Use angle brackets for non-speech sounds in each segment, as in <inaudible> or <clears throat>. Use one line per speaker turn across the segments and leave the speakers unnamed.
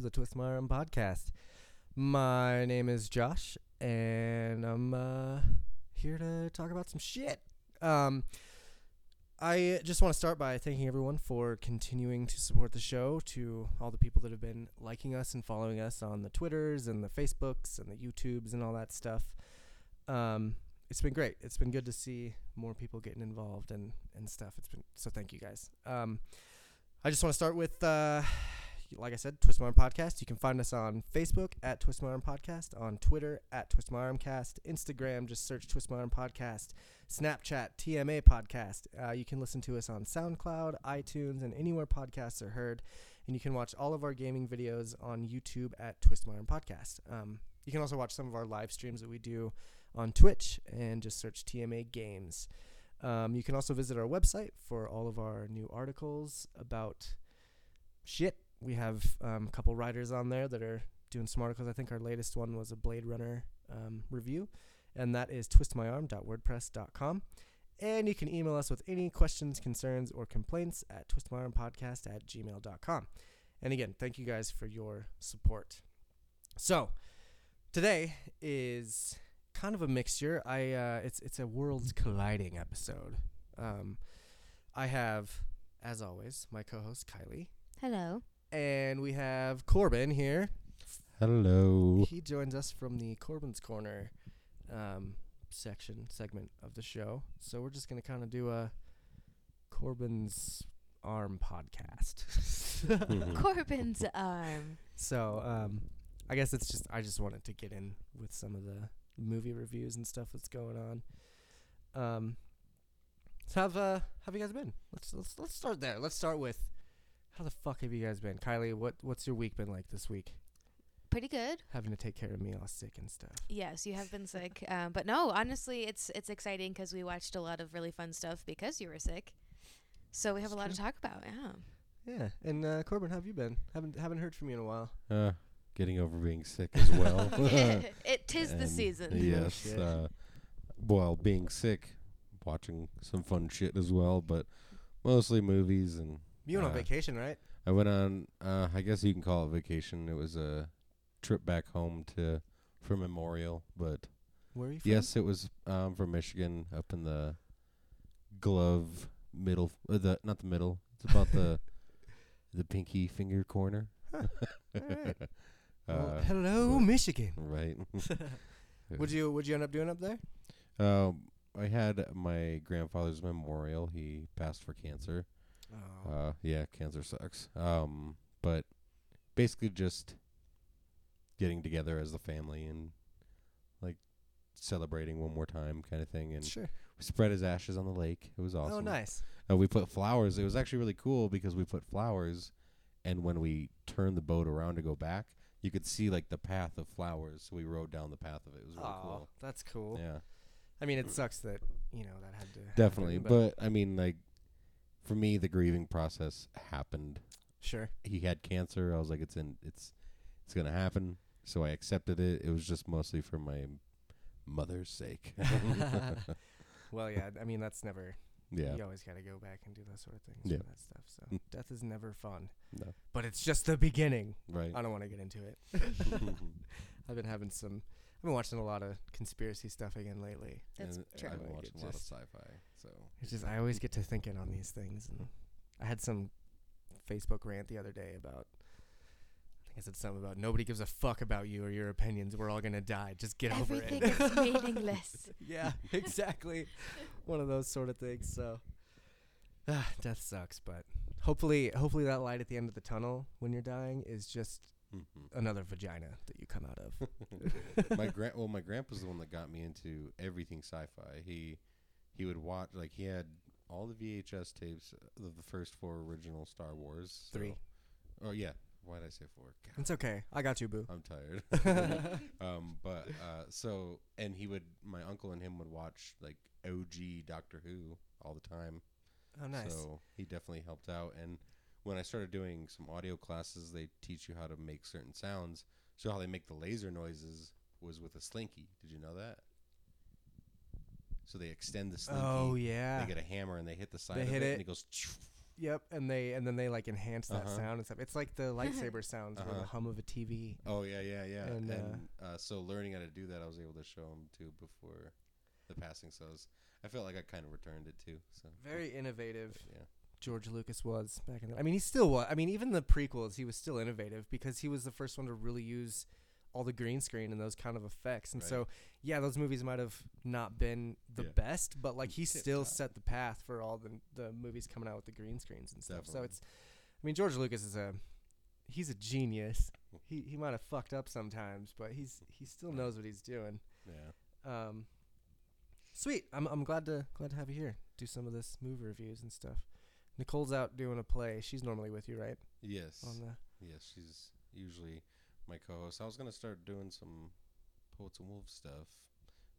the Twist My Arm podcast. My name is Josh, and I'm uh, here to talk about some shit. Um, I just want to start by thanking everyone for continuing to support the show, to all the people that have been liking us and following us on the Twitters and the Facebooks and the YouTubes and all that stuff. Um, it's been great. It's been good to see more people getting involved and, and stuff. It's been so thank you guys. Um, I just want to start with, uh, like I said, Twist My Arm Podcast. You can find us on Facebook at Twist My Arm Podcast, on Twitter at Twist My Arm Cast, Instagram, just search Twist My Arm Podcast, Snapchat, TMA Podcast. Uh, you can listen to us on SoundCloud, iTunes, and anywhere podcasts are heard. And you can watch all of our gaming videos on YouTube at Twist My Arm Podcast. Um, you can also watch some of our live streams that we do on Twitch and just search TMA Games. Um, you can also visit our website for all of our new articles about shit. We have um, a couple writers on there that are doing some articles. I think our latest one was a Blade Runner um, review, and that is twistmyarm.wordpress.com. And you can email us with any questions, concerns, or complaints at twistmyarmpodcast at gmail.com. And again, thank you guys for your support. So, today is kind of a mixture. I uh, it's it's a worlds colliding episode. Um, I have, as always, my co-host Kylie,
Hello.
and we have Corbin here.
Hello.
He joins us from the Corbin's Corner um, section segment of the show. So we're just gonna kind of do a Corbin's arm <laughs>
Mm-hmm.
podcast.
<laughs> Corbin's arm.
so um, I guess it's just I just wanted to get in with some of the movie reviews and stuff that's going on. Um, so have uh, have you guys been? Let's let's let's start there. Let's start with how the fuck have you guys been, Kylie? What what's your week been like this week?
Pretty good.
Having to take care of me all sick and stuff.
Yes, you have been sick, um, but no, honestly, it's it's exciting because we watched a lot of really fun stuff because you were sick. So we have a lot to talk about. Yeah.
Yeah, and uh, Corbin, how have you been? Haven't haven't heard from you in a while.
Uh, getting over being sick as well.
<laughs>
<laughs>
it tis the
And
season.
Yes.
Shit.
Uh, well, being sick, watching some fun shit as well, but mostly movies. And
You went on
Uh,
vacation, right?
I went on, uh, I guess you can call it vacation. It was a trip back home to for Memorial, but
Where are you from?
yes, it was um, from Michigan, up in the glove middle, uh, the not the middle. It's
<laughs>
about the the pinky finger corner.
All right. Well,
<laughs> Uh,
hello,
but-
Michigan.
right. <laughs>
Would you would you end up doing up there?
Um, I had my grandfather's memorial. He passed for cancer.
Oh,
Uh, yeah, cancer sucks. Um, but basically just getting together as a family and like celebrating one more time, kind of thing. And
sure.
we spread his ashes on the lake. It was awesome.
Oh, nice.
Uh, we put flowers. It was actually really cool because we put flowers, and when we turned the boat around to go back, you could see like the path of flowers. So we rode down the path of it. It was really
Aw, that's cool.
cool. Yeah.
I mean, it sucks that you know that had to happen,
Definitely, but I mean, like for me, the grieving process happened.
sure,
He had cancer. I was like, it's in, it's, it's gonna happen. So I accepted it. It was just mostly for my
<laughs>
mother's sake. <laughs>
well, yeah. I mean, that's never.
yeah,
You always got to go back and do those sort of things.
Yeah. Mm.
for that stuff. So death is never fun.
No.
But it's just the beginning. <laughs>
right. <laughs>
I don't want to get into it. I've been having some. I've been watching a lot of conspiracy stuff again lately.
That's
And
true.
I've
Like,
been
it
watching a lot of
just-
sci-fi. So
It's just I always get to thinking on these things, and I had some Facebook rant the other day about. I think I said something about nobody gives a fuck about you or your opinions. We're all gonna die. Just get
Everything
over it. <laughs>
is meaningless.
yeah, exactly. One of those sort of things. So, <sighs> ah, death sucks, but hopefully, hopefully that light at the end of the tunnel when you're dying is just
mm-hmm.
another vagina that you come out of. <laughs>
my grand, well, my grandpa's the one that got me into everything sci-fi. He, he would watch like he had all the VHS tapes of the first four original Star Wars. so-
Three.
Oh yeah. Why did I say four? God,
It's okay. I got you, boo.
I'm tired. <laughs> um, but uh, so and he would, my uncle and him would watch like OG Doctor Who all the time.
Oh, nice.
So he definitely helped out. And when I started doing some audio classes, they teach you how to make certain sounds. So how they make the laser noises was with a slinky. Did you know that? So they extend the slinky.
oh yeah.
They get a hammer and they hit the side
They
of
hit
it,
it.
and it goes.
Yep, and they and then they like enhance that
Uh-huh.
sound and stuff. It's like the <laughs> lightsaber sounds or the
Uh-huh.
hum of a TV.
Oh yeah, yeah, yeah.
And,
And,
uh,
uh, so learning how to do that, I was able to show him too before the passing. So I, was, I felt like I kind of returned it too. So
Very innovative.
but yeah.
George Lucas was back in the. I mean, he still was. I mean, even the prequels, he was still innovative because he was the first one to really use all the green screen and those kind of effects. And
Right.
so, yeah, those movies might have not been the
Yeah.
best, but like he
Tip
still
top.
set the path for all the the movies coming out with the green screens and stuff. So
Definitely.
it's, I mean, George Lucas is a, he's a genius. He he might have fucked up sometimes, but he's he still knows what he's doing.
Yeah.
Um, sweet. I'm I'm glad to glad to have you here. Do some of this movie reviews and stuff. Nicole's out doing a play. She's normally with you, right?
Yes.
On the
yes. She's usually my co-host. I was gonna start doing some poets and wolves stuff,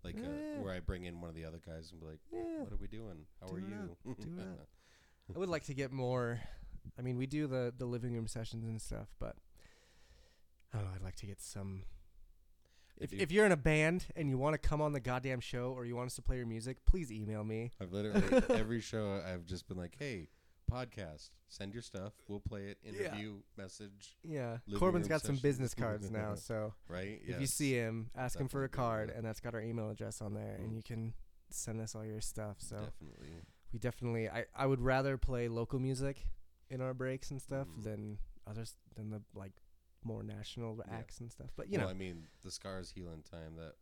like
Yeah.
uh, where I bring in one of the other guys and be like,
Eh. yeah.
"What are we doing? How
Do
are
it
you?"
up, do it
<laughs>
up. I would like to get more. I mean, we do the the living room sessions and stuff, but I don't know. I'd like to get some.
I
If,
do-
if you're in a band and you want to come on the goddamn show or you want us to play your music, please email me.
I've literally
<laughs>
every show I've just been like, "Hey, podcast, send your stuff. We'll play it.
Yeah.
Interview, message,
Yeah,
Living
Corbin's
room
got
sessions.
some business cards <laughs> now, so
right?
if you see him, ask him for a
Definitely do
card,
that.
and that's got our email address on there, and
Mm.
you can send us all your stuff. So
definitely.
we definitely, I, I would rather play local music in our breaks and stuff
Mhm.
than others than the like more national
Yeah.
acts and stuff. But you
well,
know,
I mean, the scars healing time that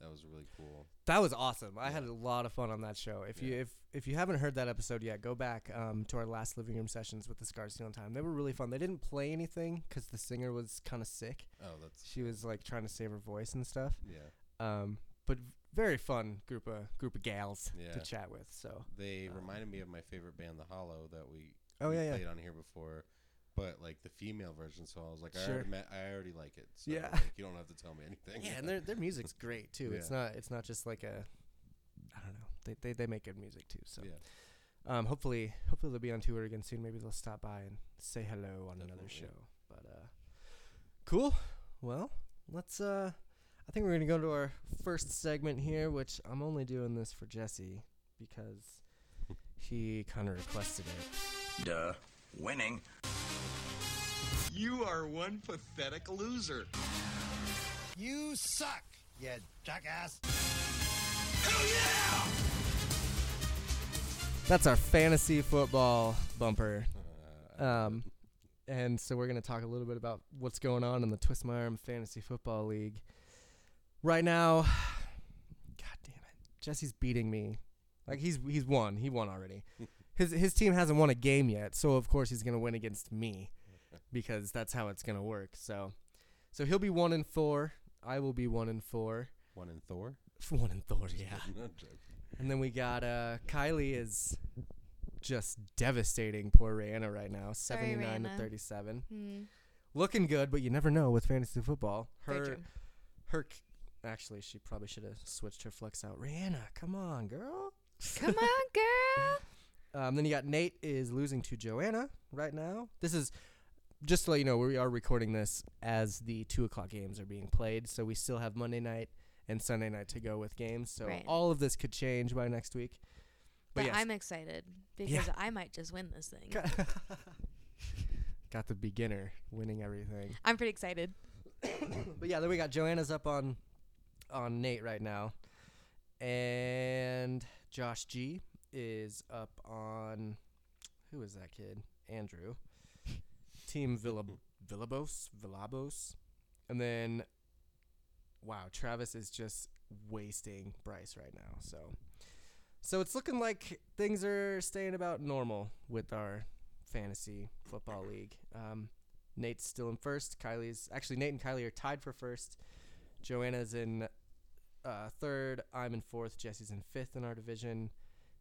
that was really cool.
that was awesome. I
Yeah.
had a lot of fun on that show. If you
Yeah.
if if you haven't heard that episode yet, go back um, to our last living room sessions with the Scars Steel Time. They were really fun. They didn't play anything because the singer was kind of sick.
Oh, that's
She was like trying to save her voice and stuff.
yeah.
um, but v- very fun group of group of gals to
Yeah.
chat with. So
They
Um,
reminded me of my favorite band, The Hollow, that we,
oh
we
yeah yeah
played on here before, but like the female version. So I was like, I
Sure.
already, ma- I already like it. So
Yeah.
like, you don't have to tell me anything.
yeah,
<laughs>
and their their music's great too. It's
Yeah.
not it's not just like a I don't know they they, they make good music too. So
yeah,
um, hopefully hopefully they'll be on tour again soon. Maybe they'll stop by and say hello on another
Definitely.
show. But uh, cool. Well, let's uh. I think we're gonna go to our first segment here, which I'm only doing this for Jesse because he kind of requested it.
Duh. Winning.
You are one pathetic loser. You suck, you jackass.
That's our fantasy football bumper.
Uh,
Um, and so we're going to talk a little bit about what's going on in the Twist My Arm Fantasy Football League. Right now, <sighs> God damn it. Jesse's beating me. Like he's he's won. He won already. His his team hasn't won a game yet, so of course he's gonna win against me because that's how it's gonna work. So so he'll be one and four. I will be one and four.
one in Thor.
<laughs> One and Thor, yeah.
<laughs> No, I'm joking.
And then we got uh Kylie is just devastating poor Rihanna right now,
Sorry,
79 to
Rihanna.
37.
Hmm.
Looking good, but you never know with fantasy football.
Very
Her
true.
<laughs> her c- actually she probably should have switched her flex out. Rihanna, come on, girl.
Come on, girl.
Um, then you got Nate is losing to Joanna right now. This is just to let you know we are recording this as the two o'clock games are being played, so we still have Monday night and Sunday night to go with games. So
Right.
all of this could change by next week.
But
yes.
I'm excited because I might just win this thing.
Got, got the beginner winning everything.
I'm pretty excited.
But yeah, then we got Joanna's up on on Nate right now. And Josh G is up on who is that kid? Andrew. Team Villa Villabos, Villabos. And then wow, Travis is just wasting Bryce right now. So so it's looking like things are staying about normal with our fantasy football league. Um, Nate's still in first. Kylie's actually Nate and Kylie are tied for first. Joanna's in uh, third. I'm in fourth. Jesse's in fifth in our division,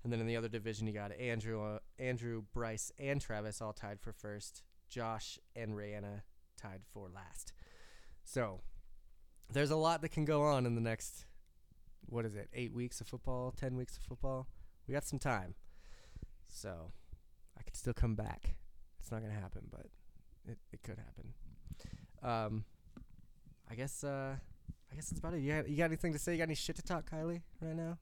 and then in the other division you got Andrew, uh, Andrew, Bryce, and Travis all tied for first. Josh and Rayanna tied for last. So there's a lot that can go on in the next what is it? Eight weeks of football, ten weeks of football. We got some time, so I could still come back. It's not gonna happen, but it, it could happen. Um, I guess uh, I guess that's about it. You got, you got anything to say? You got any shit to talk, Kylie, right now?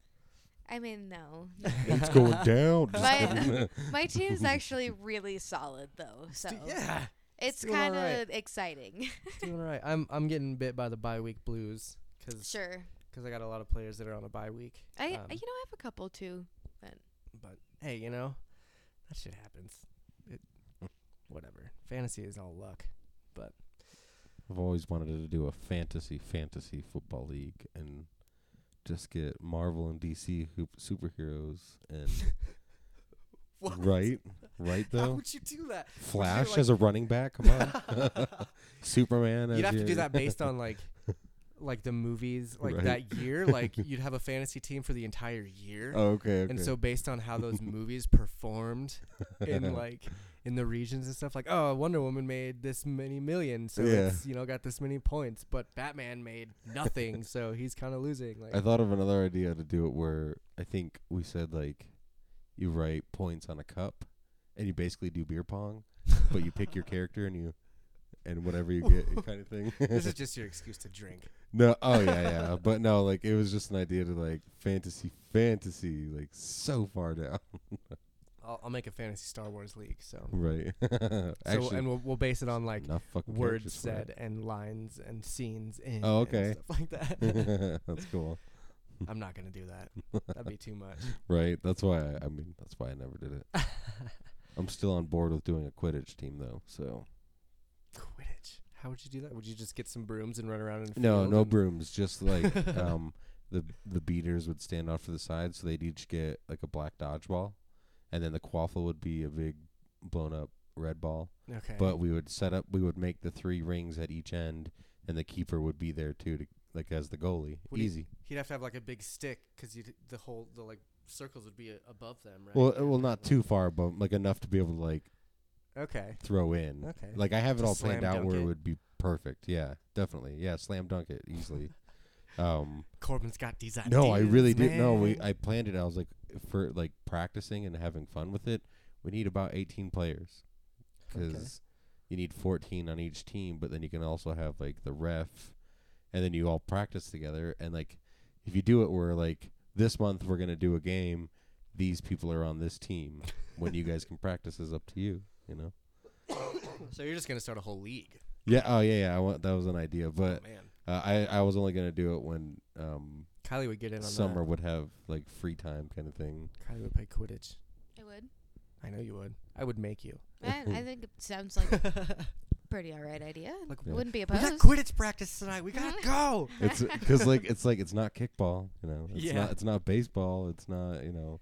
I mean, no.
<laughs>
It's going down.
Just kidding. My team's actually really solid though, so
Do-
<laughs>
yeah,
it's
doing all
kind of
right.
exciting. <laughs>
doing all right. I'm I'm getting bit by the bye week blues because
sure.
I got a lot of players that are on a bye week.
I you know
Um,
I have a couple too.
but hey, you know that shit happens. It, whatever. Fantasy is all luck. But
<laughs> I've always wanted to do a fantasy fantasy football league and just get Marvel and DC hoop- superheroes and
<laughs>
right, right
How
though.
would you do that?
Flash
like-
as a running back. Come
<laughs>
on, <laughs> Superman. as
You'd have to
your-
do that based on like like the movies like
Right.
that year.
<laughs>
Like you'd have a fantasy team for the entire year.
<laughs> Oh, okay, okay.
And so based on how
<laughs>
those movies performed in like in the regions and stuff, like oh Wonder Woman made this many million, so
Yeah.
it's you know got this many points, but Batman made
<laughs>
nothing, so he's kind of losing. Like
I thought of another idea to do it where I think we said like you write points on a cup and you basically do beer pong,
<laughs>
but you pick your character and you and whatever you get kind of thing.
this is
<laughs>
just your excuse to drink.
no, oh yeah, yeah, but no, like it was just an idea to like fantasy, fantasy, like so far down, <laughs>
I'll, I'll make a fantasy Star Wars league. So,
right? <laughs>
so
Actually,
and we'll, we'll base it on like
enough fucking
words
characters for it.
said and lines and scenes in
Oh,
and
okay.
stuff like
<laughs>
that.
that's cool,
I'm not gonna do that. That'd be too
<laughs>
much.
right? That's why I, I mean, that's why I never did it. I'm still on board with doing a Quidditch team though, so.
Quidditch. How would you do that? Would you just get some brooms and run around in a
No,
field
no
and-
brooms.
<laughs>
Just like um, the the beaters would stand off to the side, so they'd each get like a black dodgeball, and then the quaffle would be a big blown up red ball.
Okay.
But we would set up. We would make the three rings at each end, and the keeper would be there too, to like as the goalie.
Would he-
Easy.
he'd have to have like a big stick because the whole the like circles would be a- above them, right?
Well, uh, well, not too far, but like enough to be able to like
Okay.
throw in.
Okay.
Like I have it
To
all planned
slam
out
dunk
where it.
it.
would be perfect. Yeah, definitely. Yeah, slam dunk it
<laughs>
easily. um.
Corbin's got these ideas.
No, I really
man.
did. No, we I planned it. I was like for like practicing and having fun with it. We need about 18 players
Okay.
because you need 14 on each team, but then you can also have like the ref, and then you all practice together. And like if you do it where like this month we're gonna do a game, these people are on this team. when you
<laughs>
guys can practice is up to you. You know.
<coughs> So you're just gonna start a whole league,
Yeah. Oh yeah. Yeah. I want that was an idea, but
Oh, man.
uh, I I was only gonna do it when um
Kylie would get in on
summer would have like free time kind of thing.
That. Kylie would play Quidditch.
I would.
I know you would. I would make you.
I, I think it sounds like pretty alright idea.
Hmm. Like,
Yeah.
Wouldn't
<laughs>
be
we
opposed.
got Quidditch practice tonight. We gotta go.
It's because like it's like it's not kickball, you know. It's
Yeah.
not it's not baseball. It's not you know,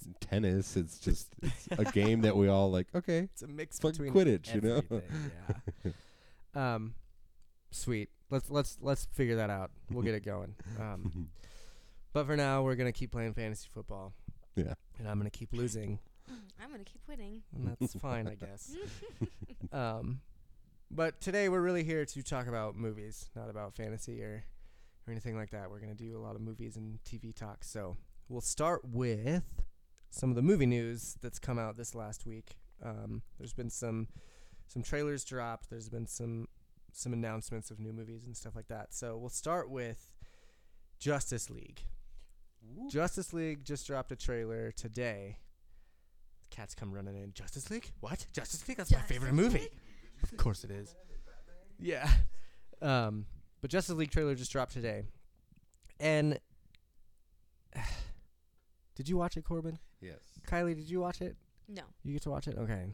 it's tennis. It's just it's <laughs> a game that we all like. Okay,
It's a mix
Fuck
between
Quidditch, you know?
everything,
<laughs>
Yeah. um, sweet. Let's let's let's figure that out. We'll get it going.
<laughs>
Um, but for now, we're gonna keep playing fantasy football.
Yeah.
And I'm gonna keep losing,
Mm, I'm gonna keep winning.
and that's fine, I guess. Um, but today we're really here to talk about movies, not about fantasy or or anything like that. We're gonna do a lot of movies and TV talks. So we'll start with some of the movie news that's come out this last week. Um, there's been some some trailers dropped. There's been some some announcements of new movies and stuff like that. So we'll start with Justice League. Justice League just dropped a trailer today. Cats come running in. Justice League? What? Justice League? That's my favorite movie. Of course it is. Yeah. Um, but Justice League trailer just dropped today. And <sighs> did you watch it, Corbin?
yes.
Kylie, did you watch it?
No.
You get to watch it? Okay.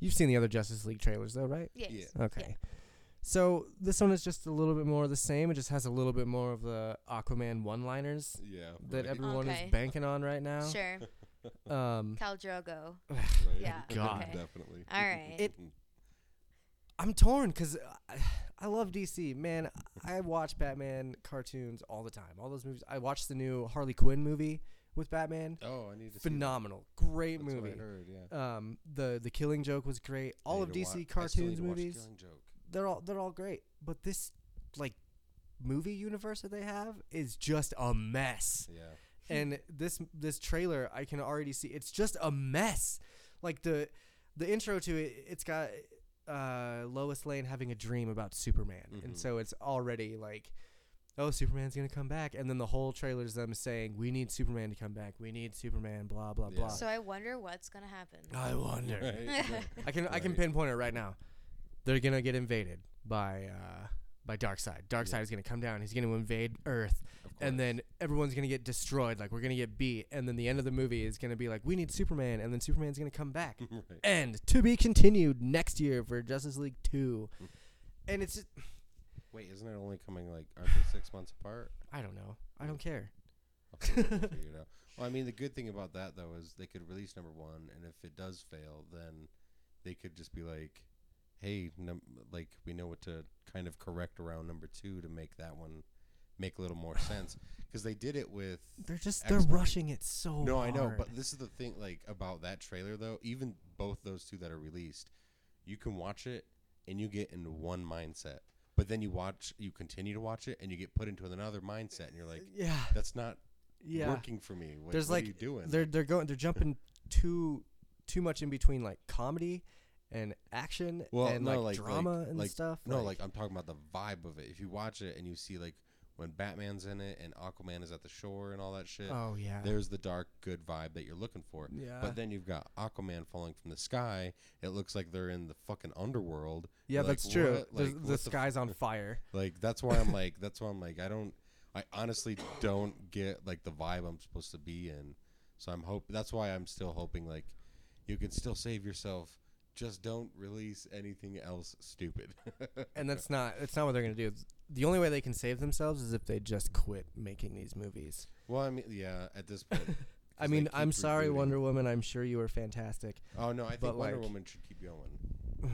You've seen the other Justice League trailers though, right?
Yes.
Yeah.
Okay. So this one is just a little bit more of the same. It just has a little bit more of the Aquaman one-liners
Yeah.
that everyone
Okay.
is banking on right now.
Sure.
Um,
Cal Drogo.
<laughs>
Yeah,
God.
okay.
Definitely. Mm-hmm.
All right.
It- I'm torn because I, <sighs> I love DC. Man, I watch Batman cartoons all the time. All those movies. I watched the new Harley Quinn movie with Batman.
oh, I need to.
Phenomenal, great
see that. That's what I
movie.
heard, yeah.
Um, the the Killing Joke was great.
I
All
need
of
to
DC
wa- I still need
cartoons
to watch
movies,
Killing Joke.
they're all they're all great. But this like movie universe that they have is just a mess
Yeah.
and this this trailer I can already see it's just a mess. Like the the intro to it, it's got
Mm-hmm.
uh, Lois Lane having a dream about Superman, and so it's already like oh, Superman's gonna come back, and then the whole trailer is them saying, "We need Superman to come back. We need Superman." Blah blah
Yeah.
blah.
So I wonder what's gonna happen.
I wonder.
<laughs> Right?
I can I can
Right.
pinpoint it right now. They're gonna get invaded by uh, by Darkseid. Darkseid
Yeah.
is gonna come down. He's gonna invade Earth, and then everyone's gonna get destroyed. Like we're gonna get beat, and then the end of the movie is gonna be like, we need Superman, and then Superman's gonna come back.
<laughs> Right.
And to be continued next year for Justice League Two.
Mm.
And it's just,
Wait, isn't it only coming like aren't they six months apart?
I don't know. I don't care.
I'll
<laughs>
figure it- we'll figure it out. Well, I mean, the good thing about that though is they could release number one, and if it does fail, then they could just be like, "Hey, num- like we know what to kind of correct around number two to make that one make a little
<sighs>
more sense." Because they did it with
They're just
X-Men.
they're rushing it so.
no, I know, but
hard.
this is the thing, like about that trailer though. Even both those two that are released, you can watch it and you get in one mindset, but then you watch, you continue to watch it, and you get put into another mindset, and you're like,
yeah,
"That's not
yeah.
working for me. What,
There's
what
like
are you doing?
they're they're going they're jumping too too much in between like comedy and action
well,
and
no,
like,
like, like-
drama and
like-
stuff.
No, like, I'm talking about the vibe of it. If you watch it and you see like when Batman's in it and Aquaman is at the shore and all that shit,
oh yeah,
there's the dark good vibe that you're looking for.
yeah.
But then you've got Aquaman falling from the sky. It looks like they're in the fucking underworld.
yeah,
Like,
that's true.
what-
The-
like,
the
what the f-
sky's on fire.
Like that's why I'm like that's why I'm like I don't I honestly don't get like the vibe I'm supposed to be in. So I'm hope that's why I'm still hoping like you can still save yourself. Just don't release anything else stupid. <laughs>
and that's not that's not what they're gonna do. The only way they can save themselves is if they just quit making these movies.
well, I mean, yeah, at this point. 'cause
<laughs> I
they
mean,
keep
I'm sorry,
rebooting.
Wonder Woman. I'm sure you were fantastic.
Oh no, I think
but,
Wonder
like-
Woman should keep going.
<sighs>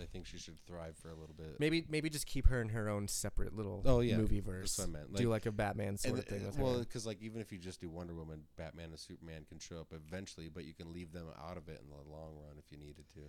I think she should thrive for a little bit.
Maybe maybe just keep her in her own separate little
Oh, yeah,
movie
that's
verse.
what I meant.
do
Like-
like a Batman
And
sort of
the-
thing
uh,
with
well,
her.
because like even if you just do Wonder Woman, Batman, and Superman can show up eventually, but you can leave them out of it in the long run if you needed to.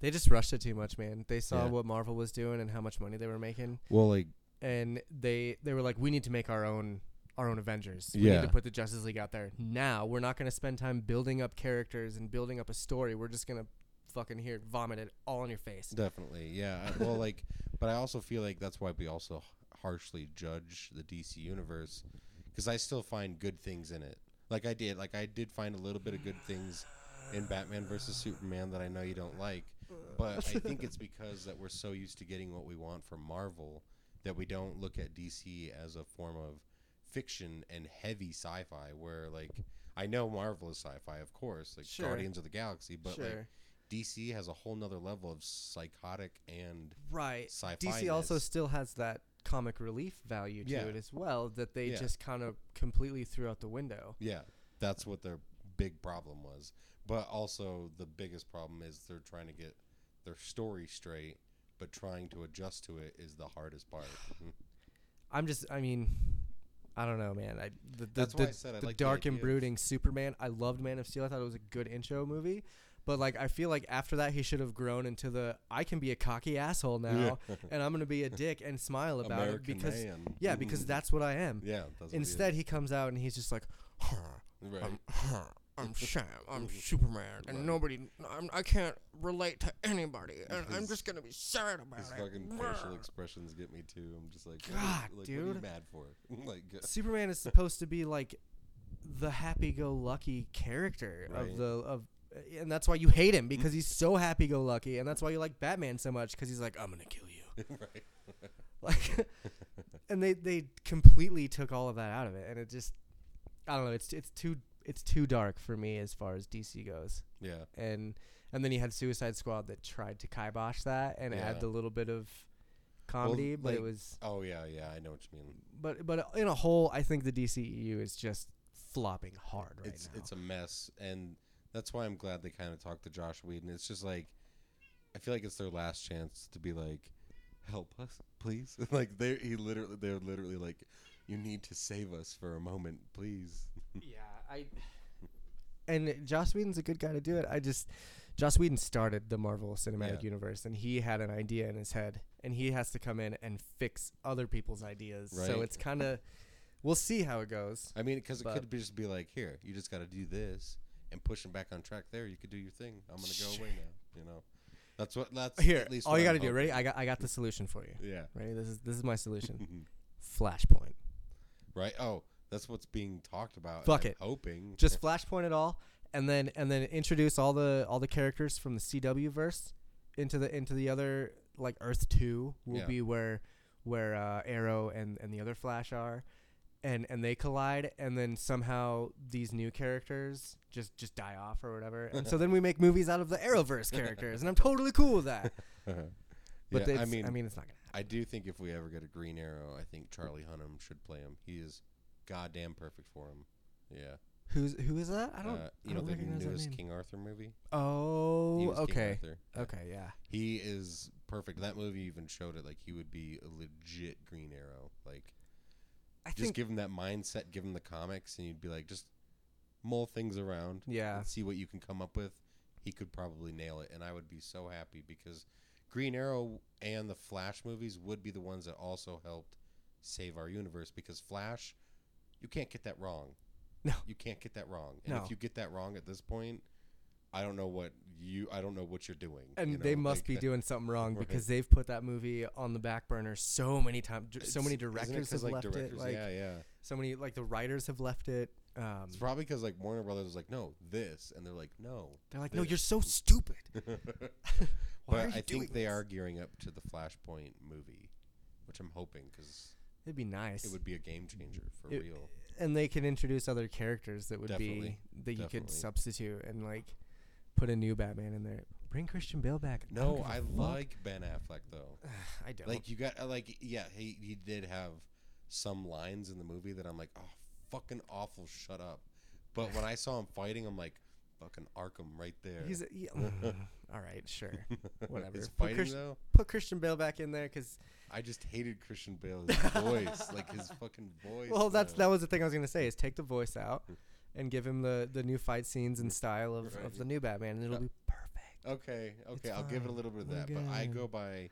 They just rushed it too much, man. They saw
Yeah.
what Marvel was doing and how much money they were making.
Well, like
and they they were like, we need to make our own our own Avengers. We need
Yeah.
to put the Justice League out there now. We're not going to spend time building up characters and building up a story. We're just gonna fucking here vomit it all in your face.
Definitely, yeah. I- well, like, <laughs> but I also feel like that's why we also h- harshly judge the DC universe because I still find good things in it. Like I did, like I did find a little bit of good things in Batman versus Superman that I know you don't like, but I think it's because that we're so used to getting what we want from Marvel that we don't look at DC as a form of fiction and heavy sci-fi. Where like I know Marvel is sci-fi, of course, like
Sure.
Guardians of the Galaxy, but like
sure,
DC has a whole nother level of psychotic and
right.
sci-fi.
DC also still has that comic relief value to
Yeah.
it as well that they
Yeah.
just kind of completely threw out the window.
yeah, that's what their big problem was. But also the biggest problem is they're trying to get their story straight, but trying to adjust to it is the hardest
<sighs>
part.
I'm just, I mean, I don't know, man. I the, the,
That's
the,
why I said I
the
like the
dark and
idea of-
brooding Superman. I loved Man of Steel. I thought it was a good intro movie, but like I feel like after that he should have grown into the I can be a cocky asshole now, <laughs> and I'm gonna be a dick and smile about
American
it because
man.
yeah, because
Mm.
that's what I am.
yeah. That's what it is.
Instead, he comes out and he's just like, huh,
right. <laughs>
I'm, huh, I'm Sham, I'm
mm-hmm.
Superman, and nobody, I'm, I can't relate to anybody, and I'm
His-
just gonna be sad about
His
it.
fucking facial expressions get me too. I'm just like, what are you-
God,
like, What are you
dude.
mad for? <laughs> like, g-
Superman is supposed to be like the happy-go-lucky character
Right.
of the of, eh, and that's why you hate him because he's so happy-go-lucky, and that's why you like Batman so much because he's like I'm gonna kill you,
<laughs> right.
<laughs> like, <laughs> and they they completely took all of that out of it, and it just I don't know, it's it's too it's too dark for me as far as DC goes,
Yeah.
and and then you had Suicide Squad that tried to kibosh that and
Yeah.
add the little bit of comedy, but
like,
it was
Oh yeah, yeah. I know what you mean.
but but in a whole, I think the DCEU is just flopping hard right
it's
now.
it's a mess, and that's why I'm glad they kind of talked to Josh Whedon. It's just like I feel like it's their last chance to be like, "Help us, please!" <laughs> like they he literally they're literally like, "You need to save us for a moment, please."
yeah, I. <sighs> And Joss Whedon's a good guy to do it. I just, Joss Whedon started the Marvel Cinematic
Yeah.
Universe, and he had an idea in his head, and he has to come in and fix other people's ideas. So
Right.
it's kind of, we'll see how it goes.
I mean, because it
But-
could be just be like, "Here, you just got to do this," and push him back on track. There, you could do your thing. I'm gonna go away now. You know, that's what that's
Here,
At least
all you
got
got
to
to do. Ready? I got, I got the solution for you.
Yeah. <laughs>
Ready? This is this is my solution. Flashpoint.
right? Oh, that's what's being talked about. and
Fuck
I'm
it.
Hoping <laughs>
Just Flashpoint it all, and then and then introduce all the all the characters from the CW verse into the into the other like Earth Two will
Yeah.
be where where uh, Arrow and and the other Flash are, and and they collide, and then somehow these new characters just just die off or whatever, and so then we make movies out of the Arrowverse characters, and I'm totally cool with
<laughs>
that. But
Yeah,
it's,
I mean,
I mean, it's not gonna. happen.
I do think if we ever get a Green Arrow, I think Charlie Hunnam should play him. He is goddamn perfect for him. Yeah,
Who's who is that? I don't.
uh,
I
you know
don't
the
recognize that
newest
name.
King Arthur movie. He
Oh,
was King
okay,
Arthur.
okay, yeah.
He is perfect. That movie even showed it. Like he would be a legit Green Arrow. Like
I
just
think
give him that mindset, give him the comics, and you'd be like, just mull things around.
Yeah.
and see what you can come up with. He could probably nail it, and I would be so happy because Green Arrow and the Flash movies would be the ones that also helped save our universe because Flash, you can't get that wrong.
<laughs> No.
you can't get that wrong. And
No.
if you get that wrong at this point, I don't know what you. I don't know what you're doing.
and
you know,
they must
like
be
that-
doing something wrong
Right.
because they've put that movie on the back burner so many times. So
It's-
many
isn't it
directors have
'cause, like,
left it.
directors-
Like
yeah, yeah.
so many, like the writers have left it. Um,
It's probably because like Warner Brothers was like, no, this, and they're like, no,
they're like, no, you're
this."
so stupid. <laughs> Why
<laughs> but
are you
I
doing
think they
this?
are gearing up to the Flashpoint movie, which I'm hoping because
It'd be nice.
it would be a game changer for
It-
real.
and they can introduce other characters that would
Definitely,
be that you could
definitely.
substitute and like put a new Batman in there. Bring Christian Bale back. I don't
No,
give a
I
fuck.
like Ben Affleck though.
<sighs> I don't.
Like you got uh, like yeah, he he did have some lines in the movie that I'm like, oh fucking awful, shut up. But when I saw him fighting, I'm like, fucking Arkham right there.
He's a,
<laughs>
yeah, mm, all right, sure, whatever.
His
Put
fighting
Christ-
though,
put Christian Bale back in there because
I just hated Christian
<laughs>
Bale's voice, like his fucking voice.
well, that's
though.
that was the thing I was gonna say is take the voice out and give him the the new fight scenes and style of, of
Hmm. Right.
the new Batman, and it'll
Uh,
be perfect.
Okay, okay, I'll give it a little bit of
We're
that, but I
good.
go by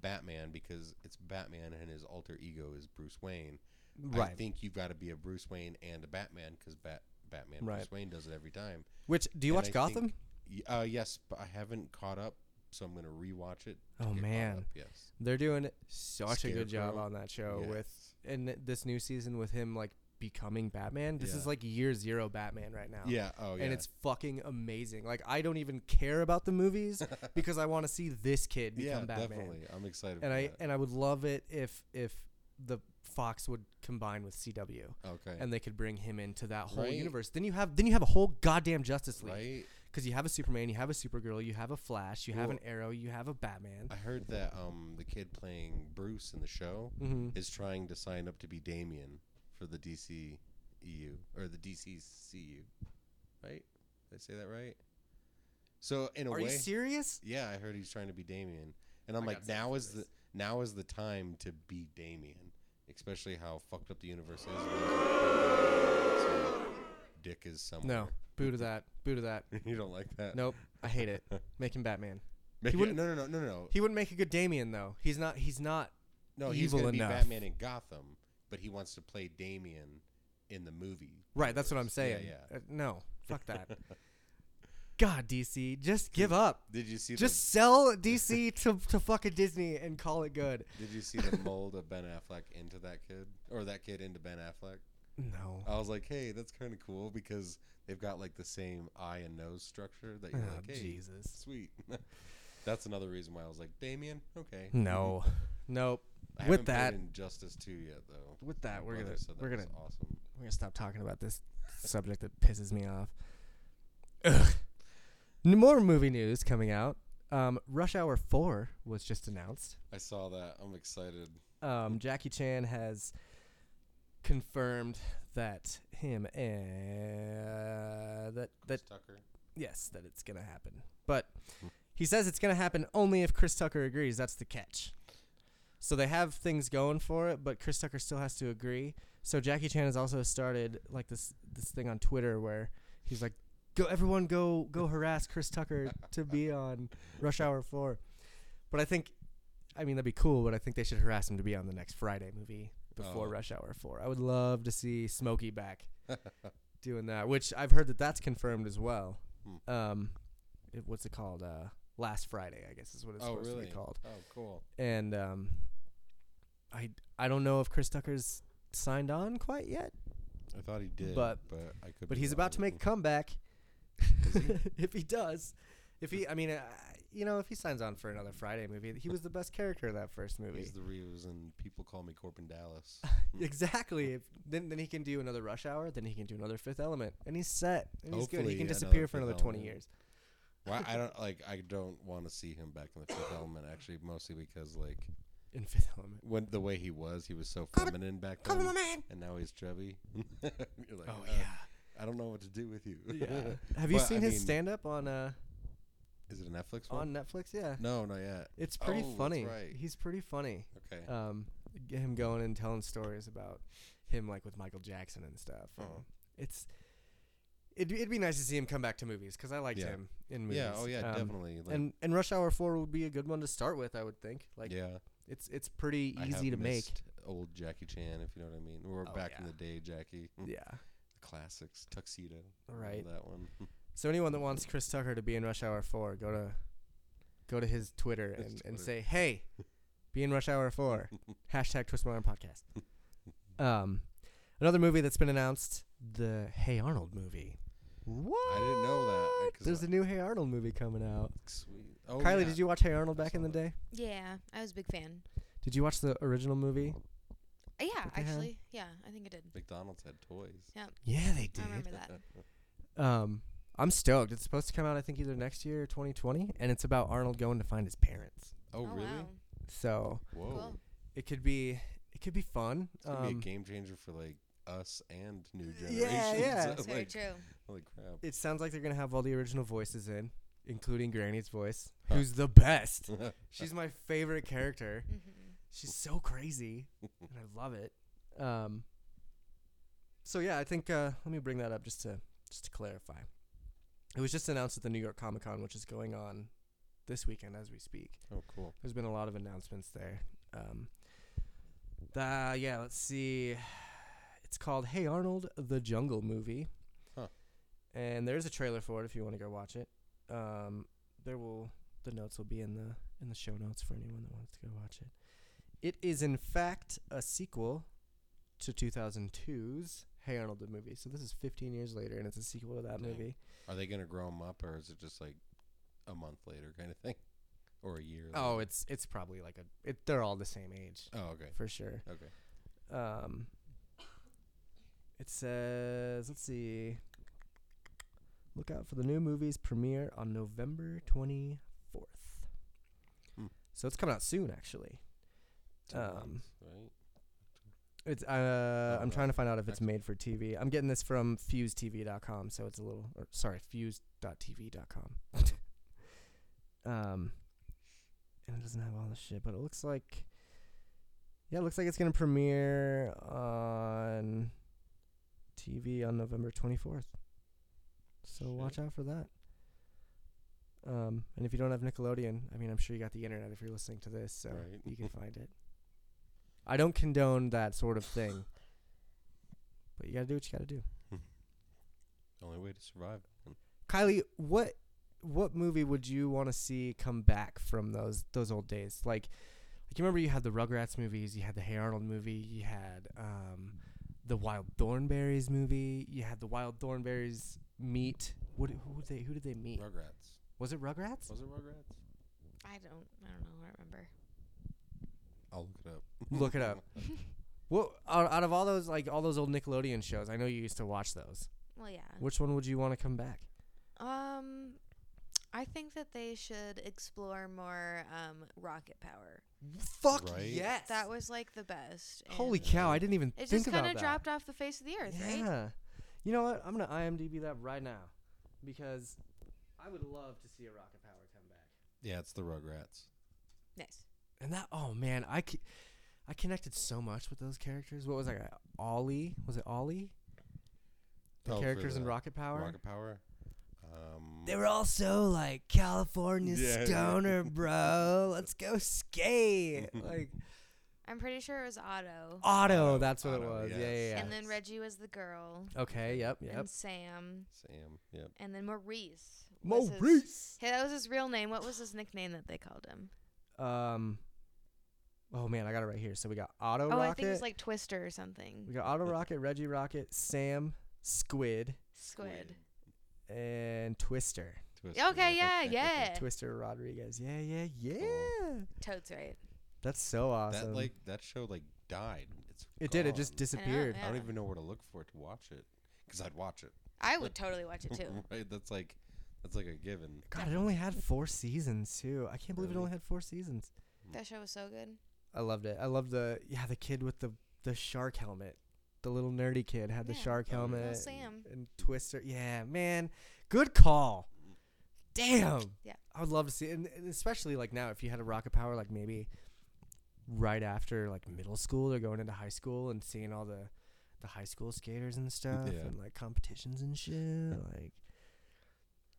Batman because it's Batman and his alter ego is Bruce Wayne. I
Right.
think you've got to be a Bruce Wayne and a Batman because Bat Batman
Right.
Bruce Wayne does it every time.
Which do you
and
watch
I
Gotham?
think- Y- Uh, yes, but I haven't caught up, so I'm gonna rewatch it. to
Oh,
get caught
man.
up, yes.
They're doing such a good job
Scarecrow,
on that show with
yes.
and th- this new season with him like becoming Batman. This is
Yeah.
like year zero Batman right now.
Yeah. Oh, yeah.
And it's fucking amazing. Like I don't even care about the movies
<laughs>
because I want to see this kid become
yeah,
Batman.
definitely. I'm excited.
And
for
I
that.
and I would love it if if the Fox would combine with CW.
okay.
and they could bring him into that whole
Right.
universe. Then you have then you have a whole goddamn Justice League
right.
because you have a Superman, you have a Supergirl, you have a Flash, you have
Well-
an Arrow, you have a Batman.
I heard that um the kid playing Bruce in the show
Mm-hmm.
is trying to sign up to be Damien for the DC EU or the DCCU, right? Did I say that right? So in a
Are
way,
you serious?
yeah, I heard he's trying to be Damien, and I'm
I got
like,
something
now
for
is the
this.
now is the time to be Damien, especially how fucked up the universe is. So, Dick is somewhere.
No, boo to that, boo to that.
<laughs> you don't like that.
Nope, I hate
<laughs>
it. Make him Batman.
Make
he
it-
wouldn't-
No, no, no, no, no, no.
He wouldn't make a good Damien though. He's not. He's not.
No, he's
evil
going to be
enough.
Batman in Gotham, but he wants to play Damien in the movie.
Right. That's what I'm
universe. Yeah,
saying.
yeah.
Uh, no, fuck that.
<laughs>
God, DC, just give up.
Did you see
Just sell
<laughs>
DC to to fucking Disney and call it good.
the Did you
<laughs>
see the mold of Ben Affleck into that kid or that kid into Ben Affleck?
No.
I was like, "Hey, that's kind of cool because they've got like the same eye and nose structure that you're
Oh,
like, hey,
Jesus.
sweet." <laughs> that's another reason why I was like, "Damien, okay."
No, nope.
I
Mm, With
haven't paid
that,
Injustice 2 yet though.
With that,
My
we're
brother
gonna-
said that
we're
was
gonna-
awesome.
we're gonna stop talking about this subject that pisses me off. Ugh. N- More movie news coming out. Um, Rush Hour Four was just announced.
I saw that. I'm excited.
Um, Jackie Chan has confirmed that him and that that
Tucker.
yes, that it's gonna happen. But he says it's gonna happen only if Chris Tucker agrees. That's the catch. So they have things going for it, but Chris Tucker still has to agree. So Jackie Chan has also started like this this thing on Twitter where he's like, "Go everyone, go go harass Chris Tucker to be on Rush Hour 4. But I think, I mean, that'd be cool. But I think they should harass him to be on the next Friday movie before
Oh.
Rush Hour Four. I would love to see Smokey back doing that, which I've heard that that's confirmed as well. Um, it, what's it called? Uh, Last Friday, I guess is what it's
Oh,
supposed
really?
to be called.
Oh, cool.
And um, I I don't know if Chris Tucker's signed on quite yet,
I thought he did, but,
But-
but I could.
but
be
he's about to
wrong.
make a comeback. <laughs> if he does, if he, I mean, uh, you know, if he signs on for another Friday movie, he was the best character in that first movie.
He's the Reeves, and people call me Corbin Dallas.
<laughs> exactly. If, then then he can do another Rush Hour. Then he can do another Fifth Element, and he's set. And he's good. He
Hopefully
can
another
disappear for
Fifth
another twenty
Element.
years.
Why I don't like I don't want to see him back in the Fifth Element actually mostly because like
In Fifth Element.
when the way he was he was so
Corbin-
feminine back
Come
then
on, man.
and now he's chubby. <laughs> You're like,
Oh <laughs>
"Uh,
yeah.
I don't know what to do with you. <laughs>
Have you
But, I
seen his
mean,
stand up on uh
Is it a Netflix one?
on uh, Netflix? Yeah.
no, not yet.
It's pretty
Oh, that's
funny.
right.
He's pretty funny.
Okay.
Um g- him going and telling stories about him like with Michael Jackson and stuff. and
Oh.
It's it'd, it'd be nice to see him come back to movies cuz I liked
Yeah.
him in movies.
yeah. Oh yeah.
Um,
definitely. Like,
And and Rush Hour 4 would be a good one to start with, I would think. Like
yeah.
it's it's pretty
I
easy
have
to make.
missed Old Jackie Chan, if you know what I mean. We're
Oh,
back in
yeah.
the day, Jackie.
Yeah.
The <laughs> classics, tuxedo. remember
Right.
That one. <laughs>
So anyone that wants Chris Tucker to be in Rush Hour 4, go to go to his Twitter
His
and, and
Twitter.
say, "Hey, be in Rush Hour
<laughs>
4." Hashtag Twist My Arm Podcast. Um, another movie that's been announced, the Hey Arnold movie. What?
I didn't know that. 'cause
There's
I-
a new Hey Arnold movie coming out.
Sweet. Oh,
Kylie,
yeah.
did you watch Hey Arnold
I
back in
saw
the day?
Yeah, I was a big fan.
Did you watch the original movie?
Uh, Yeah,
What the hell?
actually, yeah, I think I did.
McDonald's had toys.
Yeah, they
I remember that.
Oh, Um, I'm stoked. It's supposed to come out, I think, either next year or 2020, and it's about Arnold going to find his parents.
Oh, really?
wow.
So <laughs>
Whoa.
Cool.
it could be, it could be fun.
It's gonna be
Um,
a game changer for like us and new
Yeah,
generations. <laughs>
yeah.
That's
It's
very
like,
true.
Holy crap. <laughs>
It sounds like they're gonna have all the original voices in, including Granny's voice,
Huh.
who's the best. She's my favorite character.
Mhm.
She's so crazy, and I love it. Um. So yeah, I think uh, let me bring that up just to just to clarify. It was just announced at the New York Comic Con, which is going on this weekend as we speak.
oh, cool.
There's been a lot of announcements there. Um, the, yeah, let's see. It's called Hey Arnold, the Jungle Movie.
Huh.
And there's a trailer for it if you want to go watch it. Um, there will the notes will be in the in the show notes for anyone that wants to go watch it. It is in fact a sequel to 2002's Hey Arnold the movie. So this is 15 years later, and it's a sequel to that
Dang.
movie.
Are they gonna grow them up, or is it just like a month later kind of thing, <laughs> or a year?
Oh,
later?
it's it's probably like a it, they're all the same age
Oh, okay.
for sure.
Okay.
Um, it says, let's see. Look out for the new movie's premiere on November 24th.
Hmm.
So it's coming out soon, actually.
Two
Um,
months, right.
It's uh,
Oh,
I'm
right.
trying to find out if it's
Excellent.
made for TV. I'm getting this from FuseTV.com, so it's a little, or sorry, Fuse.tv.com. <laughs> um, and it doesn't have all this shit, but it looks like, yeah, it looks like it's gonna premiere on TV on November 24th. So watch out for that. Um, and if you don't have Nickelodeon, I mean, I'm sure you got the internet if you're listening to this, so
Right.
you can find it. I don't condone that sort of thing, but you gotta do what you gotta do.
Only way to survive.
Kylie, what what movie would you want to see come back from those those old days? Like, like you remember you had the Rugrats movies, you had the Hey Arnold movie, you had um, the Wild Thornberries movie, you had the Wild Thornberries meet. What who did they who did they meet?
Rugrats.
Was it Rugrats?
Was it Rugrats?
I don't. I don't know. I don't remember.
I'll look it up.
<laughs> Look it up. What out, out of all those like all those old Nickelodeon shows? I know you used to watch those.
Well, yeah.
Which one would you want to come back?
Um, I think that they should explore more um rocket power.
Fuck
Right?
yes.
That was like the best.
Holy
and
cow! I didn't even
It
think
just
about
kind
that.
of dropped off the face of the earth,
yeah.
right?
You know what? I'm gonna IMDb that right now because I would love to see a rocket power come back.
yeah, it's the Rugrats.
Nice.
And that oh man, I c- I connected so much with those characters. What was that? guy? Ollie? Was it Ollie? The
Oh, for
characters in
the
Rocket Power.
Rocket Power. Um,
They were all so like California
Yeah, yeah.
stoner, bro. Let's go skate.
<laughs>
like
I'm pretty sure it was Otto,
Oh, Otto, that's what it
Otto,
was. Yeah, yeah,
yes.
yeah.
and then Reggie was the girl,
okay, yep, yep.
and Sam,
Sam. Yep.
and then Maurice. was his-
Maurice.
Hey, that was his real name. What was his nickname that they called him?
Um, Oh man, I got it right here. So we got Auto
Oh,
Rocket.
I think it's like Twister or something.
we got Auto Rocket, Reggie Rocket, Sam, Squid,
Squid.
and Twister.
Twister.
Okay,
<laughs>
yeah, yeah.
Twister Rodriguez. Yeah, yeah, yeah.
Toad's right.
That's so
That
awesome.
like that show like died. It's
it did. It just
gone.
disappeared.
yeah.
I don't even know where to look for it to watch it because I'd watch it.
I would totally watch it too.
<laughs>
<laughs> right? That's like that's like a given.
God, it only had four seasons too. I can't believe it
Really?
only had four seasons.
that show was so good.
I loved it. I loved the yeah the kid with the the shark helmet. The little nerdy kid had the
Yeah.
shark
Oh,
helmet.
Little
and-
Sam.
and Twister. Yeah, man, good call. Damn.
Yeah.
I would love to see, and, and especially like now, if you had a rocket power, like maybe right after like middle school or going into high school and seeing all the the high school skaters and stuff
Yeah.
and like competitions and shit. Like,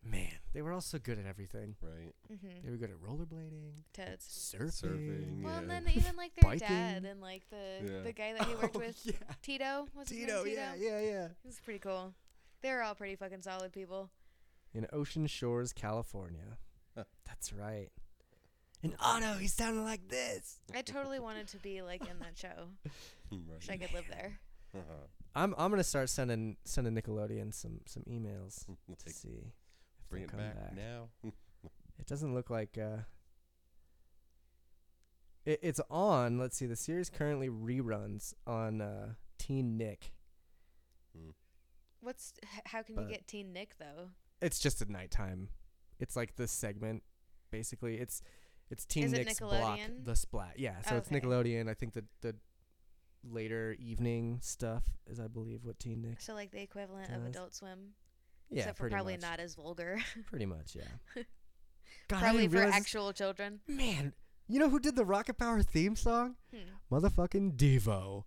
man, they were all so good at everything.
Right? <laughs>
Mm-hmm.
They were good at rollerblading,
Toads.
surfing.
Surfing.
Well, and
Yeah.
then even like their
Biking.
dad and like the
Yeah.
the guy that he
<laughs>
worked
Oh,
with,
yeah.
Tito. Was his name
Tito,
Tito?
yeah, yeah, yeah.
It was pretty cool. They were all pretty fucking solid people.
In Ocean Shores, California. That's right. And Otto, he sounded like this.
I totally wanted to be like in that show. Wish I
right. <laughs> Uh-huh.
could live there.
I'm I'm gonna start sending sending Nickelodeon some some emails to
Like,
see. if
bring
they'll
it
come
back, now. <laughs>
It doesn't look like. Uh, it, it's on. Let's see. The series currently reruns on uh, Teen Nick.
What's h- how can
But-
you get Teen Nick though?
It's just at nighttime. It's like this segment, basically. It's it's Teen
Is it
Nick's block,
Nickelodeon?
the splat. Yeah, so it's
Okay.
Nickelodeon. I think the the later evening stuff is, I believe, what Teen Nick.
So like the equivalent of
Does.
Adult Swim,
Yeah,
except for
pretty
probably
much.
not as vulgar. <laughs>
Pretty much, yeah. God, I
probably
didn't
for
realize this-
actual children.
Man, you know who did the Rocket Power theme song?
Hmm.
Motherfucking Devo.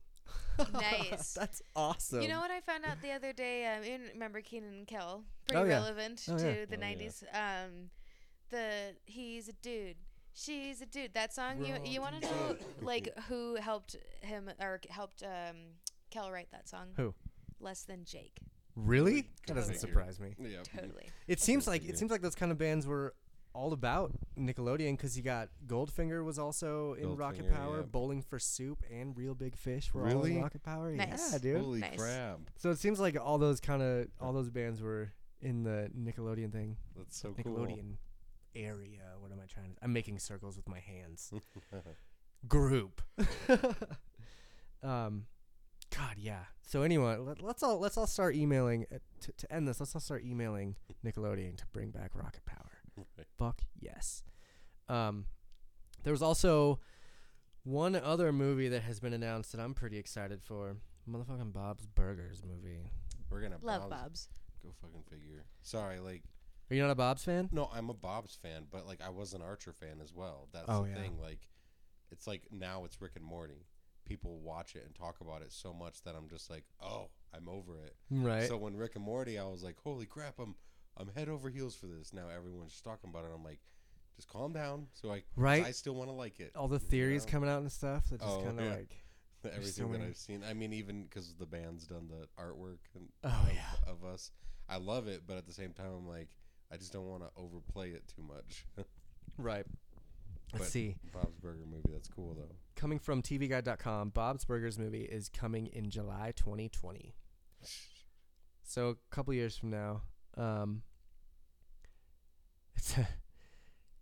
<laughs>
Nice.
That's awesome.
You know what I found out the other day? Um, you remember Keenan and Kel? Pretty
Oh, yeah.
relevant
Oh,
to
yeah.
the
Oh, yeah.
'90s. Um, the he's a dude, she's a dude. That song.
We're all
you you want to know like who helped him or helped um, Kel write that song?
Who?
Less than Jake.
Really? That
Totally.
doesn't surprise me.
Yeah.
Totally.
It seems like
Yeah.
it seems like those kind of bands were all about Nickelodeon because you got Goldfinger was also in Rocket
Goldfinger,
Power,
yeah.
Bowling for Soup, and Real Big Fish were all
Really?
in Rocket Power.
Nice.
Yeah, dude.
Holy
Nice.
crap!
So it seems like all those kind of all those bands were in the Nickelodeon thing,
That's so cool.
Nickelodeon area. What am I trying to? I'm making circles with my
<laughs>
hands. Group. <laughs> um, God, yeah. So anyway, let, let's all let's all start emailing uh, to, to end this. Let's all start emailing Nickelodeon to bring back Rocket Power.
Right.
Fuck yes. Um, there was also one other movie that has been announced that I'm pretty excited for. Motherfucking Bob's Burgers movie.
We're gonna
Love
Bob's-
Bob's.
Go fucking figure. Sorry, like
Are you not a Bob's fan?
no, I'm a Bob's fan, but like I was an Archer fan as well. That's
Oh,
the
yeah.
thing. Like, it's like now it's Rick and Morty. People watch it and talk about it so much that I'm just like, oh, I'm over it.
Right.
So when Rick and Morty, I was like, holy crap, I'm I'm head over heels for this. Now everyone's just talking about it. I'm like, just calm down. So I
Right.
I still want to like it.
all the theories
know?
coming out and stuff that just
Oh,
kind of
yeah.
like so
<laughs> Everything that
many-
I've seen. I mean, even because the band's done the artwork and
Oh,
of,
yeah.
of us. I love it, but at the same time, I'm like, I just don't want to overplay it too much. <laughs>
right. Let's
But-
see.
Bob's Burger movie. That's cool though.
Coming from TVGuide.com, Bob's Burgers movie is coming in July 2020. So a couple years from now, um, it's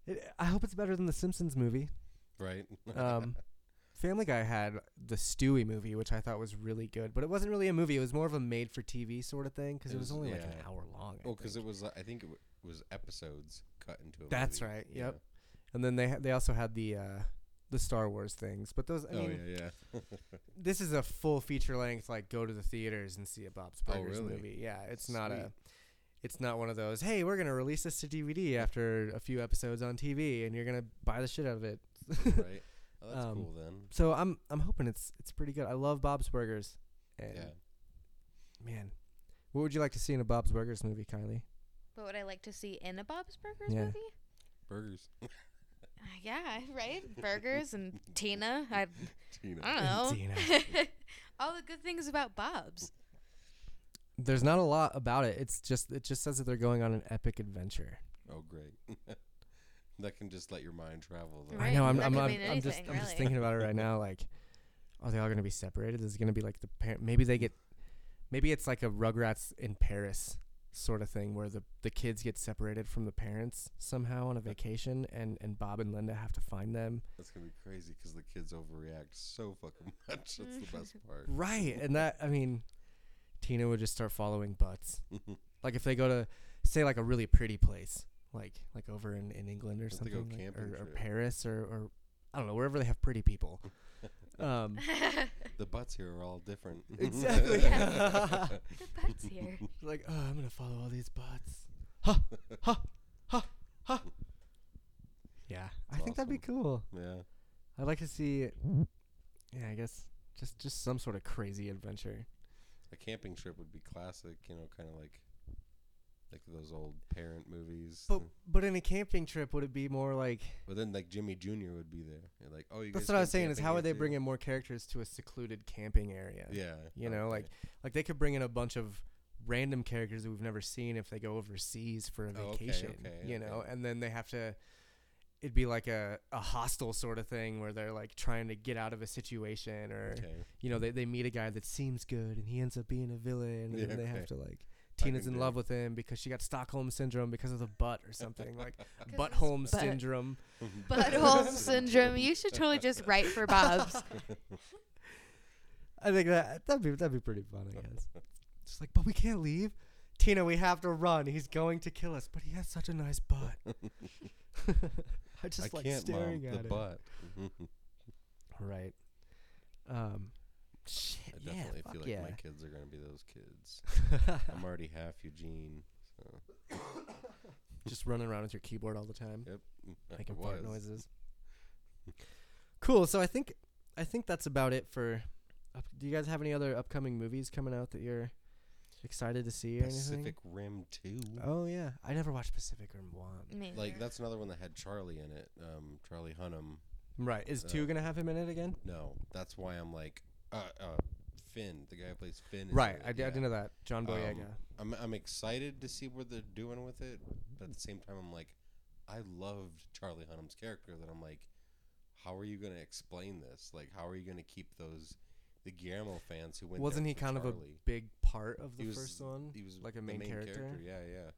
it, I hope it's better than the Simpsons movie.
Right? <laughs>
Um, Family Guy had the Stewie movie, which I thought was really good, but it wasn't really a movie. It was more of a made-for-TV sort of thing because
It
it, was
was-
only like an
yeah.
hour long. I
well, because
think.
it was. uh, I think it w- was episodes cut into. a
That's
movie.
right,
Yeah.
yep. and then they ha- they also had the uh, the Star Wars things, but those I mean,
oh yeah, <laughs> yeah.
this is a full feature length like go to the theaters and see a Bob's
Oh,
Burgers
really?
movie. Yeah, it's not a it's not one of those, hey, we're going to release this to DVD after a few episodes on TV and you're going to buy the shit out of it.
right. Oh, that's
Um,
cool then.
<laughs> So I'm I'm hoping it's it's pretty good. I love Bob's Burgers. And
Yeah.
man, what would you like to see in a Bob's Burgers movie, Kylie?
But would I like to see in a Bob's Burgers
Yeah.
movie?
Burgers.
Uh, Yeah, right. Burgers and Tina. I,
Tina.
I don't know.
Tina.
<laughs> All the good things about Bob's. <laughs>
There's not a lot about it. It's just it just says that they're going on an epic adventure.
Oh great. <laughs> that can just let your mind travel. Though.
Right.
I know. I'm.
that
I'm,
could
I'm,
mean
I'm just.
anything,
I'm just
really.
thinking about it right now. Like, are they all gonna be separated? Is it gonna be like the parent? Maybe they get. Maybe it's like a Rugrats in Paris sort of thing where the the kids get separated from the parents somehow on a vacation, and and Bob and Linda have to find them.
That's gonna be crazy because the kids overreact so fucking <laughs> much. That's
<laughs>
the best part.
Right, and that I mean, Tina would just start following butts. like if they go to say like a really pretty place, like like over in, in England or
If they go
something, like-
camping
or, or
trip.
Paris or or I don't know wherever they have pretty people. Um,
The butts here are all different. <laughs>
exactly.
the butt's here.
like oh, I'm gonna follow all these butts. Ha ha ha ha. Yeah, I think that'd be cool.
yeah.
I'd like to see. Yeah, I guess just just some sort of crazy adventure.
A camping trip would be classic, you know, kind of like like those old parent movies.
But but in a camping trip, would it be more like?
But then like Jimmy Jr. would be there. You're like, oh, you
That's
guys
what I
came
was saying. Is
camping
how
here
would they
too?
bring in more characters to a secluded camping area?
Yeah,
you know, like
okay.
like they could bring in a bunch of random characters that we've never seen if they go overseas for a
Oh, okay,
vacation.
okay,
you know,
okay.
and then they have to. It'd be like a a hostel sort of thing where they're like trying to get out of a situation, or
Okay.
you know, they they meet a guy that seems good and he ends up being a villain, and
Yeah,
then they have
okay.
to like. Tina's in
can do
love
it.
with him because she got Stockholm syndrome because of the butt or something like
his
butthome
butt.
syndrome.
<laughs> Butthole syndrome. You should totally just write for <laughs>
<laughs>
Bob's.
I think that that'd be that'd be pretty fun, I
<laughs>
guess. Just like, but we can't leave. Tina, we have to run. He's going to kill us, but he has such a nice butt.
<laughs>
<laughs> I just
I
like
can't mom
staring at
the
it.
butt. Mm-hmm.
Right. Um shit.
I
yeah,
definitely
fuck
feel like
yeah.
my kids are gonna be those
<laughs>
kids. I'm already half Eugene. So.
just running around with your keyboard all the time.
Yep. I
<coughs> making
was.
fart
<laughs>
noises. cool. So I think I think that's about it for. Up, do you guys have any other upcoming movies coming out that you're excited to see or anything?
Pacific Rim Two.
Oh yeah, I never watched Pacific Rim One.
Maybe.
Like that's another one that had Charlie in it. Um, Charlie Hunnam.
Right, is two
Uh,
gonna have him in it again?
No, that's why I'm like, uh, uh, Finn, the guy who plays Finn. is
Right,
in it,
I, di- I
yeah.
didn't know that. John Boyega.
Um, I'm I'm excited to see what they're doing with it, but at the same time, I'm like, I loved Charlie Hunnam's character. That I'm like, how are you going to explain this? Like, how are you going to keep those the Guillermo fans who went? there
Wasn't he
for
kind of a
Charlie?
big part of the
He was-
first one?
He was
like a
the
main, character.
Yeah, yeah.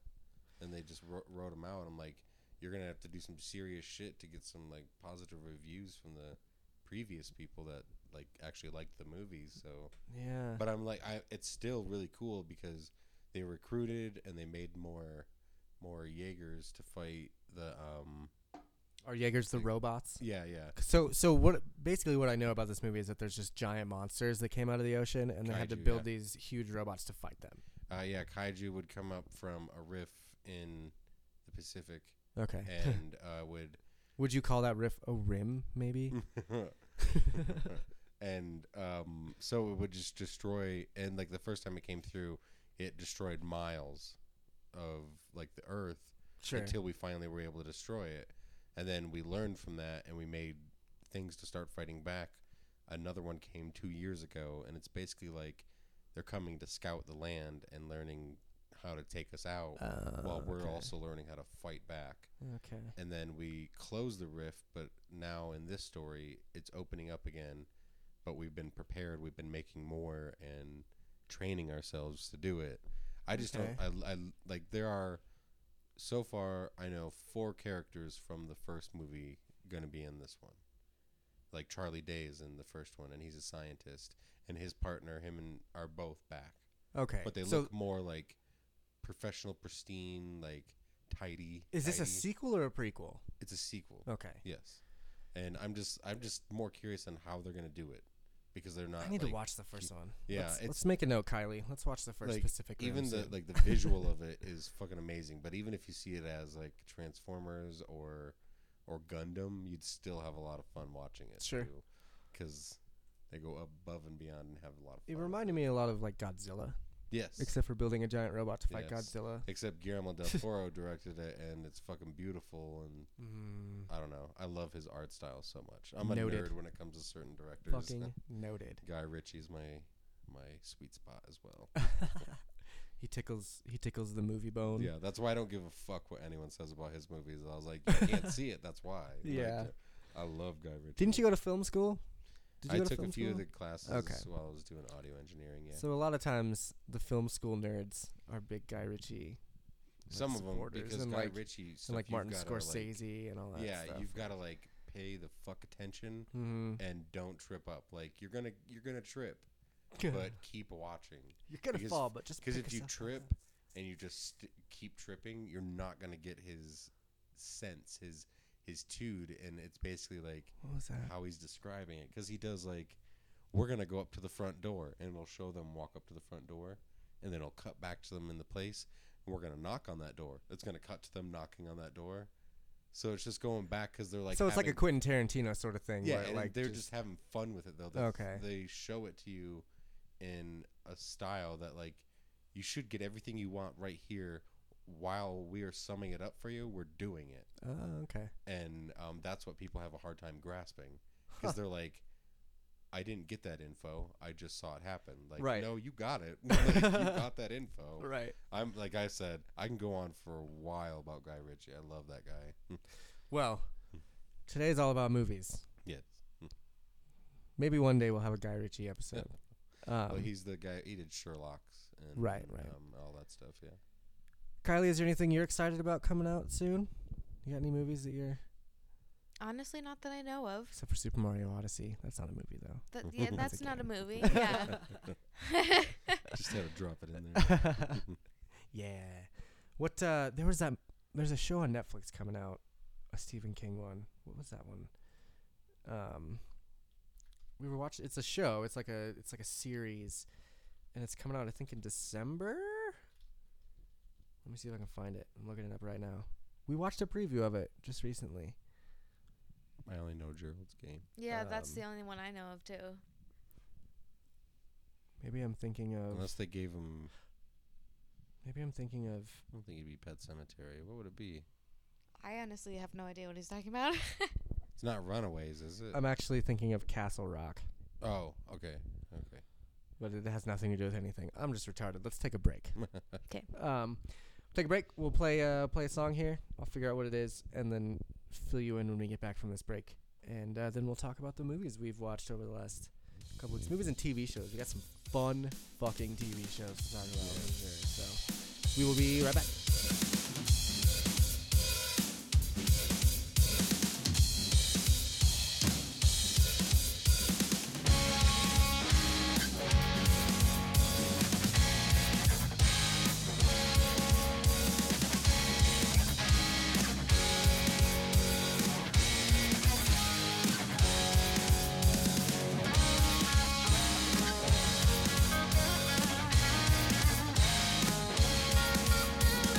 And they just wrote, wrote him out. I'm like, you're gonna have to do some serious shit to get some like positive reviews from the previous people that like actually liked the movie. So,
Yeah.
but I'm like, I it's still really cool because they recruited and they made more more Jaegers to fight the um
Are Jaegers the robots?
yeah yeah
So so what basically what I know about this movie is that there's just giant monsters that came out of the ocean and they had to
Kaiju,
build
yeah.
these huge robots to fight them.
uh, yeah kaiju would come up from a riff in the Pacific
Okay.
and uh, would
Would you call that riff a rim, maybe?
and um, so it would just destroy. And like the first time it came through, it destroyed miles of like the Earth
Sure.
until we finally were able to destroy it. And then we learned from that, and we made things to start fighting back. Another one came two years ago, and it's basically like they're coming to scout the land and learning how to take us out, while we're also learning how to fight back
okay.
and then we close the rift but now in this story it's opening up again but we've been prepared we've been making more and training ourselves to do it i just don't I, I like there are so far i know four characters from the first movie going to be in this one like charlie day is in the first one and he's a scientist and his partner him and are both back
Okay.
but they
so
look more like professional pristine like tidy
is this a
tidy.
sequel or a prequel?
it's a sequel
Okay.
Yes, and I'm just I'm just more curious on how they're gonna do it because they're not.
I need to
like-
watch the first one.
yeah,
Let's,
it's-
let's make a note, Kylie. Let's watch the first
like,
Pacific Rim.
even the
soon.
like the visual of it is fucking amazing. But even if you see it as like Transformers or or Gundam, you'd still have a lot of fun watching it.
Sure.
because they go above and beyond and have a lot of. fun.
<laughs> It reminded me a lot of like Godzilla,
Yes.
except for building a giant robot to fight
Yes.
Godzilla.
Except Guillermo
<laughs>
del Toro directed it, and it's fucking beautiful. And
Mm,
I don't know, I love his art style so much. I'm a
Noted.
nerd when it comes to certain directors.
fucking Mm, noted. <laughs>
Guy Ritchie's my my sweet spot as well.
He tickles he tickles the movie bone.
Yeah, that's why I don't give a fuck what anyone says about his movies. I was like, you
<laughs>
can't see it. That's why. Like,
Yeah.
I love Guy Ritchie.
Didn't you go to film school? Did you
I
go to
took a
film
few of
school?
the classes
Okay.
while I was doing audio engineering. Yeah,
So a lot of times the film school nerds are big Guy Ritchie. like,
some of them
supporters
because
and
Guy
like,
Ritchie stuff,
and like
you've
Martin
gotta, like-
Scorsese and all that.
yeah,
stuff.
you've got to like pay the fuck attention
Mhm.
and don't trip up. Like you're gonna you're
<laughs>
gonna trip, but keep watching.
you're gonna
because-
fall, but just
Because
pick
if you
yourself back
trip
up.
and you just st- keep tripping, you're not gonna get his sense, his his tude, and it's basically like
what was that?
how he's describing it because he does like we're gonna go up to the front door and we'll show them walk up to the front door and then it'll cut back to them in the place and we're gonna knock on that door it's gonna cut to them knocking on that door so it's just going back because they're like
so it's like a
having-
Quentin Tarantino sort of thing.
yeah
where,
and
like
they're just, having fun with it though they
Okay.
they show it to you in a style that like you should get everything you want right here while we're summing it up for you we're doing it
Oh, okay.
and um, that's what people have a hard time
<laughs>
grasping because they're like i didn't get that info i just saw it happen like
Right.
no you
<laughs>
got it <laughs> Like, you got that info
Right.
i'm like i said i can go on for a while about guy ritchie i love that guy <laughs>
Well, today's all about movies.
yes
Maybe one day we'll have a Guy Ritchie episode. Um,
<laughs> well, he's the guy he did sherlock's and
Right, right.
um, all that stuff yeah
Kylie, is there anything you're excited about coming out soon? You got any movies that you're
Honestly, not that I know of.
except for Super Mario Odyssey? That's not a movie though.
That, yeah,
That's
that's
a
not a
game.
movie. Yeah.
just had to drop it in
<laughs>
there
yeah. What uh there was that there's a show on Netflix coming out, a Stephen King one. What was that one? Um we were watching it's a show, it's like a it's like a series and it's coming out I think in December. Let me see if I can find it. I'm looking it up right now. We watched a preview of it just recently.
i only know gerald's game
<laughs> yeah, that's
Um,
the only one I know of, too.
Maybe I'm thinking of
unless they gave him
maybe I'm thinking of
i don't think it'd be pet cemetery what would it be
I honestly have no idea what he's talking about. <laughs>
it's not runaways is it
I'm actually thinking of Castle Rock,
oh okay okay
but it has nothing to do with anything. I'm just retarded. Let's take a break.
Okay.
Um, take a break. We'll play uh play a song here. I'll figure out what it is and then fill you in when we get back from this break. And uh, then we'll talk about the movies we've watched over the last couple weeks. Movies and TV shows. We got some fun fucking TV shows to talk about over here. So we will be right back.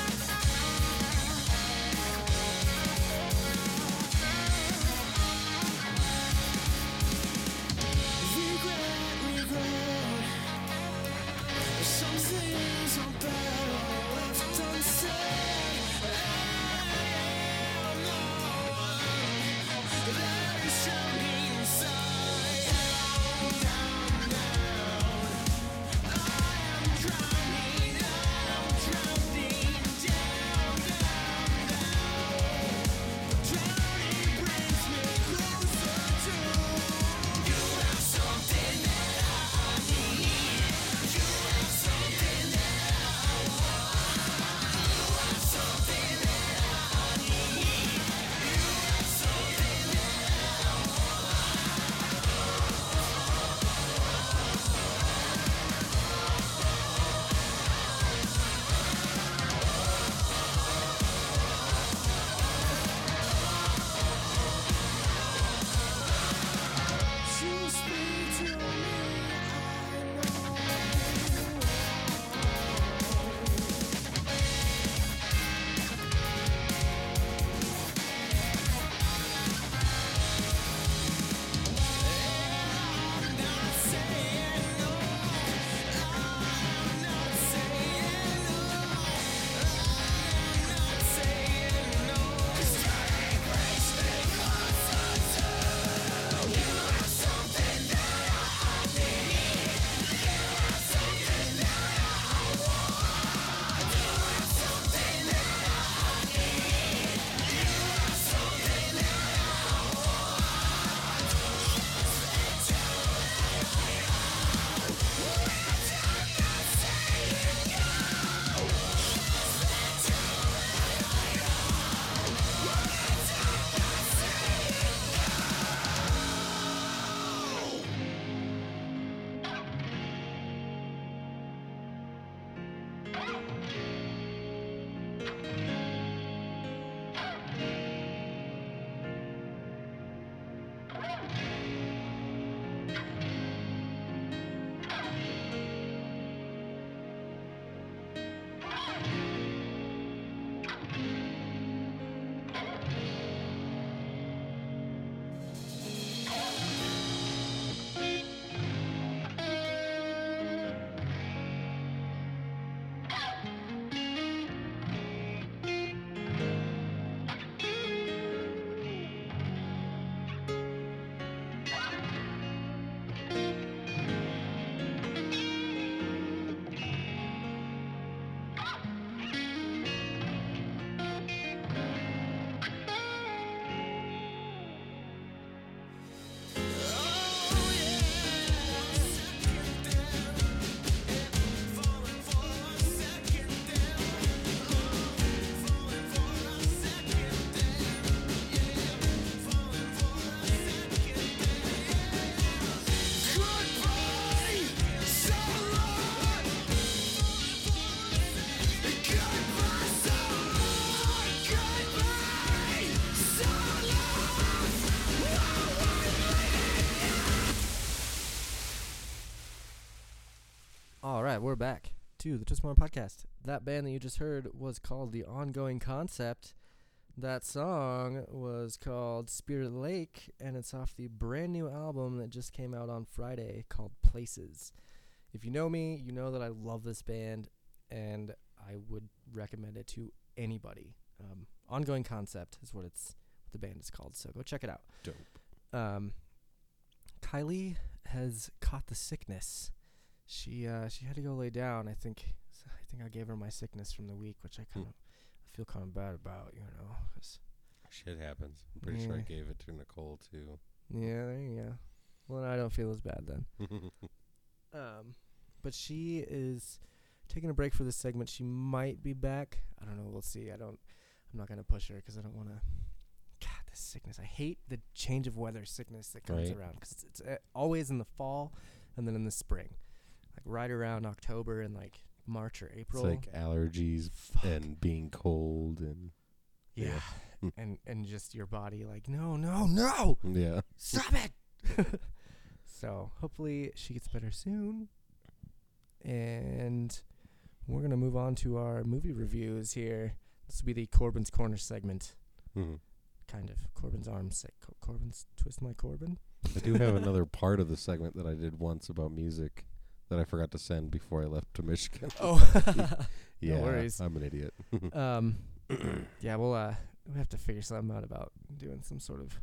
Thank
All right, we're back to the Twist More podcast. That band that you just heard was called The Ongoing Concept. That song was called Spirit Lake, and it's off the brand new album that just came out on Friday called Places. If you know me, you know that I love this band, and I would recommend it to anybody. Um, Ongoing Concept is what it's what the band is called, so go check it out.
Dope.
Um, Kylie has caught the sickness she uh, she had to go lay down. I think so I think I gave her my sickness from the week, which I
Hmm.
kind of I feel kind of bad about, you know. 'cause-
Shit happens. I'm pretty sure I
Yeah.
gave it to Nicole too. <laughs>
yeah, there you go. Well, I don't feel as bad then. Um, but she is taking a break for this segment. She might be back. I don't know. We'll see. I don't. I'm not gonna push her because I don't want to. God, this sickness. I hate the change of weather sickness that comes
Right.
around because it's, it's uh, always in the fall and then in the spring, like right around October and like March or
it's
April.
like allergies
Fuck.
and being cold and
yeah,
yeah.
and and just your body like no no no
yeah.
stop it. <laughs> so hopefully she gets better soon, and we're gonna move on to our movie reviews here. This will be the Corbin's Corner segment,
Mhm.
kind of Corbin's arm sec. Cor- Corbin's twist my Corbin.
<laughs> I do
<laughs>
have another part of the segment that I did once about music that I forgot to send before I left to Michigan. <laughs>
Oh, No
yeah,
worries.
I'm an idiot. <laughs>
um, <clears throat> yeah. Well, uh, we have to figure something out about doing some sort of.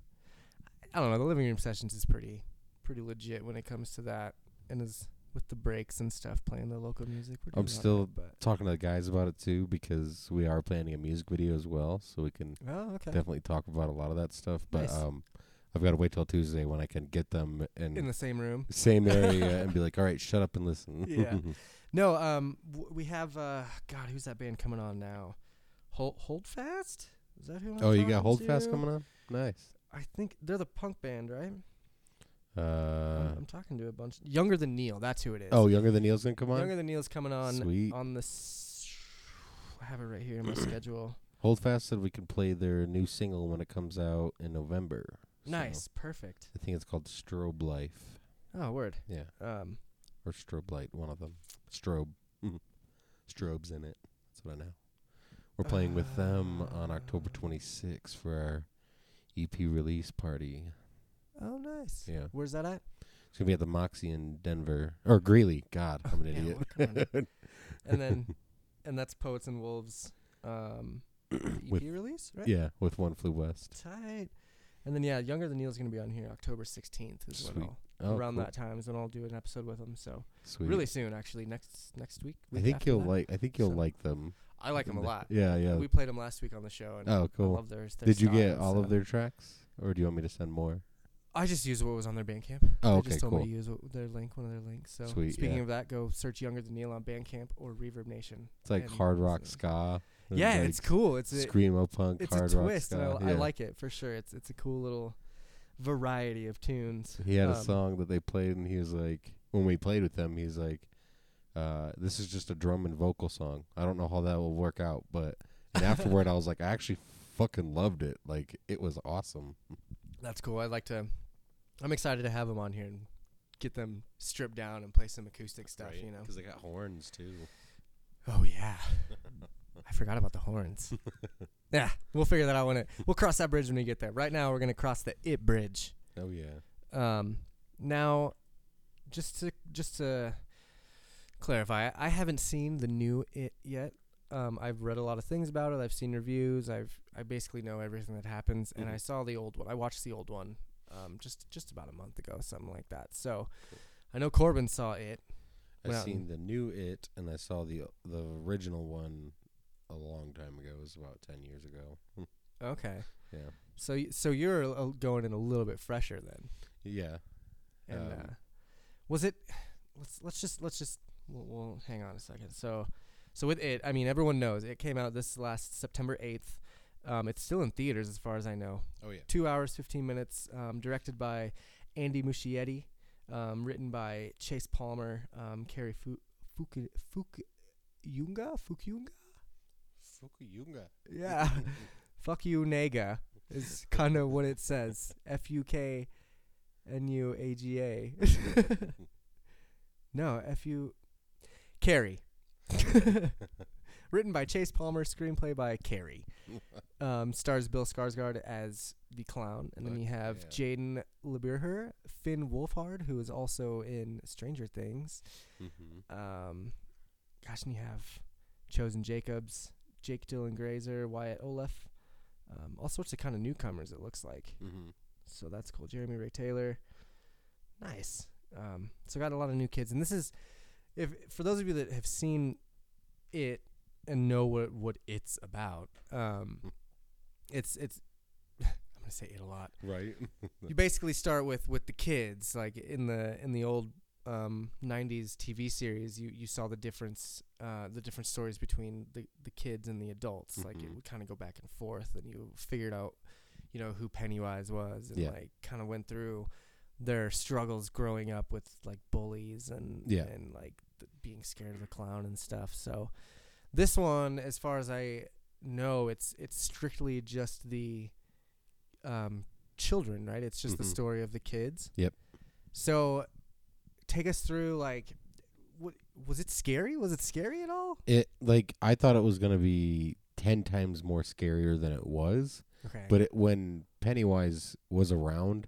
I don't know. The living room sessions is pretty, pretty legit when it comes to that, and is with the breaks and stuff playing the local music. We're
I'm
doing all
still
right, but
Talking to the guys about it too because we are planning a music video as well, so we can
Oh, okay.
definitely talk about a lot of that stuff. But
Nice.
um, I've got to wait till Tuesday when I can get them and
In the same room. <laughs>
same area and be like, all right, shut up and listen. <laughs>
Yeah. No, um, w- we have uh, God, who's that band coming on now? Hold, hold fast. Is that who? I'm
oh, you got
talking
Hold Fast
to?
coming on? Nice.
I think they're the punk band, right? Um,
Uh,
I'm, I'm talking to a bunch. Younger than Neil. That's who it is.
oh, Younger Than Neil's going to come on?
younger than Neil's coming on.
Sweet.
On the. S- I have it right here
<clears throat>
in my schedule.
Hold Fast said we can play their new single when it comes out in November. So
Nice, perfect.
I think it's called Strobe Life.
Oh, word.
Yeah.
Um,
Or Strobe Light, one of them. Strobe. Mhm. Strobe's in it. That's what I know. We're playing with them on October 26th for our EP release party.
oh, nice.
Yeah.
Where's that at?
It's going to be at the Moxie in Denver. Or Greeley. God, I'm
<laughs>
an
Yeah,
idiot.
well,
<laughs>
come on. and then, and that's Poets and Wolves.
<clears throat>
Um, EP
With-
release, right?
Yeah, with One Flew West.
Tight. And then yeah, younger than Neil's gonna be on here October sixteenth is when
Sweet.
I'll <laughs>
Oh,
around
cool.
that time is when I'll do an episode with him. So
Sweet.
really soon, actually next next week.
I
week
think
after
you'll
that.
like. I think you'll
So-
like them.
I like him a
Th-
lot.
Yeah, yeah.
We played him last week on the show. And
oh,
I
cool.
love theirs.
Did you get all of their tracks, or do you want me to send more?
I just used what was on their Bandcamp.
Oh,
They
okay,
just told
cool.
me to use what- their link, one of their links. So
Sweet,
speaking
yeah.
of that, go search Younger Than Neil on Bandcamp or Reverb Nation.
It's like
and
hard rock
listen.
ska. and,
Yeah,
like,
it's cool. It's a,
screamo punk
it's a
hard rock
twist,
ska.
and I, I
yeah.
like it for sure. It's it's a cool little variety of tunes.
He had a
Um,
song that they played, and he was like, when we played with them, he's like, uh, "This is just a drum and vocal song. I don't know how that will work out,
<laughs>
but." <laughs> And afterward, I was like, I actually fucking loved it. Like it was awesome.
That's cool. I'd like to. I'm excited to have them on here and get them stripped down and play some acoustic stuff. You know.
because they got horns too.
Oh yeah. I forgot about the horns. <laughs> yeah, we'll figure that out when it. We'll cross that bridge when we get there. Right now, we're gonna cross the it bridge.
<laughs> Oh yeah.
Um, now, just to just to clarify, I haven't seen the new it yet. Um, I've read a lot of things about it. I've seen reviews. I've I basically know everything that happens, and I
Mhm.
saw the old one. I watched the old one, um, just just about a month ago, something like that. So, I know Corbin saw it.
I
Went out
seen
and-
the new It, and I saw the the original one a long time ago. It was about ten years ago. <laughs>
Okay.
Yeah,
So y- so you're uh, going in a little bit fresher then.
yeah.
And
Um,
uh, was it? Let's let's just let's just we'll, we'll hang on a second. So so with it, I mean everyone knows it came out this last September eighth. Um, it's still in theaters as far as I know.
Oh yeah.
Two hours fifteen minutes. Um, directed by Andy Muschietti. Um, written by Chase Palmer. Um, Carrie Fu- Fuku Fukuyunga Fukuyunga. <laughs>
Fukuyunga.
Yeah. Fuck you, Naga is kind of what it says. F U K <laughs> N U A G A. No, F U. Carrie. <laughs> Written by Chase Palmer, screenplay by Carrie. Um, stars Bill Skarsgård as the clown, and then
Fuck
you have
yeah.
Jaden Lieberher, Finn Wolfhard, who is also in Stranger Things.
Mhm.
Um, gosh, and you have Chosen Jacobs, Jake Dylan Grazer, Wyatt Olaf, um, all sorts of kind of newcomers. It looks like.
Mhm.
So that's cool. Jeremy Ray Taylor. Nice. Um, so got a lot of new kids, and this is if for those of you that have seen it and know what what it's about. Um, it's it's <laughs> I'm gonna say it a lot. <laughs>
Right.
You basically start with with the kids, like in the in the old um, '90s TV series. You you saw the difference, uh, the different stories between the the kids and the adults. Like it
Mhm.
would kind of go back and forth, and you figured out, you know, who Pennywise was, and
Yeah.
like kind of went through their struggles growing up with like bullies and
Yeah.
and like th- being scared of the clown and stuff. So this one, as far as I know, it's it's strictly just the um, children, right? It's just
Mhm.
the story of the kids.
Yep.
So, take us through like, what was it scary? Was it scary at all?
It like I thought it was gonna be ten times more scarier than it was.
Okay.
But it, when Pennywise was around,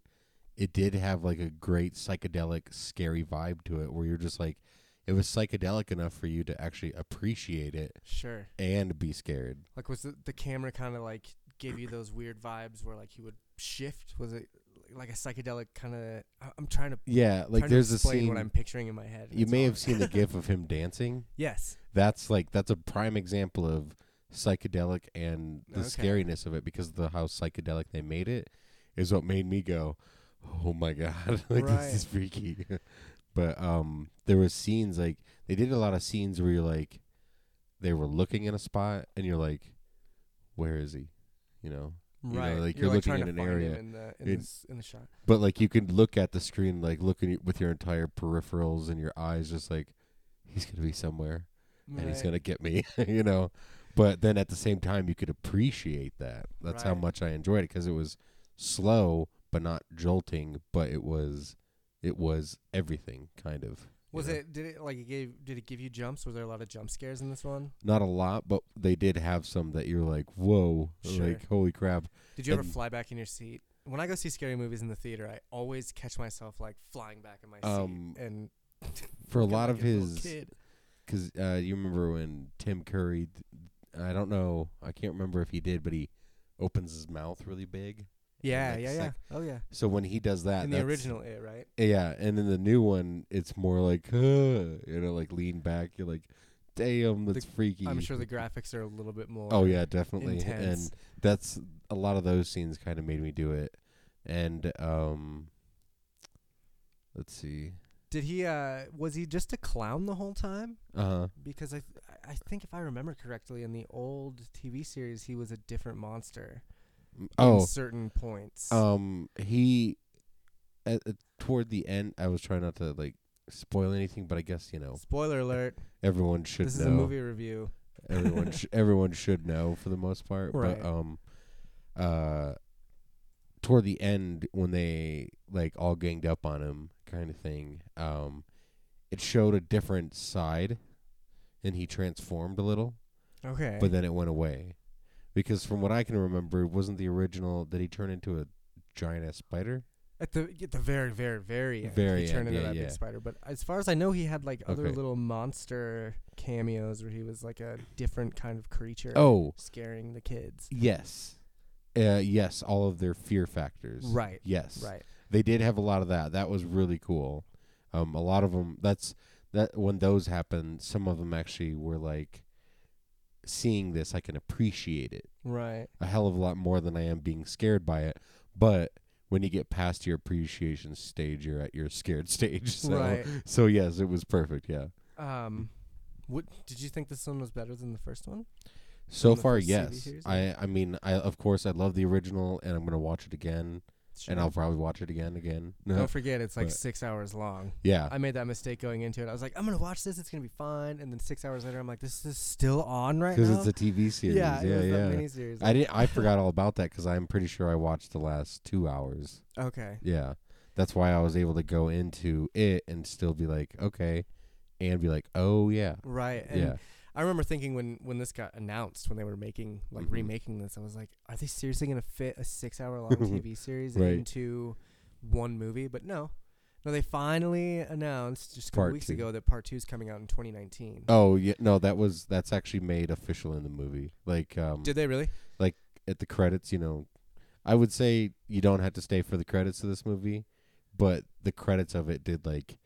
it did have like a great psychedelic, scary vibe to it, where you're just like, it was psychedelic enough for you to actually appreciate it
sure.
and be scared.
Like, was the, the camera kind of like gave you those weird vibes where like he would shift? Was it like a psychedelic kind of? I'm trying to
Yeah, like
trying
there's
to
a
explain
scene.
what I'm picturing in my head. and <laughs>
you
it's
may
hard.
have seen the gif of him dancing.
yes.
That's like that's a prime example of psychedelic and the
Okay.
scariness of it because of the how psychedelic they made it is what made me go, "Oh my god, <laughs> like
Right.
this is freaky." <laughs> but um there was scenes like they did a lot of scenes where you're like they were looking in a spot and you're like, "Where is he?" You know. You know,
Right.
like,
You're,
you're looking
trying
at
to
an
find
area.
him in the in,
It-
this, in the shot.
But like you could look at the screen, like looking with your entire peripherals and your eyes, just like he's gonna be somewhere and he's
Right.
gonna get me, <laughs> you know. But then at the same time, you could appreciate that. That's how
Right.
much I enjoyed it because it was slow but not jolting, but it was it was everything kind of. you
Was
know?
it did it like it gave did it give you jumps? Was there a lot of jump scares in this one?
not a lot? But they did have some that you're like, whoa,
Sure.
like holy crap.
Did you ever
And-
fly back in your seat? When I go see scary movies in the theater, I always catch myself like flying back in my
Um,
seat and
For a
looking
lot
like
of
little
his
kid.
because uh, you remember when Tim Curry, I don't know, I can't remember if he did, but he opens his mouth really big.
Yeah,
like,
yeah, yeah.
sec-
Oh yeah.
So when he does that,
in the
that's-
original it, right?
yeah, and in the new one, it's more like, "Huh," you know, like lean back. You're like, damn, that's freaky.
I'm
<laughs>
sure the graphics are a little bit more
Oh yeah, definitely,
intense.
and that's a lot of those scenes kind of made me do it, and um, let's see,
Did he uh was he just a clown the whole time?
uh huh,
Because I th- I think if I remember correctly in the old TV series he was a different monster
oh,
in certain points.
Um, he at, at- toward the end, I was trying not to like spoil anything, but I guess you know
Spoiler alert.
everyone should
This
know.
is a movie review.
everyone
<laughs>
sh- everyone should know for the most part.
Right.
But um, uh, toward the end when they like all ganged up on him, kind of thing. Um, it showed a different side, and he transformed a little
Okay.
but then it went away because from what i can remember wasn't the original did he turn into a giant ass spider
At the at the very very very end,
Very
he turned
end,
into
yeah,
that
yeah.
big spider. But as far as I know, he had like other
Okay.
little monster cameos where he was like a different kind of creature,
oh
scaring the kids.
yes uh, yes all of their fear factors
Right,
yes
right.
they did have a lot of that that was really cool um a lot of them that's that when those happened some of them actually were like seeing this i can appreciate it
Right.
a hell of a lot more than i am being scared by it but when you get past your appreciation stage you're at your scared <laughs> stage so
Right.
so yes it was perfect yeah
Um, what did you think this one was better than the first one?
So
From the
far,
first TV
yes.
series,
I I mean, I of course I love the original, and I'm gonna watch it again, and I'll probably watch it again, again. No,
Don't forget, it's like
but-
six hours long.
<laughs> yeah,
I made that mistake going into it. I was like, I'm gonna watch this. It's gonna be fine. And then six hours later, I'm like, this is still on right
because
now.
it's a TV series.
yeah,
Yeah,
it was
yeah.
That miniseries.
I didn't. I forgot all about that because I'm pretty sure I watched the last two hours.
Okay.
Yeah, that's why I was able to go into it and still be like, okay, and be like, oh yeah,
Right. And
yeah,
I remember thinking when when this got announced, when they were making like
Mhm.
remaking this, I was like, are they seriously gonna fit a six hour
<laughs>
long TV series
Right.
into one movie? But no. No, they finally announced just a couple
Part
weeks
two.
ago that part two is coming out in 2019.
oh yeah. No, that was that's actually made official in the movie. Like um,
Did they really?
at the credits, you know, I would say you don't have to stay for the credits of this movie, but the credits of it did like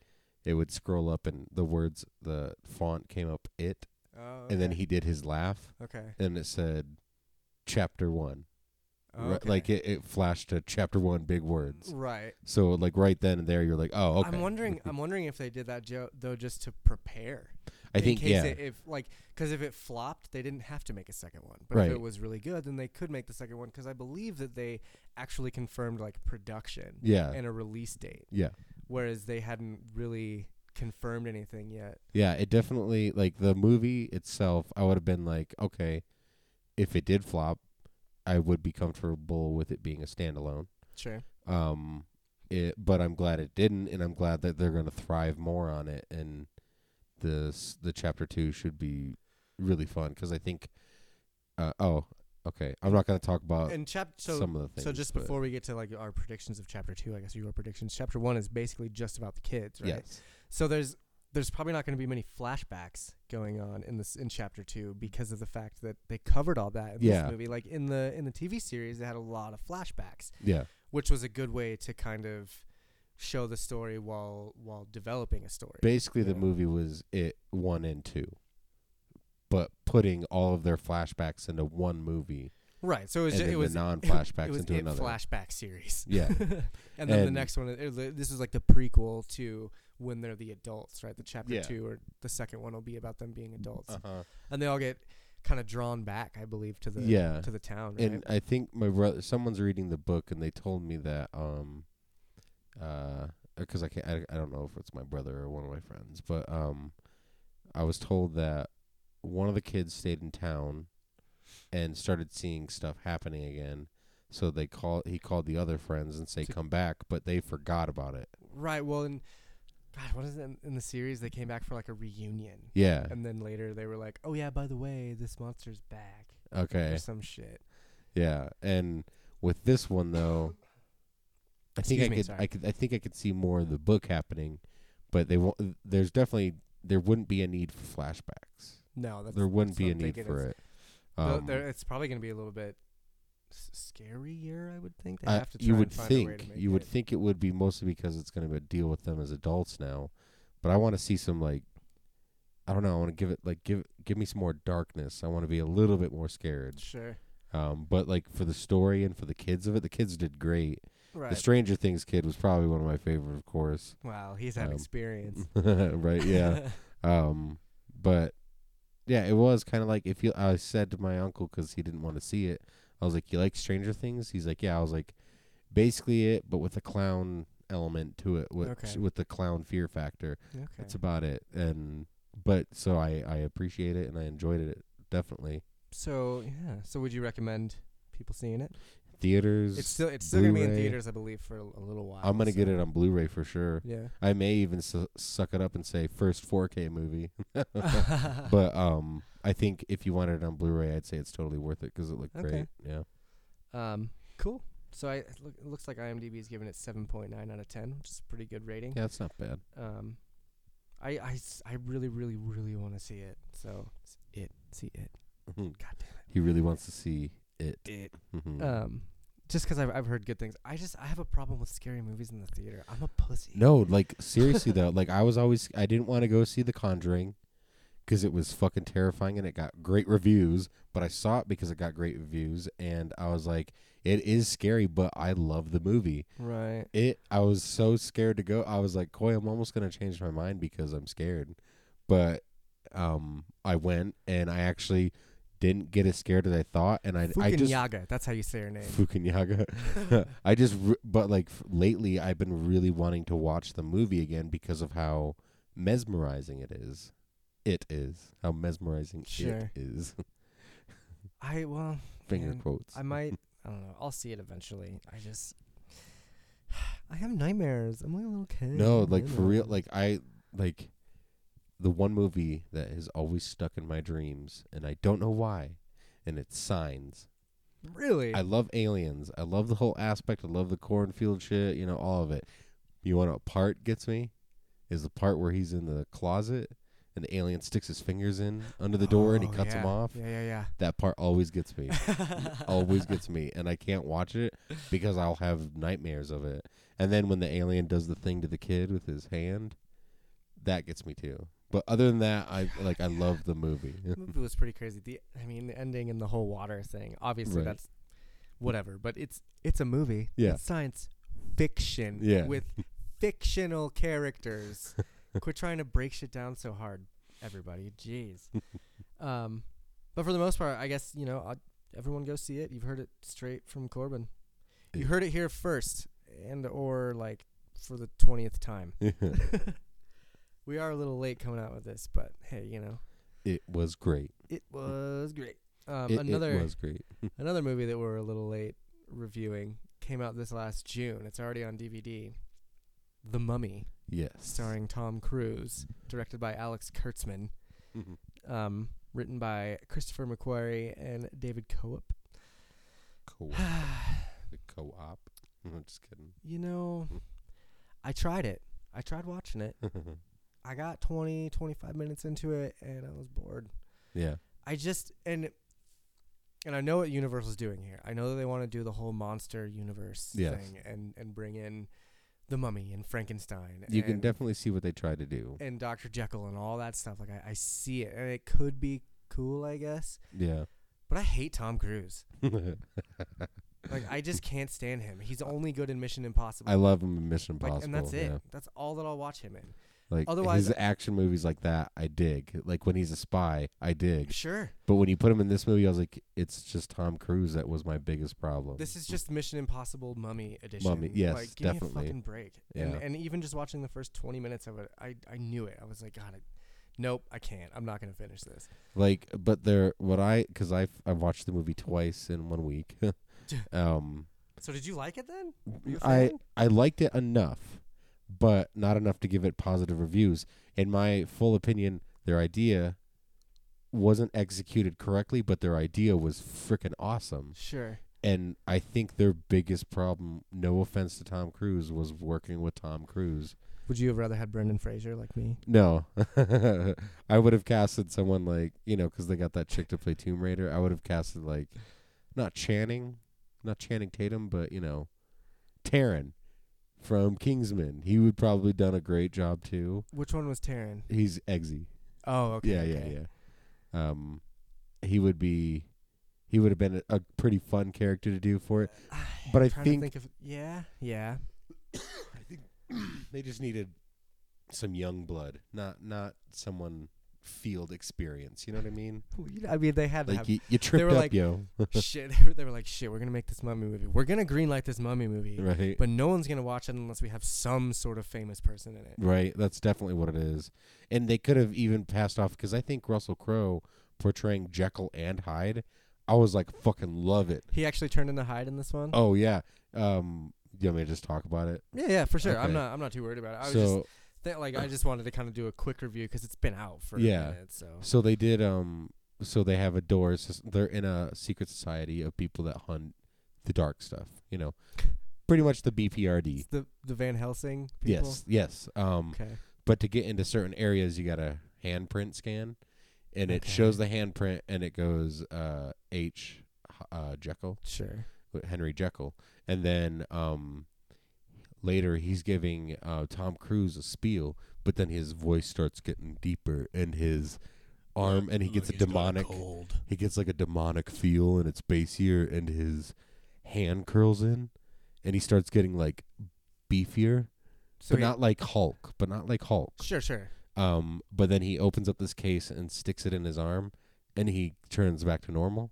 it would scroll up and the words the font came up it
Oh,
and then
okay.
he did his laugh
Okay.
and it said chapter 1.
Oh,
Ri-
okay.
Like it, it flashed to chapter 1 big words.
Right.
So like right then and there you're like, "Oh, okay."
I'm
<laughs>
wondering. um, I'm wondering if they did that joke though, just to prepare.
I think
in case
yeah.
it, if like because if it flopped, they didn't have to make a second one. But if
Right.
it was really good, then they could make the second one because I believe that they actually confirmed like production
yeah.
and a release date,
yeah.
whereas they hadn't really confirmed anything yet.
Yeah, it definitely like the movie itself. I would have been like, okay, if it did flop, I would be comfortable with it being a standalone.
Sure.
Um, it, but I'm glad it didn't, and I'm glad that they're going to thrive more on it. And this the chapter two should be really fun because I think. Uh, oh, okay. I'm not going to talk about
and chapter so
Uh, some of the things.
so just
but-
before we get to like our predictions of chapter two, I guess your predictions. Chapter one is basically just about the kids, right?
yes,
So there's there's probably not going to be many flashbacks going on in this in chapter two because of the fact that they covered all that in
Yeah.
this movie. Like in the in the TV series, they had a lot of flashbacks,
yeah,
which was a good way to kind of show the story while while developing a story.
basically the
Yeah.
movie was it one and two but putting all of their flashbacks into one movie
right. So it was
and
ju-
then
it was <laughs>
the
it was-
non-flashbacks
it was
into
it
another
flashback series.
yeah
<laughs> and then the
And-
next one, it, it- this is like the prequel to when they're the adults, right? The chapter
Yeah.
two or the second one will be about them being adults,
uh-huh.
and they all get kind of drawn back, I believe, to the
yeah
to the town. Right?
and i think my brother someone's reading the book and they told me that um uh because i can't I, I don't know if it's my brother or one of my friends but um i was told that one of the kids stayed in town and started seeing stuff happening again so they call he called the other friends and say
To-
come back but they forgot about it
Right. Well, in God, what is it in, in the series? They came back for like a reunion,
yeah
and then later they were like, "Oh yeah, by the way, this monster's back."
okay
Or some shit.
Yeah, and with this one though, I think
Excuse
I
me,
could,
sorry.
I could, I think I could see more of the book happening, but they won't. There's definitely there wouldn't be a need for flashbacks.
No, that's
there wouldn't
that's what
be a
I'm
need
thinking.
for
it's,
it.
though
Um,
there- it's probably gonna be a little bit s- scarier. I would think they
I-
have to. Try
you would
and find a way
think
to make
you would
it.
think it would be mostly because it's going to deal with them as adults now, but I want to see some like. I don't know. I want to give it like give give me some more darkness. I want to be a little bit more scared.
Sure.
Um, but like for the story and for the kids of it, the kids did great. The
Right.
Stranger Things kid was probably one of my favorite,
<laughs>
of course. <laughs>
wow, he's had
um,
experience.
<laughs> right? Yeah. um, but yeah, it was kind of like if you. I said to my uncle because he didn't want to see it. I was like, "You like Stranger Things?" He's like, "Yeah." I was like, "Basically it, but with a clown element to it, with
Okay.
with the clown fear factor.
<laughs> okay.
That's about it." And but so I I appreciate it and I enjoyed it definitely.
so yeah. So would you recommend people seeing it?
Theaters.
It's still it's still gonna be in
Blu-ray.
theaters, I believe, for a, a little while.
I'm gonna
so-
get it on Blu-ray for sure.
Yeah.
I may even su- suck it up and say first 4K movie.
<laughs>
but um, I think if you wanted it on Blu-ray, I'd say it's totally worth it because it looked
Okay.
great. Yeah,
Um, cool. So I it look, it looks like IMDb is giving it 7.9 out of 10, which is a pretty good rating.
yeah, it's not bad.
Um, I, I s- I really really really want to see it. So s- it see it. God damn
Mm-hmm. he really wants to see it.
it.
Mhm.
Um, just because I've I've heard good things. I just I have a problem with scary movies in the theater. I'm a pussy.
no, like seriously though, like I was always I didn't want to go see The Conjuring because it was fucking terrifying and it got great reviews. But I saw it because it got great reviews, and I was like, it is scary, but I love the movie.
Right.
it i was so scared to go i was like coy i'm almost gonna change my mind because i'm scared but um i went and i actually didn't get as scared as i thought and i i just
Fukunyaga. That's how you say her name. <laughs>
Fukunyaga. <laughs> I just, re- but like f- lately, I've been really wanting to watch the movie again because of how mesmerizing it is. It is how mesmerizing
Sure.
it is. <laughs>
I well
Finger
Man,
quotes.
I might I don't know. I'll see it eventually. I just <sighs> I have nightmares. I'm like a little kid.
No, like
you
for
know.
real. Like I like the one movie that has always stuck in my dreams, and I don't know why, and it's Signs.
Really?
I love aliens. I love the whole aspect. I love the cornfield shit. You know, all of it. You want to part gets me? Is the part where he's in the closet and the alien sticks his fingers in under the door and he
Oh,
cuts
yeah.
him off. Oh,
Yeah, yeah, yeah.
That part always gets me. always gets me, and I can't watch it because I'll have nightmares of it. And then when the alien does the thing to the kid with his hand, that gets me too. But other than that, I like I love the movie. <laughs>
The movie was pretty crazy. The I mean, the ending and the whole water thing. Obviously,
Right.
that's whatever. But it's it's a movie.
Yeah.
It's science fiction.
Yeah. <laughs>
With fictional characters. Quit trying to break shit down so hard, everybody.
<laughs>
Jeez. um, but for the most part, I guess you know i everyone go see it. You've heard it straight from Corbin. You
Yeah.
heard it here first, and or like for the twentieth
<laughs>
time. <laughs> we are a little late coming out with this, but hey, you know.
it was great.
It was great. Um,
It- it,
another
was great.
another movie that we're a little late reviewing came out this last June. It's already on DVD. The Mummy,
Yes. <laughs>
starring Tom Cruise, directed by Alex Kurtzman, um, written by Christopher McQuarrie and David Coop.
Co- the co-op. <laughs> I'm just kidding.
<sighs>
<laughs>
you know, I tried it. I tried watching it. I got 20, 25 minutes into it, and I was bored.
yeah.
I just and and I know what Universal's doing here. I know that they want to do the whole monster universe
Yes.
thing and and bring in the Mummy and Frankenstein.
You can
and,
definitely see what they try to do.
and Doctor Jekyll and all that stuff. Like I, I see it, and it could be cool, I guess.
Yeah. <laughs>
But I hate Tom Cruise. Like I just can't stand him. He's only good in Mission Impossible.
I love him in Mission Impossible.
like, and that's it.
yeah.
That's all that I'll watch him in.
Like
Otherwise-
his action movies like that, I dig. Like when he's a spy, I dig.
Sure,
But when you put him in this movie, I was like, it's just Tom Cruise that was my biggest problem.
this is just Mission Impossible Mummy edition.
Mummy, yes,
like, give Me a
definitely.
fucking break.
Yeah.
And and even just watching the first twenty minutes of it, I I knew it. I was like, God, I, nope, I can't. I'm not gonna finish this.
like, but there, what I because I I watched the movie twice in one
<laughs>
week. <laughs> um,
So did you like it then? Were you a
I
fan?
I liked it enough, but not enough to give it positive reviews. In my full opinion, their idea wasn't executed correctly, but their idea was freaking awesome.
sure.
And I think their biggest problem, no offense to Tom Cruise, was working with Tom Cruise.
Would you have rather had Brendan Fraser like me?
No, <laughs> I would have casted someone like you know, 'cause they got that chick to play Tomb Raider. I would have casted like not Channing, not Channing Tatum, but you know, Taryn from Kingsman. He would probably done a great job too.
Which one was Taryn?
He's Eggsy.
Oh, okay.
yeah,
okay.
yeah, yeah. Um, he would be, he would have been a, a pretty fun character to
<sighs>
do for it. But I
Trying to
think
think of yeah, yeah.
they just needed some young blood, not not someone field experience. You know what I mean?
Well, you know, I mean, they had to
Like
have
you, you tripped
were
up,
like-
yo.
shit. <laughs> They were, they were like, shit. We're gonna make this mummy movie. We're gonna greenlight this mummy movie.
<laughs> right,
But no one's gonna watch it unless we have some sort of famous person in it.
right. That's definitely what it is. And they could have even passed off because I think Russell Crowe portraying Jekyll and Hyde. I was like, fucking love it.
He actually turned into Hyde in this one.
Oh yeah. Um, you want me to just talk about it?
Yeah, yeah, for sure. I'm
Okay.
not. I'm not too worried about it. I was just
so uh,
that, like, I just wanted to kind of do a quick review because it's been out for
Yeah.
a minute. So
so they did. Um, so they have a door. It's just- They're in a secret society of people that hunt the dark stuff. You know, pretty much the BPRD.
it's the the Van Helsing people.
Yes, yes. Um,
Okay.
but to get into certain areas you got a handprint scan and it
Okay.
shows the handprint and it goes uh h uh jekyll
Sure.
henry jekyll and then um later he's giving uh tom cruise a spiel but then his voice starts getting deeper and his arm and he gets a demonic he gets like a demonic feel and it's bassier and his hand curls in and he starts getting like beefier
So
but
he-
not like hulk but not like hulk
Sure. Sure.
um, but then he opens up this case and sticks it in his arm, and he turns back to normal.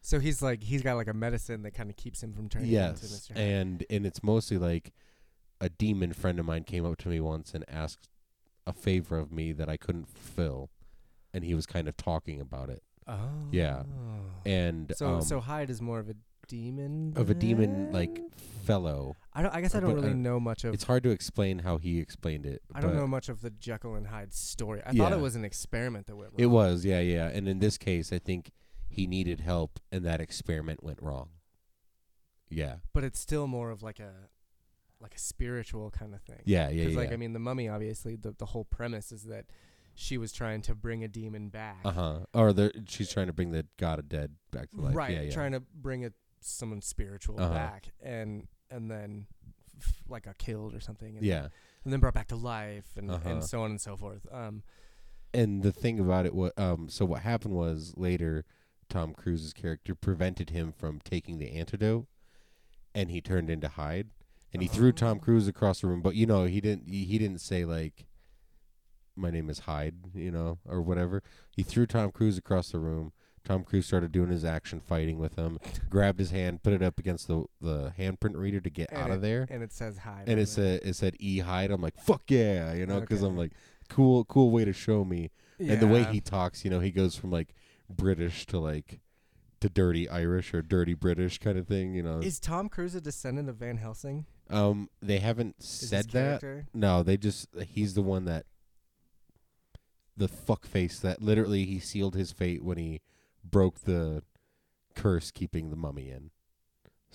So he's like he's got like a medicine that kind of keeps him from turning into
yes,
Mr. Hyde.
and and it's mostly like a demon friend of mine came up to me once and asked a favor of me that I couldn't fulfill, and he was kind of talking about it.
oh.
yeah. And
So
um,
so Hyde is more of a demon.
of a demon like
then?
fellow.
I don't. I guess I don't
But,
really
uh,
know much of.
It's hard to explain how he explained it.
I don't
but
know much of the Jekyll and Hyde story. I thought
Yeah.
it was an experiment that went wrong.
It was, yeah, yeah. And in this case, I think he needed help, and that experiment went wrong. Yeah,
but it's still more of like a, like a spiritual kind of thing.
yeah, yeah,
Because
yeah.
like I mean, the Mummy obviously the the whole premise is that she was trying to bring a demon back.
uh huh. Or the, she's trying to bring the god of dead back to life.
right
Yeah, yeah.
trying to bring a someone spiritual
Uh-huh.
back and and then f- like got killed or something and,
yeah.
and then brought back to life and,
Uh-huh.
and so on and so forth um
and the thing about it was um so what happened was later Tom Cruise's character prevented him from taking the antidote and he turned into Hyde and he threw Tom Cruise across the room but you know he didn't he, he didn't say like my name is Hyde you know or whatever he threw Tom Cruise across the room Tom Cruise started doing his action fighting with him grabbed his hand put it up against the the handprint reader to get
and
out
it-
of there
and it says hi
and it said it said E Hyde I'm like fuck yeah you know because
Okay.
I'm like cool cool way to show me and the way he talks, you know, he goes from like British to like to dirty Irish or dirty British kind of thing, you know.
is Tom Cruise a descendant of Van Helsing
um they haven't
Is his
said that.
character?
No, they just he's the one that the fuck face that literally he sealed his fate when he broke the curse keeping the mummy in.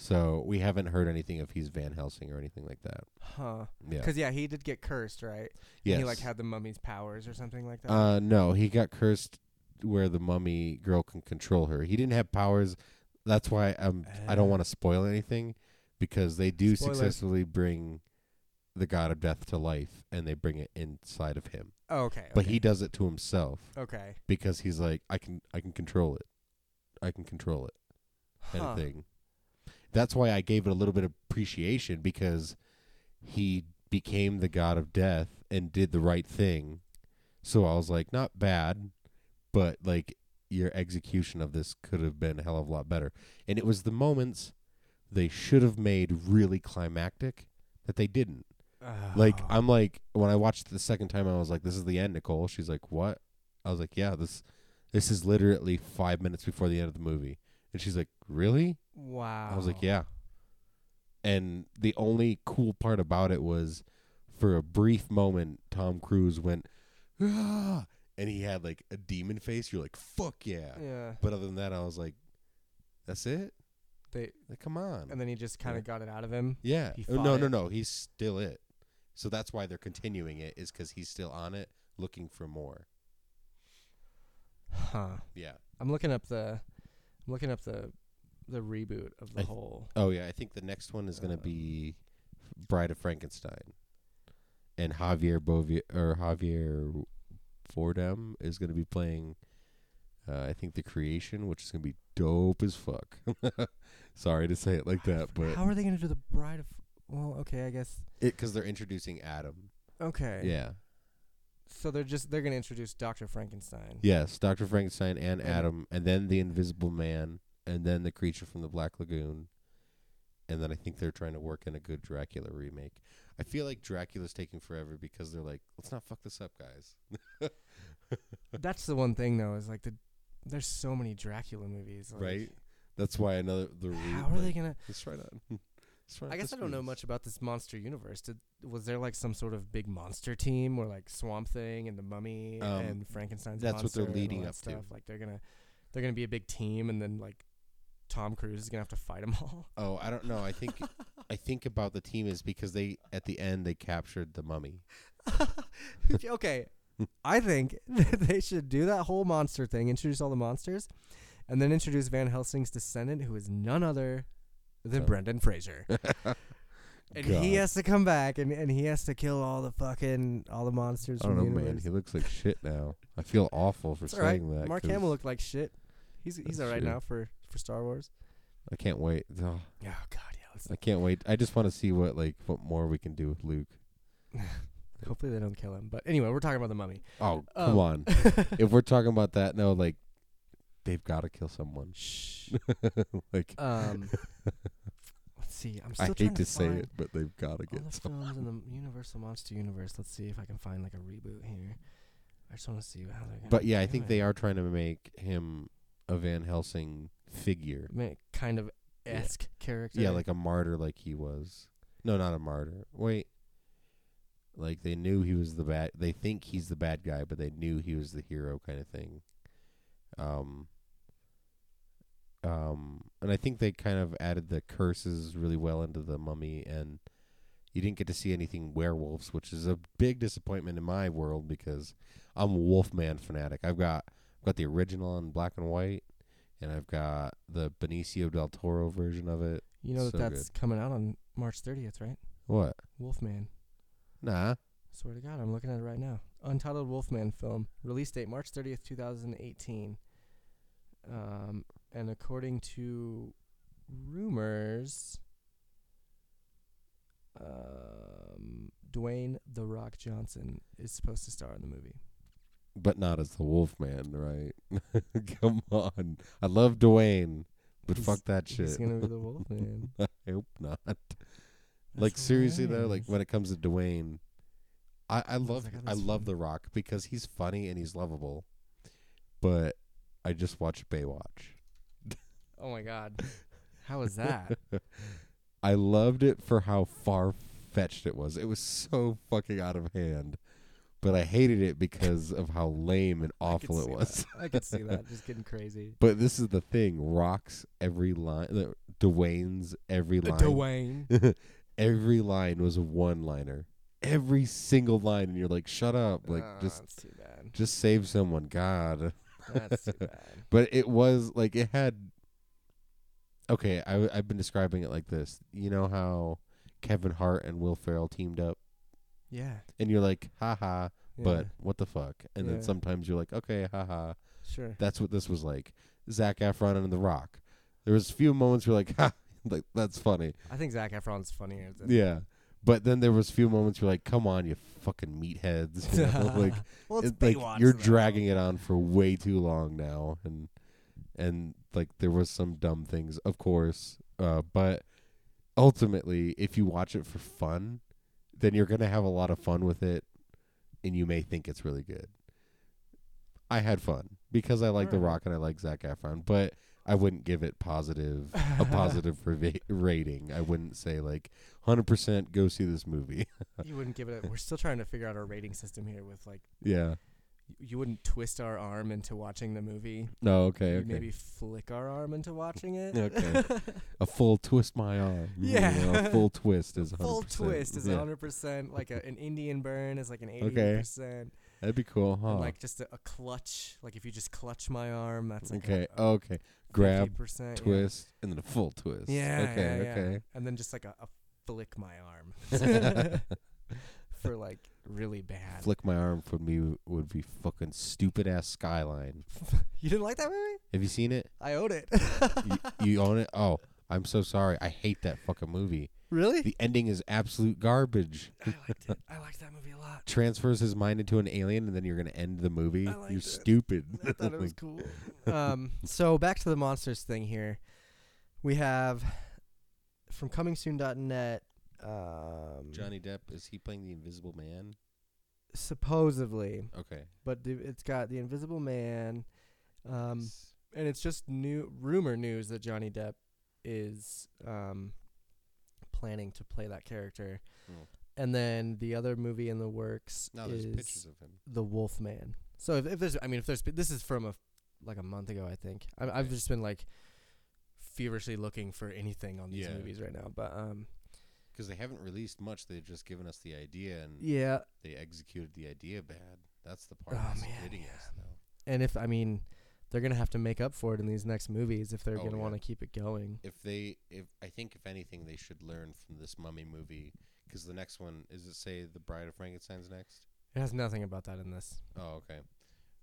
So we haven't heard anything if he's Van Helsing or anything like that.
huh
Yeah.
because yeah he did get cursed right
Yes.
and he like had the mummy's powers or something like that
Uh, no, he got cursed where the mummy girl can control her. He didn't have powers. That's why I'm. I don't
Ah.
want to spoil anything because they do
Spoilers.
successfully bring the god of death to life, and they bring it inside of him.
oh, okay
But
okay, Oh.
he does it to himself
okay
because he's like, I can, I can control it. I can control it kind
Huh.
of thing. That's why I gave it a little bit of appreciation because he became the god of death and did the right thing. So I was like, not bad, but like your execution of this could have been a hell of a lot better. And it was the moments they should have made really climactic that they didn't. Like
Oh.
I'm like when I watched it the second time I was like, This is the end, Nicole. She's like, What? I was like, Yeah, this this is literally five minutes before the end of the movie. And she's like, Really?
wow
I was like, Yeah. And the only cool part about it was for a brief moment Tom Cruise went ah, and he had like a demon face. You're like, Fuck yeah.
yeah
But other than that I was like, That's it?
they
Like, come on.
and then he just kind
Yeah.
of got it out of him
Yeah.
He
Oh,
fought
no, no,
it.
no. He's still it. So that's why they're continuing it is because he's still on it, looking for more.
huh
Yeah.
I'm looking up the I'm looking up the the reboot of the
I th-
whole.
Oh yeah. I think the next one is gonna
Uh,
be Bride of Frankenstein, and Javier Bovia or Javier Fordham is gonna be playing. Uh, I think the creation, which is gonna be dope as fuck. <laughs> Sorry to say it
<laughs>
like that, but
How are they going to do the Bride of Well, okay, I guess.
because they're introducing Adam.
Okay.
Yeah.
So they're just they're going to introduce Dr. Frankenstein.
Yes, Dr. Frankenstein and
And-
Adam, and then the Invisible Man, and then the creature from the Black Lagoon. And then I think they're trying to work in a good Dracula remake. I feel like Dracula's taking forever because they're like, let's not fuck this up, guys. <laughs>
That's the one thing though is like the there's so many Dracula movies. Like,
Right? That's why another the re-
How are they
like,
going to
Let's try that. <laughs> Let's try
I guess
this
I don't know
movie.
much about this monster universe. Did was there like some sort of big monster team or like Swamp Thing and the Mummy
Um,
and Frankenstein's
that's what
monster
they're
and all
leading
that
up to.
stuff? Like they're going to they're going to be a big team and then like Tom Cruise is going to have to fight them all.
Oh, I don't know.
<laughs>
I think <laughs> I think about the team is because they at the end they captured the mummy.
<laughs> okay, I think <laughs> that they should do that whole monster thing, introduce all the monsters, and then introduce Van Helsing's descendant, who is none other than
So-
Brendan
<laughs>
Fraser. And he
God.
has to come back, and, and he has to kill all the fucking all the monsters.
I don't
from
know,
the
man.
universe.
He looks like shit now. I feel awful for
It's all right.
saying that.
Mark
'cause
Hamill looked like shit. He's he's
That's
all right
true.
now for for Star Wars.
I can't wait. Ugh.
Oh God, yeah. Let's
I can't wait. I just want to see what like what more we can do with Luke.
hopefully they don't kill him. But anyway, we're talking about the mummy. Um,
Oh, come
<laughs>
on. if we're talking about that, no, like they've got to kill someone.
Shh.
<laughs> like <laughs>
Um, let's see. I'm
I
still
hate
trying
to,
to
say
find-
it, but they've got to
All
get
the
someone.
films in
<laughs>
the Universal Monster Universe. Let's see if I can find like a reboot here. I just want to see how they're. Gonna
But yeah, I
do
think
it.
they are trying to make him a Van Helsing figure.
Ma- kind of
Yeah.
esque character.
Yeah, like a martyr, like he was. No, not a martyr. Wait. Like they knew he was the bad. They think he's the bad guy, but they knew he was the hero, kind of thing. Um. Um, and I think they kind of added the curses really well into the mummy, and you didn't get to see anything werewolves, which is a big disappointment in my world because I'm a Wolfman fanatic. I've got I've got the original in black and white, and I've got the Benicio del Toro version of it.
You know that
So
that's coming out on March 30th, right?
What?
Wolfman.
Nah.
Swear to God, I'm looking at it right now. Untitled Wolfman film, release date March 30th, 2018. Um, and according to rumors, um, Dwayne The Rock Johnson is supposed to star in the movie.
but not as the Wolfman, right? <laughs> Come on, I love Dwayne, but
He's-
fuck that
He's
shit. <laughs>
going to be the Wolfman.
I hope not.
That's
like seriously though, like
hilarious.
when it comes to Dwayne, I, I love
like, oh,
I
that's
love
funny.
The Rock because he's funny and he's lovable, but I just watched Baywatch.
Oh my God. How is that?
I loved it for how far fetched it was. It was so fucking out of hand, but I hated it because of how lame and
I could
awful it
see
was.
that. I could see that. Just getting
<laughs>
crazy.
But this is the thing: rocks every line. the- Dwayne's every line.
Dwayne.
<laughs> every line was a one-liner. Every single line, and you're like, "Shut up!" Like,
Ah,
just
that's too bad.
just save someone, God.
That's too
<laughs>
bad.
But it was like it had. Okay, I, I've been describing it like this. You know how Kevin Hart and Will Ferrell teamed up,
Yeah.
and you're like, "Ha ha!"
yeah,
But what the fuck? And
Yeah.
then sometimes you're like, "Okay, ha ha."
sure.
That's what this was like. Zach Efron and The Rock. There was a few moments where like, <laughs> ha, like that's funny.
I think Zach Efron's funnier than
Yeah. But then there was a few moments where like, come on, you fucking meatheads. You know? like,
well, it's
it- like,
Baywatch,
you're
though. <laughs>
dragging it on for way too long now, and and like there was some dumb things, of course, uh, but ultimately, if you watch it for fun, then you're gonna have a lot of fun with it, and you may think it's really good. I had fun because I like The
Alright.
Rock and I like Zac Efron, but I wouldn't give it positive
<laughs>
a positive reva- rating. I wouldn't say like hundred percent go see this movie. <laughs>
You wouldn't give it. A, we're still trying to figure out our rating system here. With like,
yeah.
y- you wouldn't twist our arm into watching the movie.
No. Okay.
You'd
Okay.
Maybe flick our arm into watching it.
Okay. a full twist my arm. You
Yeah.
know, a full
<laughs>
twist is 100%.
<laughs> Full twist is
yeah.
hundred percent. Like a, an Indian burn is like an eighty
Okay.
percent.
That'd be cool, huh?
Like <laughs> just a, a clutch. Like if you just clutch my arm, that's like
okay,
A, a
okay. Grab,
50%, <laughs> yeah.
twist, and then a full twist.
Yeah.
Okay,
yeah, yeah.
okay.
And then just like a, a flick my
<laughs>
arm <laughs> for like really bad.
Flick my arm for me would be fucking stupid ass skyline.
<laughs> You didn't like that movie?
Have you seen it?
I own it.
You, you own it? Oh, I'm so sorry. I hate that fucking movie.
<laughs> really? <laughs>
The ending is absolute garbage.
I liked it. I liked that movie a lot.
Transfers his mind into an alien, and then you're gonna end the movie.
I
You're
liked it.
stupid.
<laughs> I thought it was
<laughs> Like,
cool. <laughs> Um, so back to the monsters thing here. We have from comingsoon.net. Um,
Johnny Depp is he playing the Invisible Man?
supposedly,
Okay.
but the, it's got the Invisible Man, um, and it's just new rumor news that Johnny Depp is um, planning to play that character.
Mm.
And then the other movie in the works
now
is
there's pictures of him.
the Wolfman. So if, if there's, I mean, if there's, this is from a like a month ago, I think. I, I've
Okay.
just been like feverishly looking for anything on these
Yeah.
movies right now, but um,
because they haven't released much. They've just given us the idea and
yeah.
they executed the idea bad. That's the part
Oh,
that's
man,
hitting us now.
And if I mean, they're gonna have to make up for it in these next movies if they're
Oh,
gonna
yeah.
want to keep it going.
If they, if I think, if anything, they should learn from this mummy movie because the next one is it say the Bride of Frankenstein's next.
It has nothing about that in this,
Oh, okay.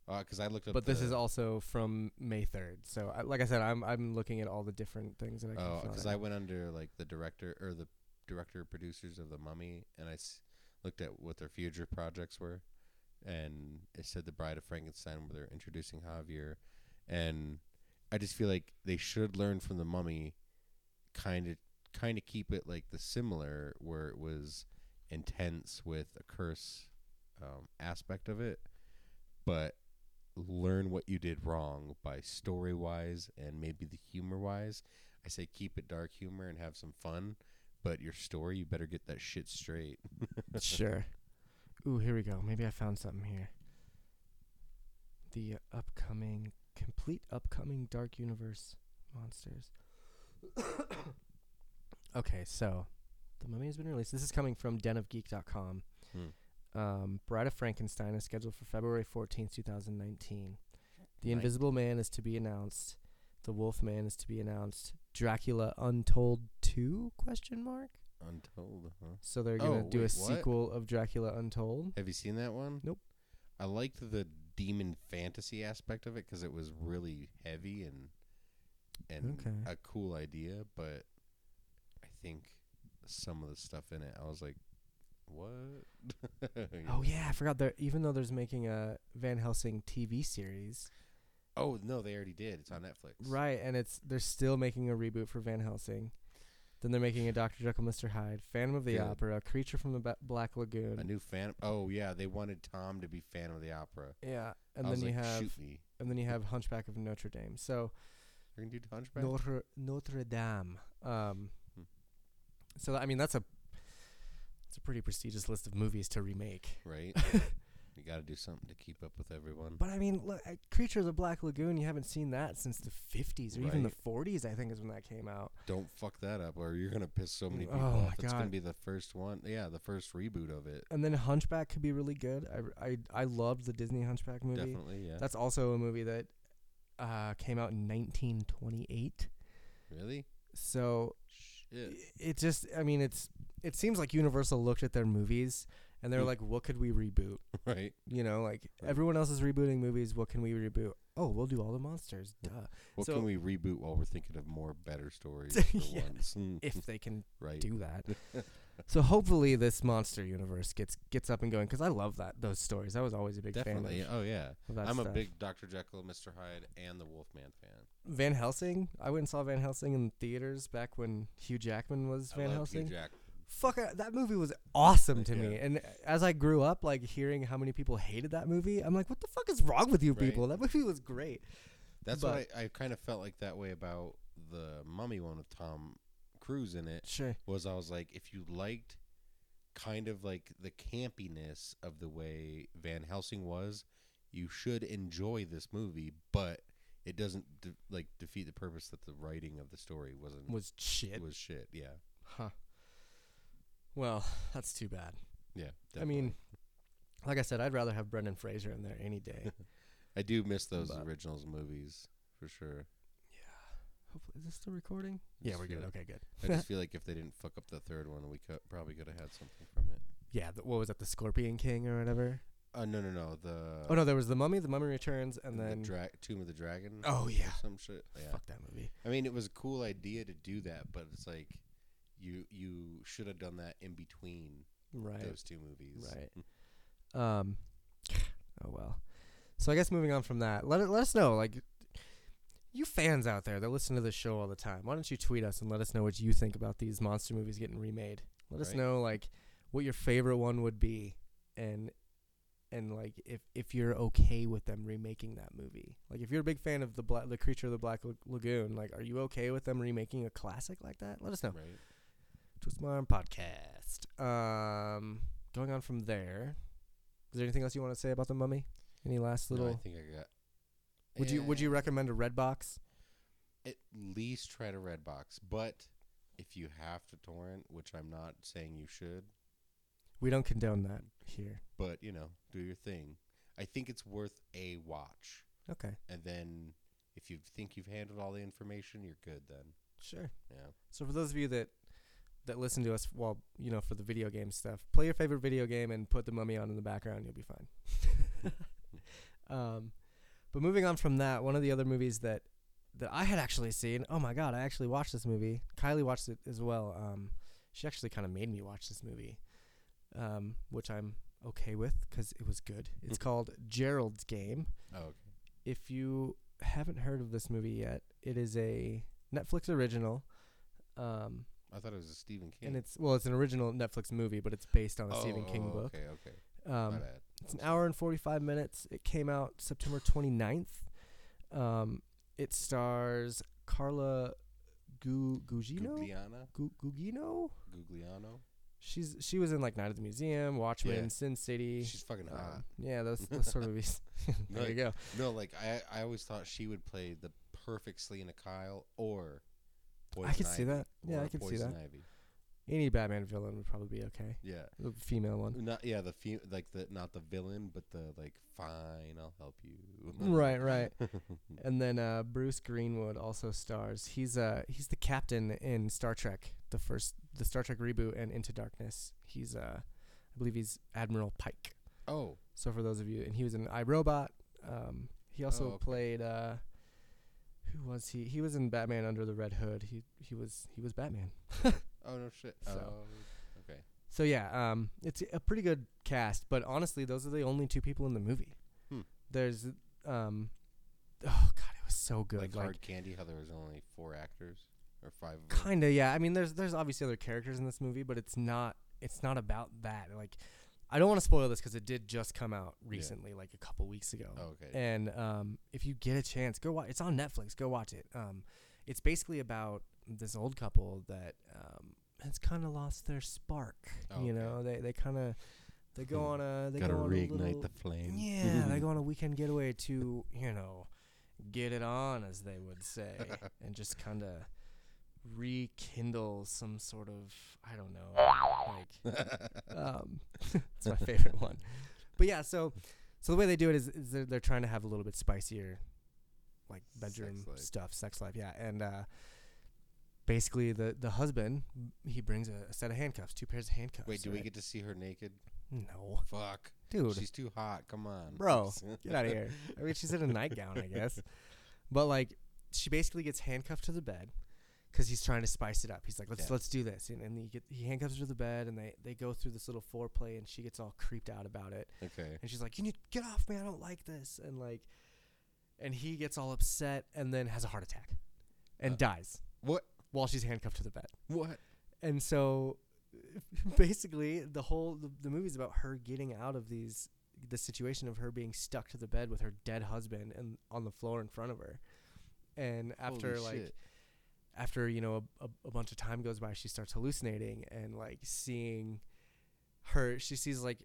Because I looked up.
but this
the-
is also from May third. So I, like I said, I'm I'm looking at all the different things that I can
Oh,
find.
because I went under like the director or the director producers of the Mummy, and I s- looked at what their future projects were, and it said the Bride of Frankenstein, where they're introducing Javier, and I just feel like they should learn from the Mummy, kind of kind of keep it like the similar where it was intense with a curse um, aspect of it, but learn what you did wrong by story wise and maybe the humor wise I say keep it dark humor and have some fun, but your story, you better get that shit straight. <laughs>
sure. Ooh, here we go. Maybe I found something here. The upcoming, complete upcoming Dark Universe monsters. <coughs> okay, so the mummy has been released. This is coming from denofgeek.com. Um, Bride of Frankenstein is scheduled for February 14th, 2019. The
Right.
Invisible Man is to be announced. The Wolf Man is to be announced. Dracula Untold 2 question mark?
Untold, huh?
So they're gonna
Oh,
do a
wait, what?
sequel of Dracula Untold.
Have you seen that one?
Nope.
I liked the demon fantasy aspect of it because it was really heavy and and
Okay.
a cool idea, but I think some of the stuff in it, I was like, what? <laughs>
Oh yeah, I forgot that. Even though there's making a Van Helsing TV series,
Oh, no, they already did. It's on Netflix.
right? And it's they're still making a reboot for Van Helsing. Then they're making a Doctor Jekyll, Mister Hyde, Phantom of the
Good.
Opera, Creature from the ba- Black
A
Lagoon.
new Phantom. Oh yeah, they wanted Tom to be Phantom of the Opera.
Yeah, and
I
then
was
you
like,
have
shoot me.
and then you have Hunchback of Notre Dame. So
You're gonna do Hunchback.
Notre Notre Dame. Um,
Hmm.
so that, I mean that's a it's a pretty prestigious list of movies to remake. <laughs>
Right. you got to do something to keep up with everyone.
But I mean, look, uh, Creature of the Black Lagoon, you haven't seen that since the 50s or even the
Right.
40s, I think, is when that came out.
Don't fuck that up, or you're gonna piss so many
Mm, oh
people off.
my
It's gonna
God.
be the first one. Yeah, the first reboot of it.
And then Hunchback could be really good. I, I, I loved the Disney Hunchback movie.
Definitely. Yeah.
That's also a movie that uh, came out in 1928.
really.
So
Shit.
i- it just, I mean, it's it seems like Universal looked at their movies and they're
Mm.
like, what could we reboot?
<laughs> Right.
You know, like
Right.
everyone else is rebooting movies. What can we reboot? Oh, we'll do all the monsters. Duh.
What
So-
can we reboot while we're thinking of more
<laughs>
better stories for
Yeah.
once? Mm,
If they can
<laughs> right.
do that. so hopefully this monster universe gets gets up and going because I love that those stories. I was always a big
Definitely.
fan
Oh yeah.
of, of that
I'm a
stuff.
big Dr. Jekyll, Mr. Hyde, and the Wolfman fan.
Van Helsing. I went and saw Van Helsing in theaters back when Hugh Jackman was
I
Van
love Hugh
Helsing.
Jack.
Fuck, I, that movie was awesome to
Yeah.
me. And uh, as I grew up, like hearing how many people hated that movie, I'm like, what the fuck is wrong with you
Right.
people? That movie was great.
That's what I, I kind of felt like that way about the Mummy one with Tom Cruise in it.
Sure.
Was I was like, if you liked kind of like the campiness of the way Van Helsing was, you should enjoy this movie, but it doesn't de- like defeat the purpose that the writing of the story wasn't
Was shit.
it was shit. Yeah,
Huh. Well, that's too bad.
yeah.
I mean,
definitely.
like I said, I'd rather have Brendan Fraser in there any day.
I do miss those
but-
originals movies
<laughs>
for sure.
Hopefully, is this still recording?
I
Yeah,
just
we're
feel
good.
like-
Okay, good.
I just feel like if they didn't fuck up the third one, we could, probably could have had something from it.
Yeah, the, what was that? The Scorpion King or whatever?
Uh, no, no, no. The
oh no, there was the Mummy. The Mummy Returns, and then
Uh, the dra- Tomb of the Dragon.
oh
or
yeah,
some shit. Yeah.
fuck that movie.
I mean, it was a cool idea to do that, but it's like you you should have done that in between
Right,
those two movies.
right.
<laughs>
Um, oh well. So I guess moving on from that, let it, let us know, like you fans out there that listen to the show all the time. Why don't you tweet us and let us know what you think about these monster movies getting remade? Let us
Right.
know like what your favorite one would be, and and like if if you're okay with them remaking that movie. Like if you're a big fan of the Bla- the creature of the black Lag- lagoon, like are you okay with them remaking a classic like that? Let us know.
Right.
Twist My Arm podcast. Um, going on from there, is there anything else you want to say about the mummy? Any last
No,
little?
I think I got.
would you Would you
Eh,
recommend a red box?
at least try to Redbox? But if you have to torrent, which I'm not saying you should,
We don't condone that here.
but you know, do your thing. I think it's worth a watch,
Okay,
and then if you think you've handled all the information, you're good. Then
sure.
yeah.
So for those of you that that listen to us while you know for the video game stuff, play your favorite video game and put the mummy on in the background. You'll be fine. <laughs> um, but moving on from that, one of the other movies that that I had actually seen. Oh my god, I actually watched this movie. Kylie watched it as well. Um, she actually kind of made me watch this movie, um, which I'm okay with because it was good. It's called Gerald's Game
Oh, okay.
if you haven't heard of this movie yet, it is a Netflix original. Um,
I thought it was a Stephen King.
and it's well, it's an original Netflix movie, but it's based on a Stephen
Oh,
King
oh,
book.
Okay, okay. My
Um,
bad.
it's an hour and 45 minutes. It came out September 29th. Um, it stars Carla Gu- Gugino?
Gugliana?
Gu- Gugino?
Gugliano?
She's she was in like Night at the Museum, Watchmen,
Yeah.
Sin City.
She's fucking
uh,
hot.
yeah,
<laughs>
those those sort of movies. there you
Like,
go.
No, like I, I always thought she would play the perfect Selena Kyle or Poison
I could see
Ivy,
that. Yeah,
or
I could see
Poison
that.
Ivy.
Any Batman villain would probably be okay.
Yeah.
The female one.
Not yeah, the fe- like the not the villain, but the like fine, I'll help you.
<laughs> Right,
<laughs>
right. and then uh, Bruce Greenwood also stars. He's uh he's the captain in Star Trek, the first the Star Trek reboot and Into Darkness. He's uh I believe he's Admiral Pike.
Oh,
So for those of you, and he was in iRobot. Um, he also
Oh, okay.
played. Uh, who was he? He was in Batman Under the Red Hood. He he was he was Batman. <laughs>
oh no shit.
So-
Oh, okay.
So yeah, um, it's a pretty good cast. But honestly, those are the only two people in the movie.
Hmm.
There's, um, oh god, it was so good.
Like,
Like,
hard candy, how there was only four actors or five. Of them.
kinda yeah. I mean, there's there's obviously other characters in this movie, but it's not it's not about that. Like, I don't want to spoil this because it did just come out recently, like a couple weeks ago.
Oh, okay.
And um, if you get a chance, go watch. It's on Netflix. Go watch it. Um, it's basically about this old couple that um, has kind of lost their spark.
Oh,
You
okay. Hmm.
know, they they kind of they go on a they
Gotta
go on a
reignite
little,
the flame.
yeah, they
<laughs>
go on a weekend getaway to you know get it on, as they would say,
<laughs>
and just kind of rekindle some sort of I don't know like
<laughs>
um, <laughs> it's my favorite one. But yeah, so so the way they do it is, is they're, they're trying to have a little bit spicier, like bedroom
life.
stuff, sex life. Yeah, and uh, basically the the husband he brings a, a set of handcuffs, two pairs of handcuffs.
Wait, do we
right?
get to see her naked?
no, <laughs>
Fuck,
dude?
she's too hot. Come on, <laughs>
Bro, get out of here. I mean, she's in a nightgown, I guess. But like, she basically gets handcuffed to the bed because he's trying to spice it up. He's like, "Let's
Yeah.
let's do this," and, and he, get, he handcuffs her to the bed, and they they go through this little foreplay, and she gets all creeped out about it,
<laughs> Okay.
and she's like, "You need get off me! I don't like this," and like, and he gets all upset, and then has a heart attack, and dies
Uh, What?
while she's handcuffed to the bed.
What?
And so, <laughs> basically, the whole the, the movie's about her getting out of these the situation of her being stuck to the bed with her dead husband and on the floor in front of her. And after
Holy
like
shit.
after you know a, a, a bunch of time goes by, she starts hallucinating and like seeing her. She sees like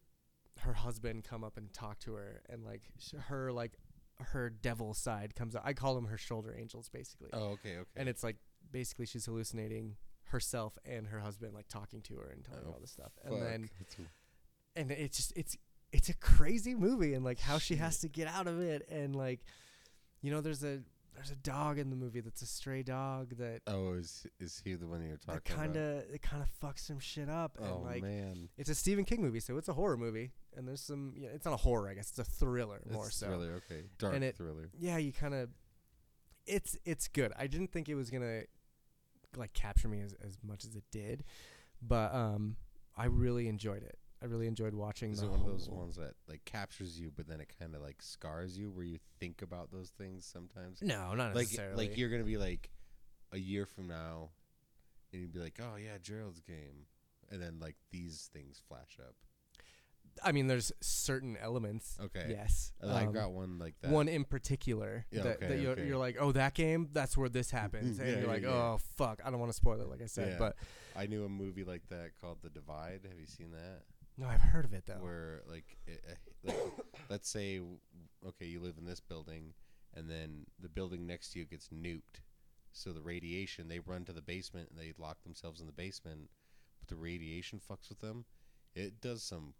her husband come up and talk to her, and like sh- her like her devil side comes out. I call them her shoulder angels, basically
Oh, okay, okay.
and it's like basically she's hallucinating herself and her husband like talking to her and telling her
Oh,
all this stuff
Fuck.
and then
That's a-
and it's just it's it's a crazy movie and like how she has to get out of it and like you know there's a there's a dog in the movie that's a stray dog that
oh, is is he the one you're talking
that kind
about?
of it kind of fucks some shit up and
Oh
like
man,
it's a Stephen King movie so it's a horror movie and there's some yeah, it's not a horror I guess it's a thriller more
It's
so
thriller. Okay, dark
it-
thriller.
yeah, you kind of it's it's good. I didn't think it was gonna like capture me as, as much as it did, but um, I really enjoyed it. I really enjoyed watching.
Is
the
it one of those
whole-
ones that like captures you, but then it kind of like scars you, where you think about those things sometimes?
No, not
Like,
necessarily.
like you're gonna be like a year from now, and you'd be like, "Oh yeah, Gerald's game," and then like these things flash up.
I mean, there's certain elements.
Okay.
Yes.
And I
um,
got one like that.
One in particular
Yeah,
that,
okay,
that you're,
okay. Mm-hmm.
you're like, oh, that game, that's where this happens, and
Yeah,
you're
yeah,
like,
yeah.
oh fuck, I don't want to spoil it, like I said,
Yeah.
but
I knew a movie like that called The Divide. Have you seen that?
no, I've heard of it though.
where like, it, uh, like <coughs> let's say w- okay you live in this building and then the building next to you gets nuked so the radiation they run to the basement and they lock themselves in the basement but the radiation fucks with them it does some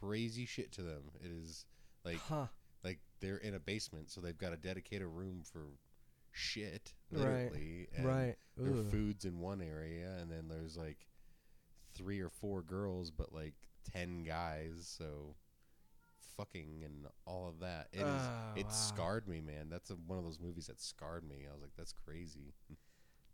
crazy shit to them it is like
huh?
like they're in a basement so they've got to dedicate a room for shit
Right.
literally and
Right.
their
Ooh.
food's in one area and then there's like three or four girls but like 10 guys so fucking and all of that It is.
Oh,
it
wow.
scarred me man that's a, one of those movies that scarred me i was like that's crazy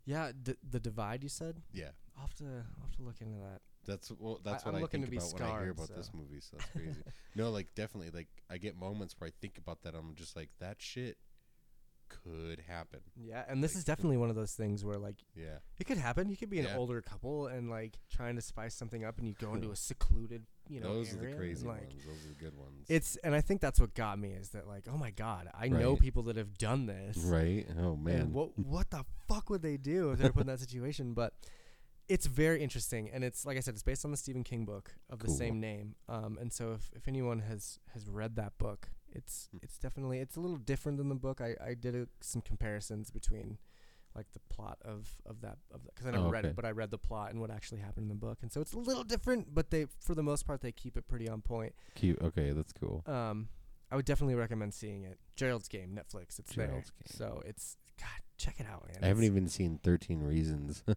Yeah, d- the divide you said.
yeah
I'll have to I'll have to look into that.
that's well, that's
I'm
what i
looking
think
to be
about when i hear
scarred,
about this movie so that's
<laughs>
crazy no like definitely like i get moments where i think about that i'm just like that shit could happen
Yeah, and this
Like-
is definitely one of those things where like
yeah
it could happen. You could be an
Yeah. <laughs>
older couple and like trying to spice something up, and you go into a secluded you know
those are
area,
the
and,
crazy
like,
ones. Those are the good ones.
It's and I think that's what got me is that like oh my god I know
Right.
people that have done this
right. Oh man.
and what what the fuck would they do if they were put in that situation? But it's very interesting, and it's like I said, it's based on the Stephen King book of the
Cool.
same name. Um, and so if, if anyone has has read that book, it's
Hmm.
it's definitely it's a little different than the book. I I did a, some comparisons between like the plot of of that of because I never
Oh,
read
okay.
it, but I read the plot and what actually happened in the book, and so it's a little different. But they for the most part they keep it pretty on point.
Cute. Okay, that's cool.
Um, I would definitely recommend seeing it. Gerald's Game, Netflix. It's
Gerald's
there,
Game.
so it's God. Check it out, man.
I haven't
It's-
even seen Thirteen
<laughs>
Reasons. <laughs>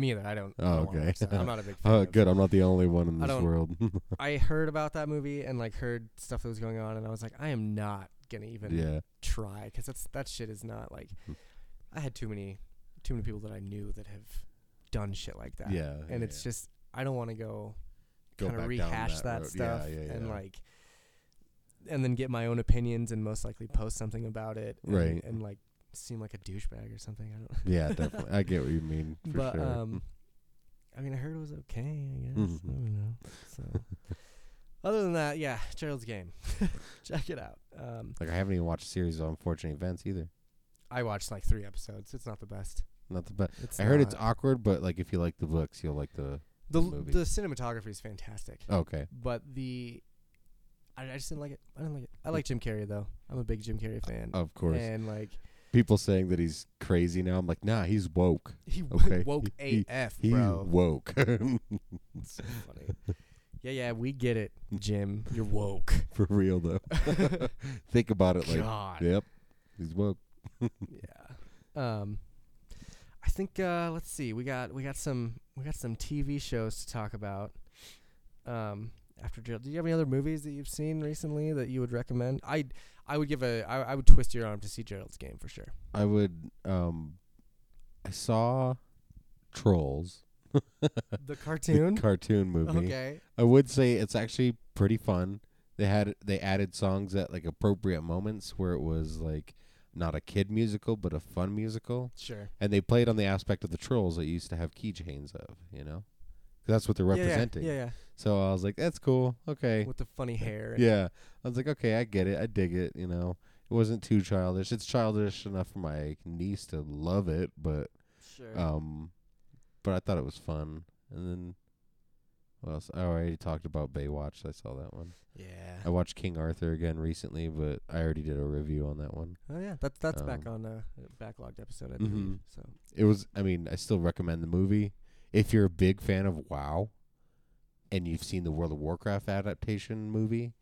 me either. I don't. I
Oh,
don't wanna
okay.
watch that. I'm not a big fan.
<laughs> oh,
of-
good. I'm not the only one in
I
this
don't-
world.
I heard about that movie and like heard stuff that was going on, and I was like, I am not gonna even try 'cause
<laughs> yeah. Hmm.
try because that's that shit is not like. I had too many, too many people that I knew that have done shit like that.
Yeah.
and it's just I don't want to go
Go
kind of
back down
rehash
that
that,
road. Yeah,
stuff
yeah,
and
yeah.
like and then get my own opinions and most likely post something about it and,
Right.
and like seem like a douchebag or something. I don't.
<laughs>
<laughs>
yeah, definitely. I get what you mean. For
but
sure.
um, I mean, I heard it was okay. I guess
Mhm.
I don't know.
<laughs>
So, other than that, yeah, Gerald's game. <laughs> Check it out. Um,
like I haven't even watched a series of unfortunate events either.
I watched like three episodes. It's not the best.
Not the best.
It's
I heard it's
not-
awkward, but like if you like the books, you'll like the.
the
movie. Oh.
the cinematography is fantastic,
Okay.
but the I, I just didn't like it. I didn't like it. I like Jim Carrey though. I'm a big Jim Carrey fan.
Of course.
And like
People saying that he's crazy now. I'm like, nah, he's woke.
he <laughs>
Okay.
woke
He-
AF,
He's
bro.
woke. <laughs>
It's so funny. Yeah, yeah, we get it, Jim. You're woke.
for real
<laughs>
though. Think about it <laughs> like,
God.
yep, he's woke.
Yeah. Um, I think uh, let's see. We got we got some we got some TV shows to talk about. Um, after drill, do you have any other movies that you've seen recently that you would recommend? I I would give a I, I would twist your arm to see Gerald's game for
<laughs>
sure.
I would. Um, I saw Trolls,
The
the
cartoon.
cartoon movie.
okay.
I would say it's actually pretty fun. They had they added songs at like appropriate moments where it was like not a kid musical but a fun musical,
Sure.
and they played on the aspect of the trolls that you used to have keychains of, you know, 'Cause that's what they're representing.
Yeah, yeah,
So I was like, that's cool. Okay.
yeah. With the funny hair. and-
Yeah. I was like, okay, I get it. I dig it, you know. It wasn't too childish. It's childish enough for my niece to love it, but
Sure.
um but I thought it was fun. And then what else? Oh, I already talked about Baywatch. I saw that one.
yeah.
I watched King Arthur again recently, but I already did a review on that one.
Oh yeah. That's that's back on
um,
uh, a backlogged episode. I
Mhm.
believe. So
It was I mean, I still recommend the movie. If you're a big fan of WoW and you've seen the World of Warcraft adaptation movie,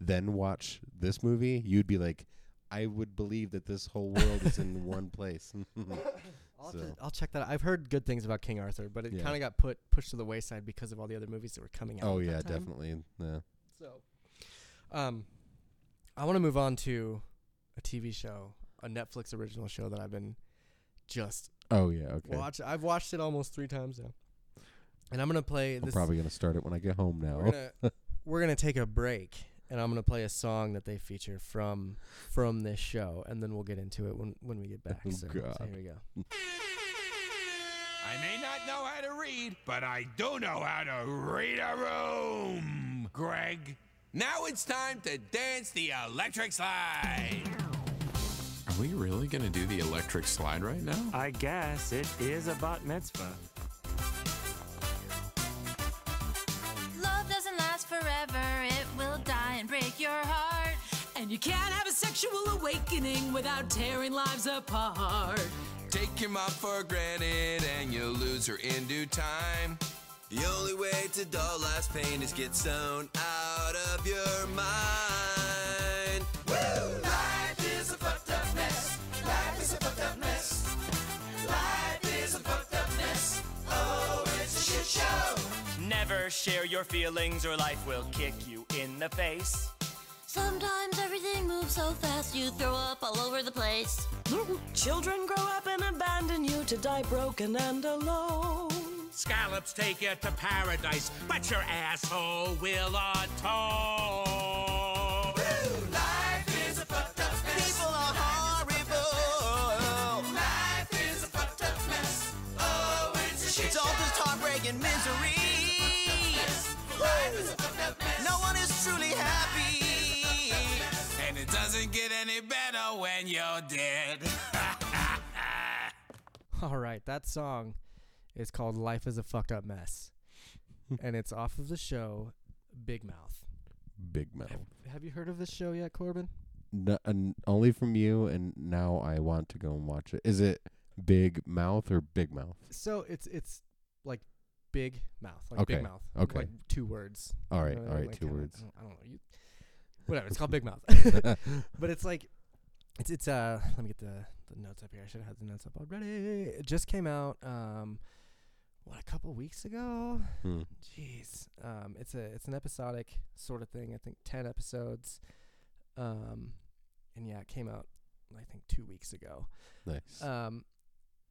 then watch this movie, you'd be like, I would believe that this whole world is in one place. <laughs>
I'll,
So-
just- I'll check that. out. I've heard good things about King Arthur, but it
Yeah.
kind of got put pushed to the wayside because of all the other movies that were coming out.
oh
at
yeah,
that time.
definitely. Yeah.
So, um, I want to move on to a TV show, a Netflix original show that I've been just
Oh yeah, okay.
watch. I've watched it almost three times now, and I'm gonna play
I'm
this.
probably gonna start it when I get home
We're
now.
gonna, <laughs> we're gonna take a break, and I'm gonna play a song that they feature from from this show, and then we'll get into it when when we get back.
Oh,
so, so
God.
here we go.
I may not know how to read, but I do know how to read a room, Greg. Now it's time to dance the electric slide.
Are we really going to do the electric slide right now?
I guess it is a bat mitzvah.
Love doesn't last forever, it will die and break your heart.
And you can't have a sexual awakening without tearing lives apart.
Take your mom for granted and you'll lose her in due time. The only way to dull life's pain is get sewn out of your mind. Woo! Life is a fucked up mess. Life is a fucked up mess. Life is a fucked up mess. Oh, it's a shit show.
Never share your feelings or life will kick you in the face.
Sometimes everything moves so fast, you throw up all over the place.
Children grow up and abandon you to die broken and alone.
Scallops take you to paradise, but your asshole will atone. Life is a fucked up mess. People are horrible. Life is a fucked up mess. Oh, it's a shit It's all just heartbreak and misery. Life is a fucked up truly happy. And it doesn't get any better when you're dead.
All right, that song is called Life is a Fucked Up
<laughs>
Mess. and it's off of the show Big Mouth.
Big mouth.
Have you heard of this show yet, Corbin?
N- and only from you, and now I want to go and watch it. Is it Big Mouth or Big Mouth?
So it's it's like Big Mouth, like
Okay,
Big Mouth,
okay.
like two words.
All right,
You know,
all right,
like
two
kinda-
words.
I don't, I don't know. You, whatever. It's called Big Mouth.
<laughs>
<laughs> but it's like, it's it's uh. Let me get the the notes up here. I should have had the notes up already. It just came out um, what a couple weeks ago.
Hmm.
Jeez. Um, it's a it's an episodic sort of thing. I think ten episodes. Um, and yeah, it came out I think two weeks ago.
Nice.
Um,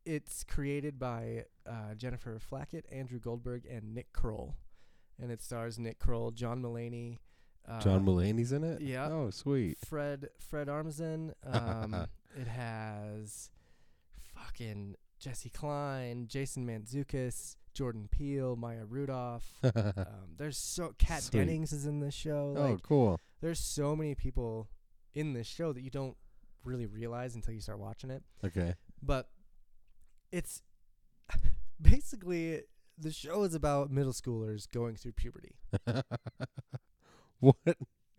it's created by uh, Jennifer Flackett, Andrew Goldberg, and Nick Kroll, and it stars Nick Kroll, John Mulaney, uh,
John Mulaney's in it.
yeah.
Oh, sweet. <laughs>
Fred Fred Armisen. Um, it has fucking Jesse Klein, Jason Mantzoukas, Jordan Peele, Maya
<laughs>
Rudolph. um, there's so Kat
Sweet.
Dennings is in this show.
oh,
Like,
cool.
there's so many people in this show that you don't really realize until you start watching it
Okay. <laughs>
but it's <laughs> basically the show is about middle schoolers going through puberty.
what?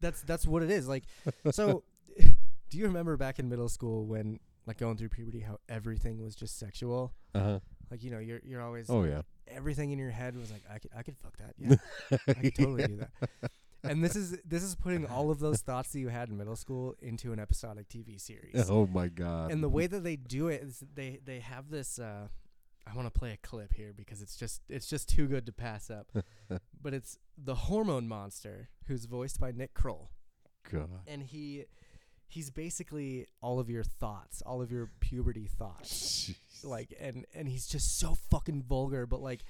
That's that's what it is. Like so <laughs> do you remember back in middle school when like going through puberty how everything was just sexual?
Uh huh.
Like you know, you're you're always
Oh yeah.
everything in your head was like I could I could fuck that. Yeah. I could
<laughs>
totally do that. And this is this is putting all of those thoughts that you had in middle school into an episodic TV series.
Oh my god.
and the way that they do it is they they have this uh I want to play a clip here because it's just it's just too good to pass up. but it's the hormone monster who's voiced by Nick Kroll
<laughs> god.
and he he's basically all of your thoughts, all of your puberty thoughts. Like and and he's just so fucking vulgar but like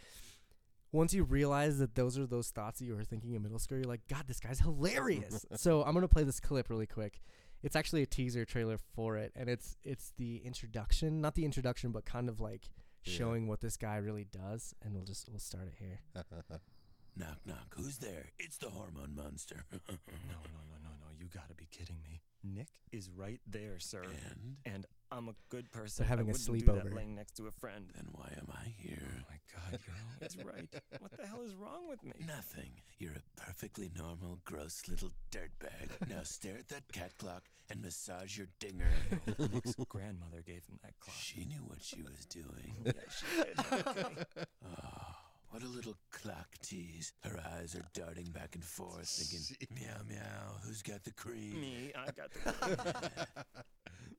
once you realize that those are those thoughts that you were thinking in middle school, you're like, God, this guy's hilarious. so I'm gonna play this clip really quick. It's actually a teaser trailer for it, and it's it's the introduction, not the introduction, but kind of like showing what this guy really does. And we'll just we'll start it here.
knock, knock. Who's there? It's the hormone monster. <laughs>
No, no, no, no, no. You gotta be kidding me. Nick is right there, sir.
and
And I'm a good person.
having
I
a
wouldn't do
sleepover.
That laying next to a friend.
then why am I
Oh
here?
my god, you're <laughs> always right. What the hell is wrong with me?
Nothing. You're a perfectly normal, gross little dirtbag. now stare at that cat clock and massage your dinger.
Nick's grandmother gave him that clock.
she knew what she was doing.
Yeah, she did. Okay.
What a little clock tease. Her eyes are darting back and forth,
<laughs>
thinking, meow, meow, who's got the cream?
<laughs> me, I got the.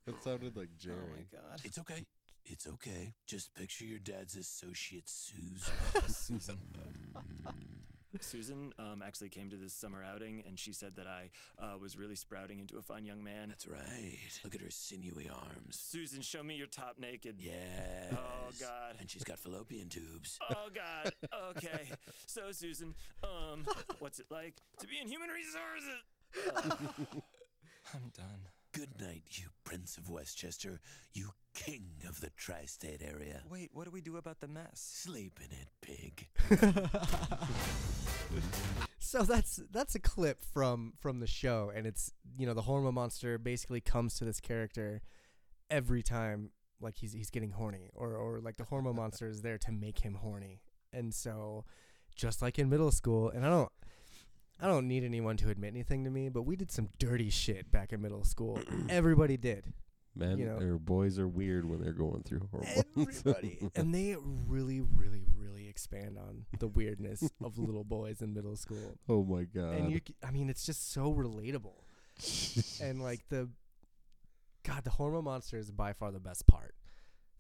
That sounded like
Oh
Jerry.
<laughs>
my god.
Mm.
It's okay. It's okay. Just picture your dad's associate, Susan.
Susan. <laughs> Susan um, actually came to this summer outing, and she said that I uh, was really sprouting into a fine young man.
That's right. Look at her sinewy arms.
Susan, show me your top naked. Oh,
Yes.
God.
And she's got fallopian tubes.
Oh God. Okay. So Susan, um, what's it like to be in human resources? Ugh. I'm done.
Good night, you Prince of Westchester, you king of the tri state area.
Wait, what do we do about the mess?
Sleep in it, pig.
So that's that's a clip from from the show, and it's you know the hormone monster basically comes to this character every time like he's he's getting horny, or or like the hormone monster is there to make him horny, and so just like in middle school, and I don't. I don't need anyone to admit anything to me, but we did some dirty shit back in middle school. Everybody did.
Men
you know.
or boys are weird when they're going through hormones. <laughs>
Everybody. and they really, really, really expand on the weirdness of little boys in middle school.
oh my god.
and you c- i mean it's just so relatable <laughs> and like the god the hormone monster is by far the best part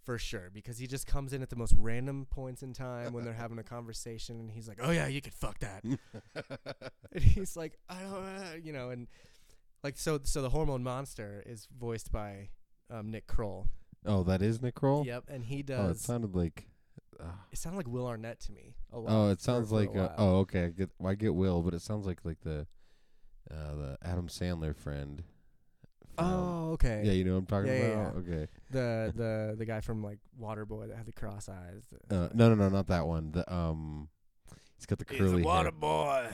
for sure because he just comes in at the most random points in time when they're having a conversation and he's like oh yeah you could fuck that
Mm.
<laughs> and he's like i don't uh, you know and like so so the hormone monster is voiced by um, nick kroll
<laughs> oh, that is Nick Kroll?
yep and he
Oh, it
does
sounded like. Uh,
it sounded like will arnett to me a lot
oh,
for-
it sounds
for a
like. Uh,
while.
oh, okay. I get. Well, I get Will, but it sounds like like the, uh, the Adam Sandler friend. from-
oh okay
um, Yeah, you know what I'm talking
Yeah, yeah,
about. Okay.
the the the guy from like Waterboy that had the cross eyes.
Uh, no, no, no, not that <laughs> one. The um, he's got the curly. hair.
boy.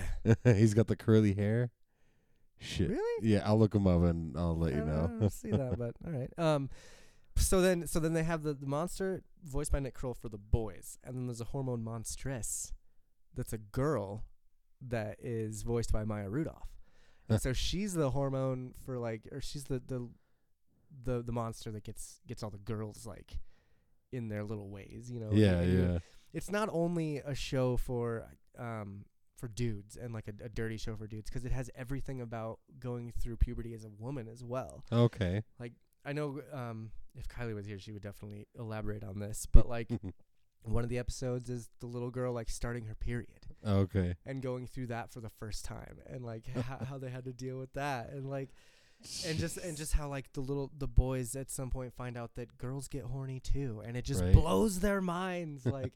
he's got the curly hair. Shit.
Really?
Yeah, I'll look them up and I'll let you
I
know.
don't Oh, see that, but all right. Um, so then, so then they have the, the monster voiced by Nick Kroll for the boys, and then there's a hormone monstress that's a girl that is voiced by Maya Rudolph, and
<laughs>
so she's the hormone for like, or she's the the the the monster that gets gets all the girls like in their little ways, you know. like,
<laughs> Yeah,
and you-
yeah.
It's not only a show for um for dudes and like a, a dirty show for dudes because it has everything about going through puberty as a woman as well.
Oh. Okay.
Like I know um if Kylie was here she would definitely elaborate on this, but like one of the episodes is the little girl like starting her period.
<laughs> Okay.
And going through that for the first time and like how, how they had to deal with that and like and just and just how like the little the boys at some point find out that girls get horny too and it just
Right.
blows their minds like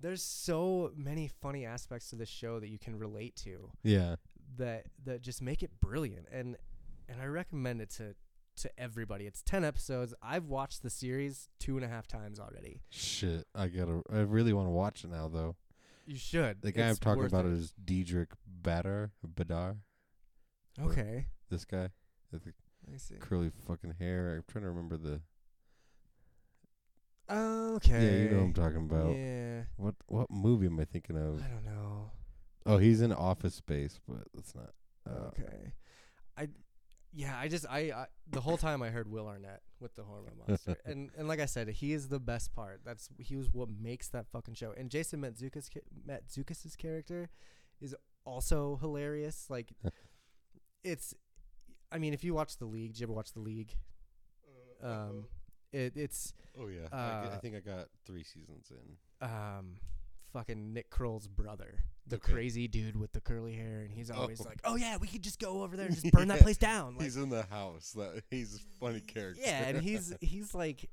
there's so many funny aspects to this show that you can relate to
<laughs> Yeah.
that that just make it brilliant and and I recommend it to to everybody. It's ten episodes. I've watched the series two and a half times already.
Shit. I gotta. I really want to watch it now, though.
You should.
The guy
It's
I'm talking
worth
about
it.
is Diedrich Badar. Badar. or
Okay.
This guy. With the
Let me see.
curly fucking hair. I'm trying to remember the.
Okay.
Yeah, you know what I'm talking about.
Yeah.
What what movie am I thinking of?
I don't know.
Oh, he's in Office Space, but that's not. Uh,
Okay. I yeah, I just I, I the whole time I heard Will Arnett with the hormone monster. and and like I said, he is the best part. That's he was what makes that fucking show. And Jason Matzukas Matzukas's character is also hilarious. Like it's I mean, if you watch The League, did you ever watch The League?
Uh-huh.
Um it, it's
Oh yeah. I,
uh,
think I got three seasons in.
um fucking Nick Kroll's brother, the
Okay.
crazy dude with the curly hair and he's always
Oh.
like, "Oh yeah, we could just go over there and just burn that place down." Like
he's in the house. That he's a funny character.
Yeah, and
<laughs>
he's he's like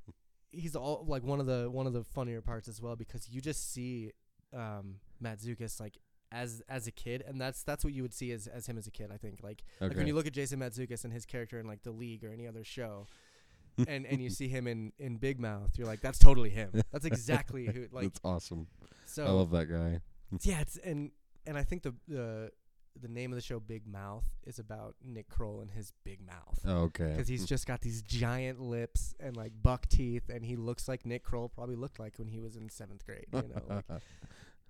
he's all like one of the one of the funnier parts as well because you just see um Matt Zukas like as as a kid and that's that's what you would see as as him as a kid, I think. Like like when
Okay.
you look at Jason Matsukas and his character in like the league or any other
<laughs>
show and and you see him in in Big Mouth, you're like, That's totally him.
<laughs>
That's exactly who like
That's awesome.
so
I love that guy.
yeah, it's and and I think the the the name of the show Big Mouth is about Nick Kroll and his big mouth.
Oh,
<laughs>
okay. <laughs>
Because he's just got these giant lips and like buck teeth, and he looks like Nick Kroll probably looked like when he was in seventh grade. You know,
<laughs>
like,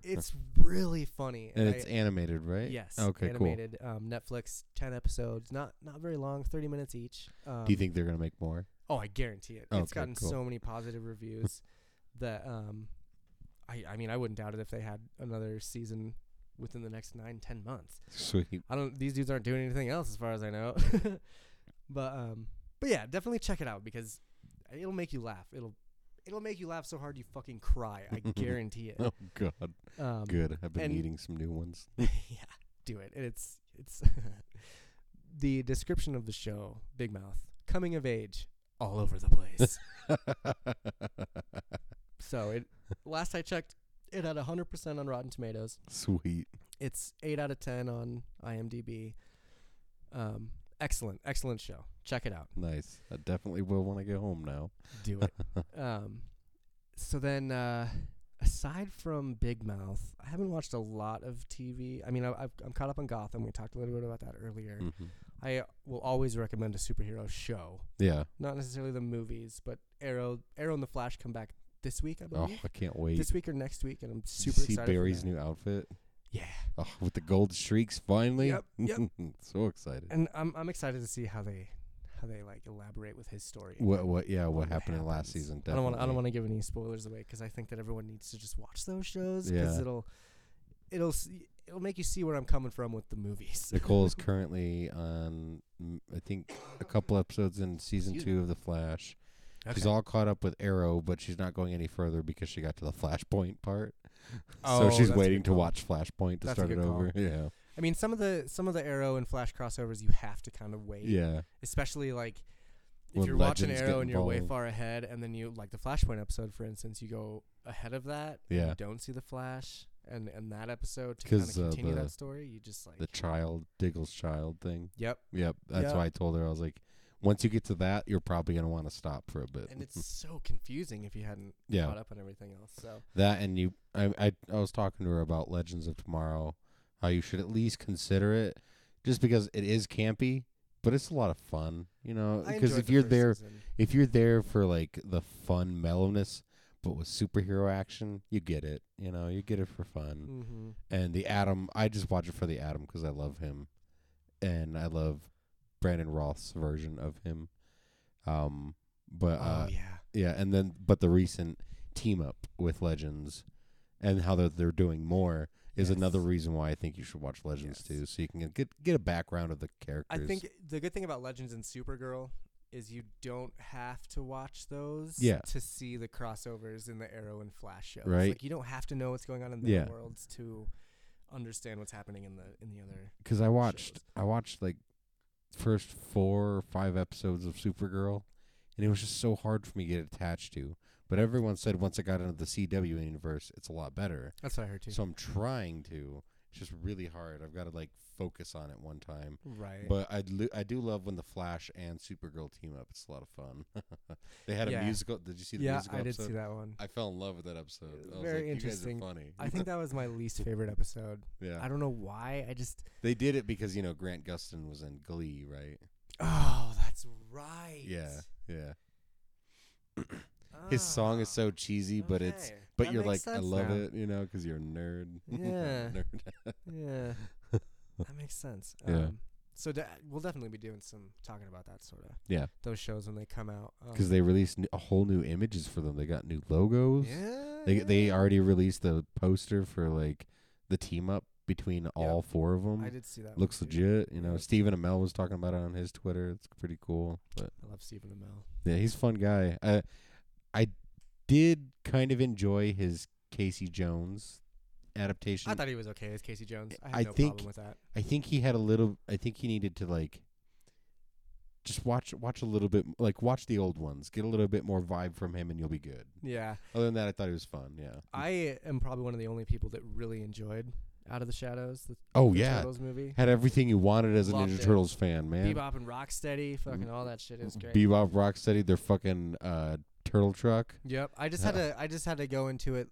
it's really funny.
and
I-
it's animated, right?
yes,
Okay.
animated. Um, Netflix, ten episodes, not not very long, thirty minutes each. Um,
Cool. Do you think they're gonna make more?
Oh, I guarantee it. it's
Okay,
gotten
cool.
so many positive reviews
<laughs>
that um, I I mean I wouldn't doubt it if they had another season within the next nine ten months.
Sweet. <laughs>
I don't. These dudes aren't doing anything else, as far as I know. <laughs> but um, but yeah, definitely check it out because it'll make you laugh. It'll it'll make you laugh so hard you fucking cry.
<laughs>
I guarantee it.
Oh God.
Um,
Good. I've been
and-
eating some new ones.
<laughs>
<laughs>
yeah, do it. And It's it's <laughs> the description of the show. Big Mouth coming of age all over the
<laughs>
place. so it last I checked, it had hundred percent on Rotten Tomatoes.
Sweet.
It's eight out of ten on IMDb. Um, excellent, excellent show. Check it out.
Nice. I definitely will when I get home now.
Do it. um, so then, uh, aside from Big Mouth, I haven't watched a lot of TV. I mean, I, I've, I'm caught up on Gotham. We talked a little bit about that earlier.
Mhm.
I uh, will always recommend a superhero show,
Yeah.
not necessarily the movies, but Arrow, Arrow and the Flash come back this week, I
Oh,
believe.
I can't wait.
This week or next week, and I'm
Did you
super
see
excited. for
Barry's
that.
new outfit.
Yeah.
Oh, with the gold streaks finally.
Yep, yep.
<laughs> so excited.
and I'm I'm excited to see how they how they like elaborate with his story.
What? What? Yeah. What
what
happened in last
happens.
season?
I don't want I don't
definitely.
want to give any spoilers away because I think that everyone needs to just watch those shows because
Yeah.
it'll it'll s it'll make you see where I'm coming from with the
<laughs>
movies.
Nicole is currently on, mm, I think, a couple episodes in season
Excuse
two of The Flash. She's
<laughs> Okay.
all caught up with Arrow, but she's not going any further because she got to the Flashpoint part.
Oh,
so she's
that's a
waiting
good
to
call.
watch Flashpoint to
That's a
start it
good call.
over. <laughs> Yeah.
I mean some of the some of the Arrow and Flash crossovers you have to kind of wait.
Yeah.
Especially like if
When
you're watching
legends get
Arrow and you're way
involved.
far ahead and then you like the Flashpoint episode for instance, you go ahead of that. and
Yeah.
You don't see the Flash and and that episode to kind of
'Cause, uh,
continue
the-
that story, you just like
The child, Diggle's child thing. <laughs>
Yep.
Yep. That's
Yeah.
why I told her, I was like, once you get to that, you're probably going to want to stop for a bit.
and it's so confusing if you hadn't
Yeah.
caught up on everything else. So
That and you, I, I, I was talking to her about Legends of Tomorrow, how you should at least consider it just because it is campy, but it's a lot of fun, you know.
I
Because
enjoyed
Uh, if
the
you're
first
there,
season.
if you're there for like the fun mellowness, but with superhero action, you get it. You know, you get it for fun.
Mhm.
And the Atom, I just watch it for the Atom because I love him, and I love Brandon Roth's version of him. Um, but
Oh,
uh,
yeah.
yeah, and then but the recent team up with Legends and how they're, they're doing more is another reason why I think you should watch Legends too, so you can get get a background of the
I
characters.
think the good thing about Legends and Supergirl is you don't have to watch those
Yeah.
to see the crossovers in the Arrow and Flash shows.
Right.
Like you don't have to know what's going on in their
Yeah.
worlds to understand what's happening in the in the other.
because I watched I watched like first four or five episodes of Supergirl, and it was just so hard for me to get attached to. But everyone said once I got into the CW universe, it's a lot better.
That's what I heard, too.
So I'm trying to. It's just really hard. I've got to like focus on it one time.
Right.
But I lo- I do love when the Flash and Supergirl team up. It's a lot of fun. <laughs> they had
Yeah.
a musical. Did you see the
Yeah,
musical?
I did see
episode?
that one.
I fell in love with that episode. I was
Very
like,
interesting.
You guys are funny.
I
<laughs>
think that was my least favorite episode.
Yeah.
I don't know why. I just
They did it because you know Grant Gustin was in Glee, right?
Oh, that's right. Ah.
Yeah, yeah. His song is so cheesy, but it's
okay.
but
That
you're like
makes
I
sense
love
now.
it, you know, because you're a nerd. <laughs>
Yeah.
nerd. <laughs>
yeah. That makes sense. Um,
Yeah.
So de- we'll definitely be doing some talking about that sort of.
Yeah.
Those shows when they come out. Um,
Because they released n- a whole new images for them. They got new logos.
Yeah,
They they already released the poster for like the team up between all four of them.
I did see that one,
Looks
too.
legit. You know, Stephen Amell was talking about it on his Twitter. It's pretty cool. But
I love Stephen Amell.
Yeah, he's a fun guy. I I did kind of enjoy his Casey Jones adaptation.
I thought he was okay as Casey Jones. I had no problem with that.
I think he had a little. I think he needed to like just watch watch a little bit, like watch the old ones, get a little bit more vibe from him, and you'll be good.
Yeah.
Other than that, I thought he was fun. Yeah.
I am probably one of the only people that really enjoyed Out of the Shadows. The,
Oh
the
yeah,
Turtles movie.
had everything you wanted as a
Loved
Ninja
it.
Turtles fan, man. Mm-hmm.
Bebop and Rocksteady, fucking all that shit is great.
Bebop Rocksteady, their fucking uh, turtle truck.
Yep. I just had
Yeah.
to. I just had to go into it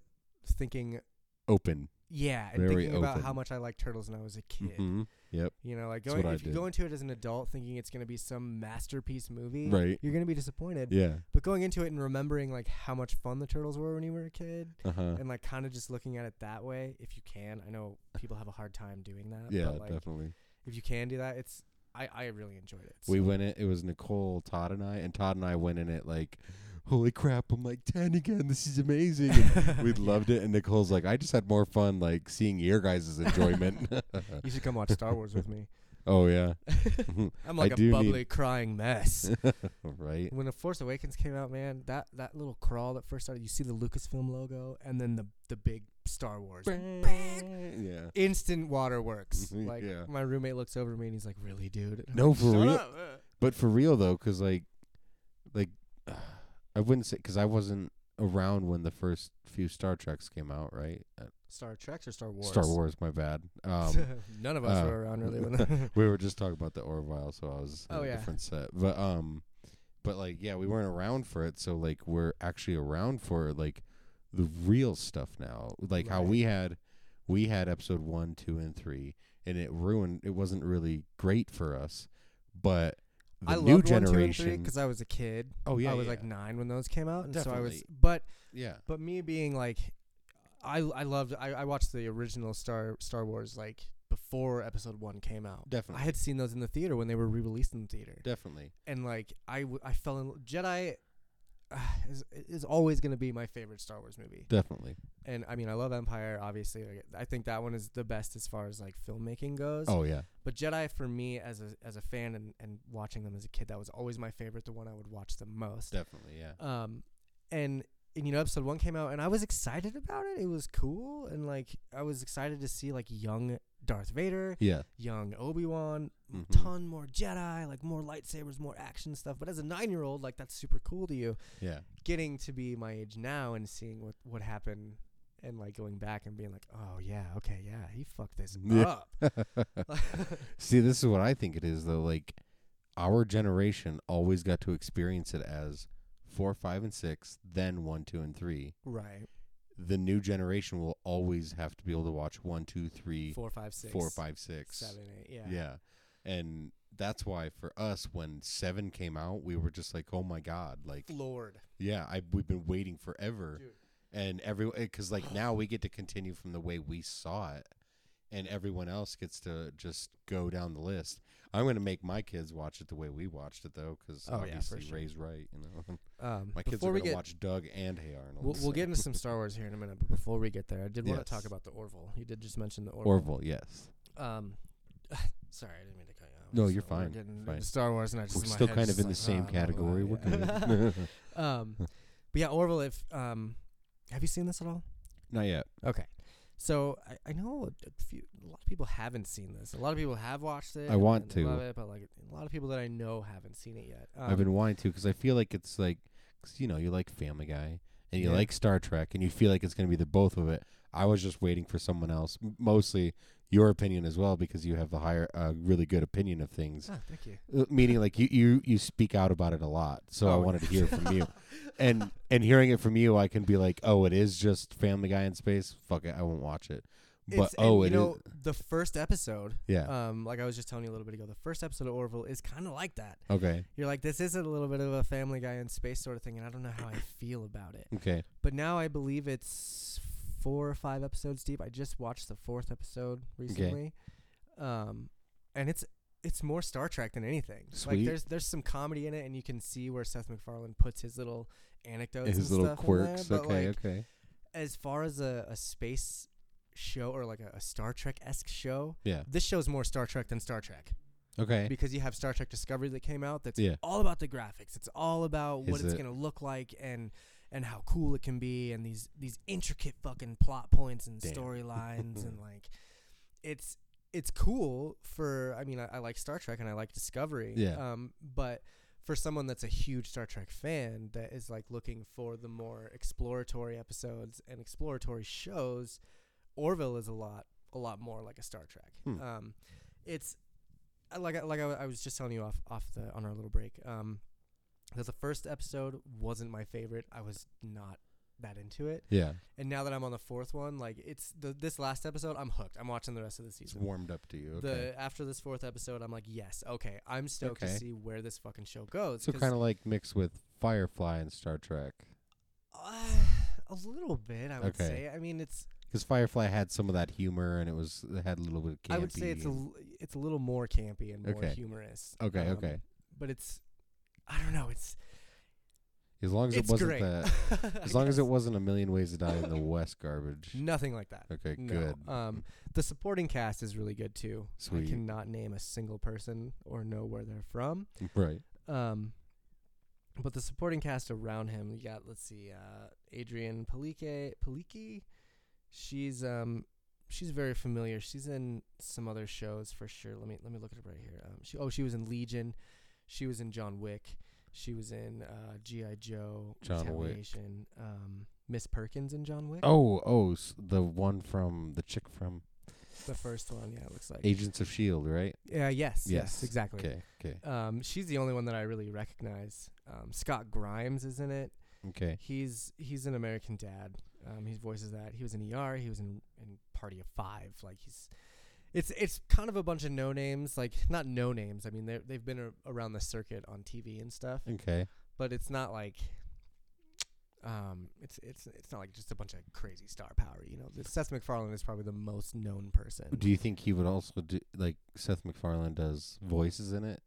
thinking.
Open.
Yeah, and
Very
thinking about
open.
how much I liked turtles when I was a kid.
Mhm. Yep.
You know, like
That's
going
what I
if you
did.
go into it as an adult thinking it's going to be some masterpiece movie,
Right.
You're going to be disappointed. <laughs>
Yeah.
But going into it and remembering like how much fun the turtles were when you were a kid,
Uh-huh.
and like kind of just looking at it that way, if you can, I know people have a hard time doing that.
Yeah,
uh, but, like,
definitely.
If you can do that, it's I I really enjoyed it.
We went in. It was Nicole, Todd, and I, and Todd and I went in it like, "Holy crap! I'm like ten again. This is amazing."
<laughs>
And we loved it, and Nicole's like, "I just had more fun like seeing
<laughs>
your guys' enjoyment."
You should come watch Star Wars with me.
<laughs> Oh yeah, <laughs>
I'm
I
like a
do
bubbly
need-
crying
<laughs>
mess.
right?
When the Force Awakens came out, man, that that little crawl that first started, you see the Lucasfilm logo and then the the big Star Wars. Eh,
Yeah.
Instant waterworks.
Mhm,
Like
yeah.
my roommate looks over at me and he's like, "Really, dude?" And
No,
I'm
for
like,
real.
"Shut up." eh.
But for real though, because like, like, <sighs> I wouldn't say because I wasn't around when the first few Star Treks came out, right? Uh,
Star Trek or Star Wars?
Star
<laughs>
Wars, my bad. Um,
None of us were around really
<laughs>
when the-
we were just talking about the Orville, so I was in
Oh,
a
yeah.
different set. But um, but like yeah, we weren't around for it, so like we're actually around for like the real stuff now. Like how we had we had episode one, two, and three, and it ruined. It wasn't really great for us, but
<laughs>
the
I loved
new
one, two, and three
generation.
because I was a kid.
Oh, yeah,
I was
yeah.
like nine when those came out, and so I was.
Definitely.
But
Yeah.
but me being like, I I loved I, I watched the original Star Star Wars like before Episode One came out.
Definitely.
I had seen those in the theater when they were re released in the theater.
Definitely.
and like I w- I fell in Jedi. <sighs> Uh, is, is always going to be my favorite Star Wars movie.
Definitely.
And I mean, I love Empire, obviously. Like, I think that one is the best as far as like filmmaking goes.
Oh, yeah.
But Jedi for me as a as a fan and, and watching them as a kid, that was always my favorite, the one I would watch the most.
Definitely, yeah.
Um and and you know, episode one came out and I was excited about it. It was cool and like I was excited to see like young Darth Vader,
Yeah.
young Obi Wan,
Mhm.
ton more Jedi, like more lightsabers, more action stuff. But as a nine year old, like that's super cool to you.
Yeah.
Getting to be my age now and seeing what what happened and like going back and being like, oh yeah, okay, yeah, he fucked
<laughs>
this up. <laughs>
See, this is what I think it is though. Like our generation always got to experience it as four, five, and six, then one, two, and three.
Right.
The new generation will always have to be able to watch one, two, three,
Four, five, six,
four, five, six,
seven, eight, yeah.
yeah. and that's why for us when Seven came out, we were just like, oh my god, like
floored.
Yeah, I we've been waiting forever,
Dude.
and every because like now we get to continue from the way we saw it, and everyone else gets to just go down the list. I'm gonna make my kids watch it the way we watched it though, because
Oh, yeah, for
obviously
sure.
Ray's right. You know, <laughs>
Um,
my kids are
before we
gonna
get-
watch Doug and Hey Arnold.
We'll,
so.
we'll get into some Star Wars here in a minute, but before we get there, I did want
Yes.
to talk about the Orville. You did just mention the Orville.
Orville. Yes,
Um, <laughs> sorry, I didn't mean to cut you off.
No, you're
So we're
fine,
getting into
fine.
Star Wars, and I just
We're
in my
still
head
kind of
just
in the
like,
same
"Ah, blah,
category.
blah,
We're
yeah."
good.
<laughs>
<laughs>
um, but yeah, Orville. If um, have you seen this at all?
not yet.
Okay, so I, I know a a few, a lot of people haven't seen this. A lot of people have watched it.
I
and-
want
and they
to.
love it, but like a lot of people that I know haven't seen it yet. Um,
I've been wanting to because I feel like it's like, cause, you know, you like Family Guy and you
Yeah.
like Star Trek and you feel like it's going to be the both of it. I was just waiting for someone else, m- mostly your opinion as well, because you have the higher, uh, really good opinion of things.
Ah, thank you.
Uh, Meaning, like you, you, you speak out about it a lot, so I
Oh,
wanted to hear
<laughs>
from you,
yeah.
and and hearing it from you, I can be like, oh, it is just Family Guy in space. Fuck it, I won't watch it. But
It's- and
oh,
you
it is.
know the first episode.
Yeah.
Um, like I was just telling you a little bit ago, the first episode of Orville is kind of like that.
okay,
You're like, this is a little bit of a Family Guy in space sort of thing, and I don't know how I feel about it.
okay,
But now I believe it's four or five episodes deep. I just watched the fourth episode recently, um, and it's it's more Star Trek than anything.
Sweet.
Like there's there's some comedy in it, and you can see where Seth MacFarlane puts his little anecdotes, and
his little
stuff in
quirks.
there, but,
okay,
like,
okay,
As far as a, a space show or like a, a Star Trek esque show,
yeah,
this show's more Star Trek than Star Trek
okay.
because you have Star Trek Discovery that came out that's
Yeah.
all about the graphics. It's all about what
Is
it's
it-
going to look like and and how cool it can be and these these intricate fucking plot points and
Damn.
storylines
<laughs>
and like it's it's cool for I mean I, I like Star Trek and I like Discovery.
Yeah.
Um but for someone that's a huge Star Trek fan that is like looking for the more exploratory episodes and exploratory shows, Orville is a lot a lot more like a Star Trek.
Hmm.
Um, it's I- like I- like I, I was just telling you off off the on our little break. Um, that the first episode wasn't my favorite. I was not that into it,
yeah,
and now that I'm on the fourth one, like it's the, this last episode, I'm hooked. I'm watching the rest of the
it's
season.
warmed up to you. Okay.
The after this fourth episode, I'm like, yes, okay, I'm stoked
Okay.
to see where this fucking show goes.
So
'cause,
kind of like mixed with Firefly and Star Trek,
uh, <sighs> a little bit, I would
Okay.
say. I mean, it's
because Firefly had some of that humor and it was it had a little bit of campy.
I would say it's a
and-
l- it's a little more campy and more
Okay.
humorous. Um,
Okay, okay.
But it's I don't know. It's
as long as it
it's
wasn't
great.
the
<laughs> I
as long as it
guess.
wasn't a million ways to die
<laughs>
in the West garbage.
nothing like that.
Okay,
No.
good.
Um, the supporting cast is really good too.
Sweet.
I cannot name a single person or know where they're from.
<laughs> right.
Um, but the supporting cast around him, you got let's see, uh, Adrian Palike, Paliki. She's um, she's very familiar. She's in some other shows for sure. Let me let me look it up right here. Um, she oh she was in Legion, she was in John Wick, she was in uh, GI Joe,
John Wick.
Retaliation, um, Miss Perkins in John Wick.
Oh, oh, s- the one from the chick from
the first one, yeah, it looks like.
Agents of Shield, E right?
Yeah, yes, yes,
Yes.
exactly.
Okay, okay,
Um, she's the only one that I really recognize. Um, Scott Grimes is in it.
okay.
He's he's an American dad. Um, he voices that. He was in ER. He was in, in Party of Five. Like he's, it's it's kind of a bunch of no names. Like not no names. I mean they they've been a, around the circuit on TV and stuff.
Okay.
But it's not like, um, it's it's it's not like just a bunch of crazy star power. You know, The Seth MacFarlane is probably the most known person.
Do you think he would also do like Seth MacFarlane does voices in it?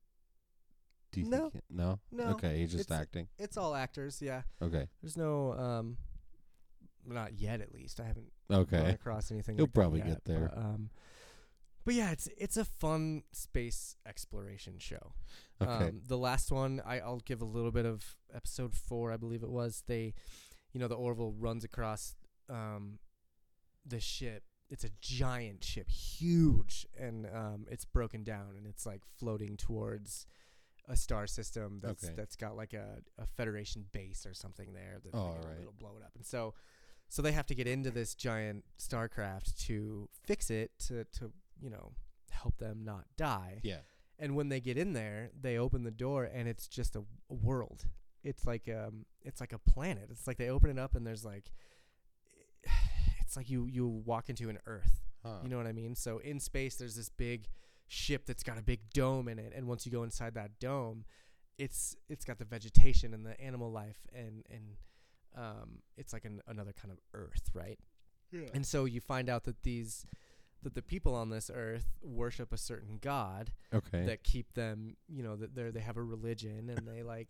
Do you
No.
think it- no?
No,
Okay, he's just
it's-
acting.
it's all actors. Yeah.
Okay.
There's no um, not yet at least. I haven't run
Okay.
across anything.
You'll
like that
probably
yet,
get there.
But, um, but yeah, it's it's a fun space exploration show.
<laughs> Okay.
Um, the last one, I, I'll give a little bit of episode four, I believe it was. They, you know, the Orville runs across um, the ship. It's a giant ship, huge, and um, it's broken down, and it's like floating towards a star system that's
Okay.
that's got like a, a Federation base or something there. That
Oh,
like, it'll-
alright.
it'll blow it up, and so so they have to get into this giant starcraft to fix it to to you know help them not die. <laughs>
yeah.
And when they get in there, they open the door and it's just a, a world. It's like um, it's like a planet. It's like they open it up and there's like, <sighs> it's like you you walk into an Earth.
Huh.
You know what I mean? So in space, there's this big ship that's got a big dome in it, and once you go inside that dome, it's it's got the vegetation and the animal life, and and um, it's like an, another kind of Earth, right?
Yeah.
And so you find out that these that the people on this earth worship a certain god
Okay.
that keep them you know that they they have a religion and they
<laughs>
like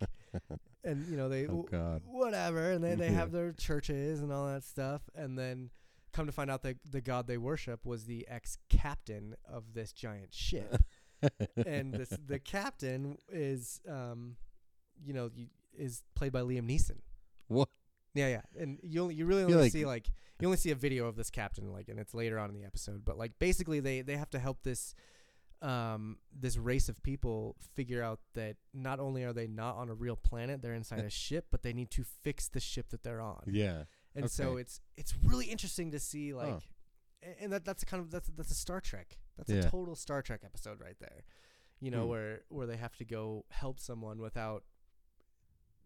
and you know they
Oh,
w- <laughs>
God.
whatever and they they
<laughs> Yeah.
have their churches and all that stuff and then come to find out that the god they worship was the ex-captain of this giant ship
<laughs>
and this the captain is um you know you, is played by Liam Neeson
What?
yeah, yeah, and you only you really
Yeah,
only
like-
see like you only see a video of this captain like, and it's later on in the episode. But like basically, they they have to help this um this race of people figure out that not only are they not on a real planet, they're inside a ship, but they need to fix the ship that they're on.
Yeah,
and so
okay.
it's it's really interesting to see like,
Huh.
a- and that that's kind of that's that's a Star Trek. That's
Yeah.
a total Star Trek episode right there. You know
Hmm.
where where they have to go help someone without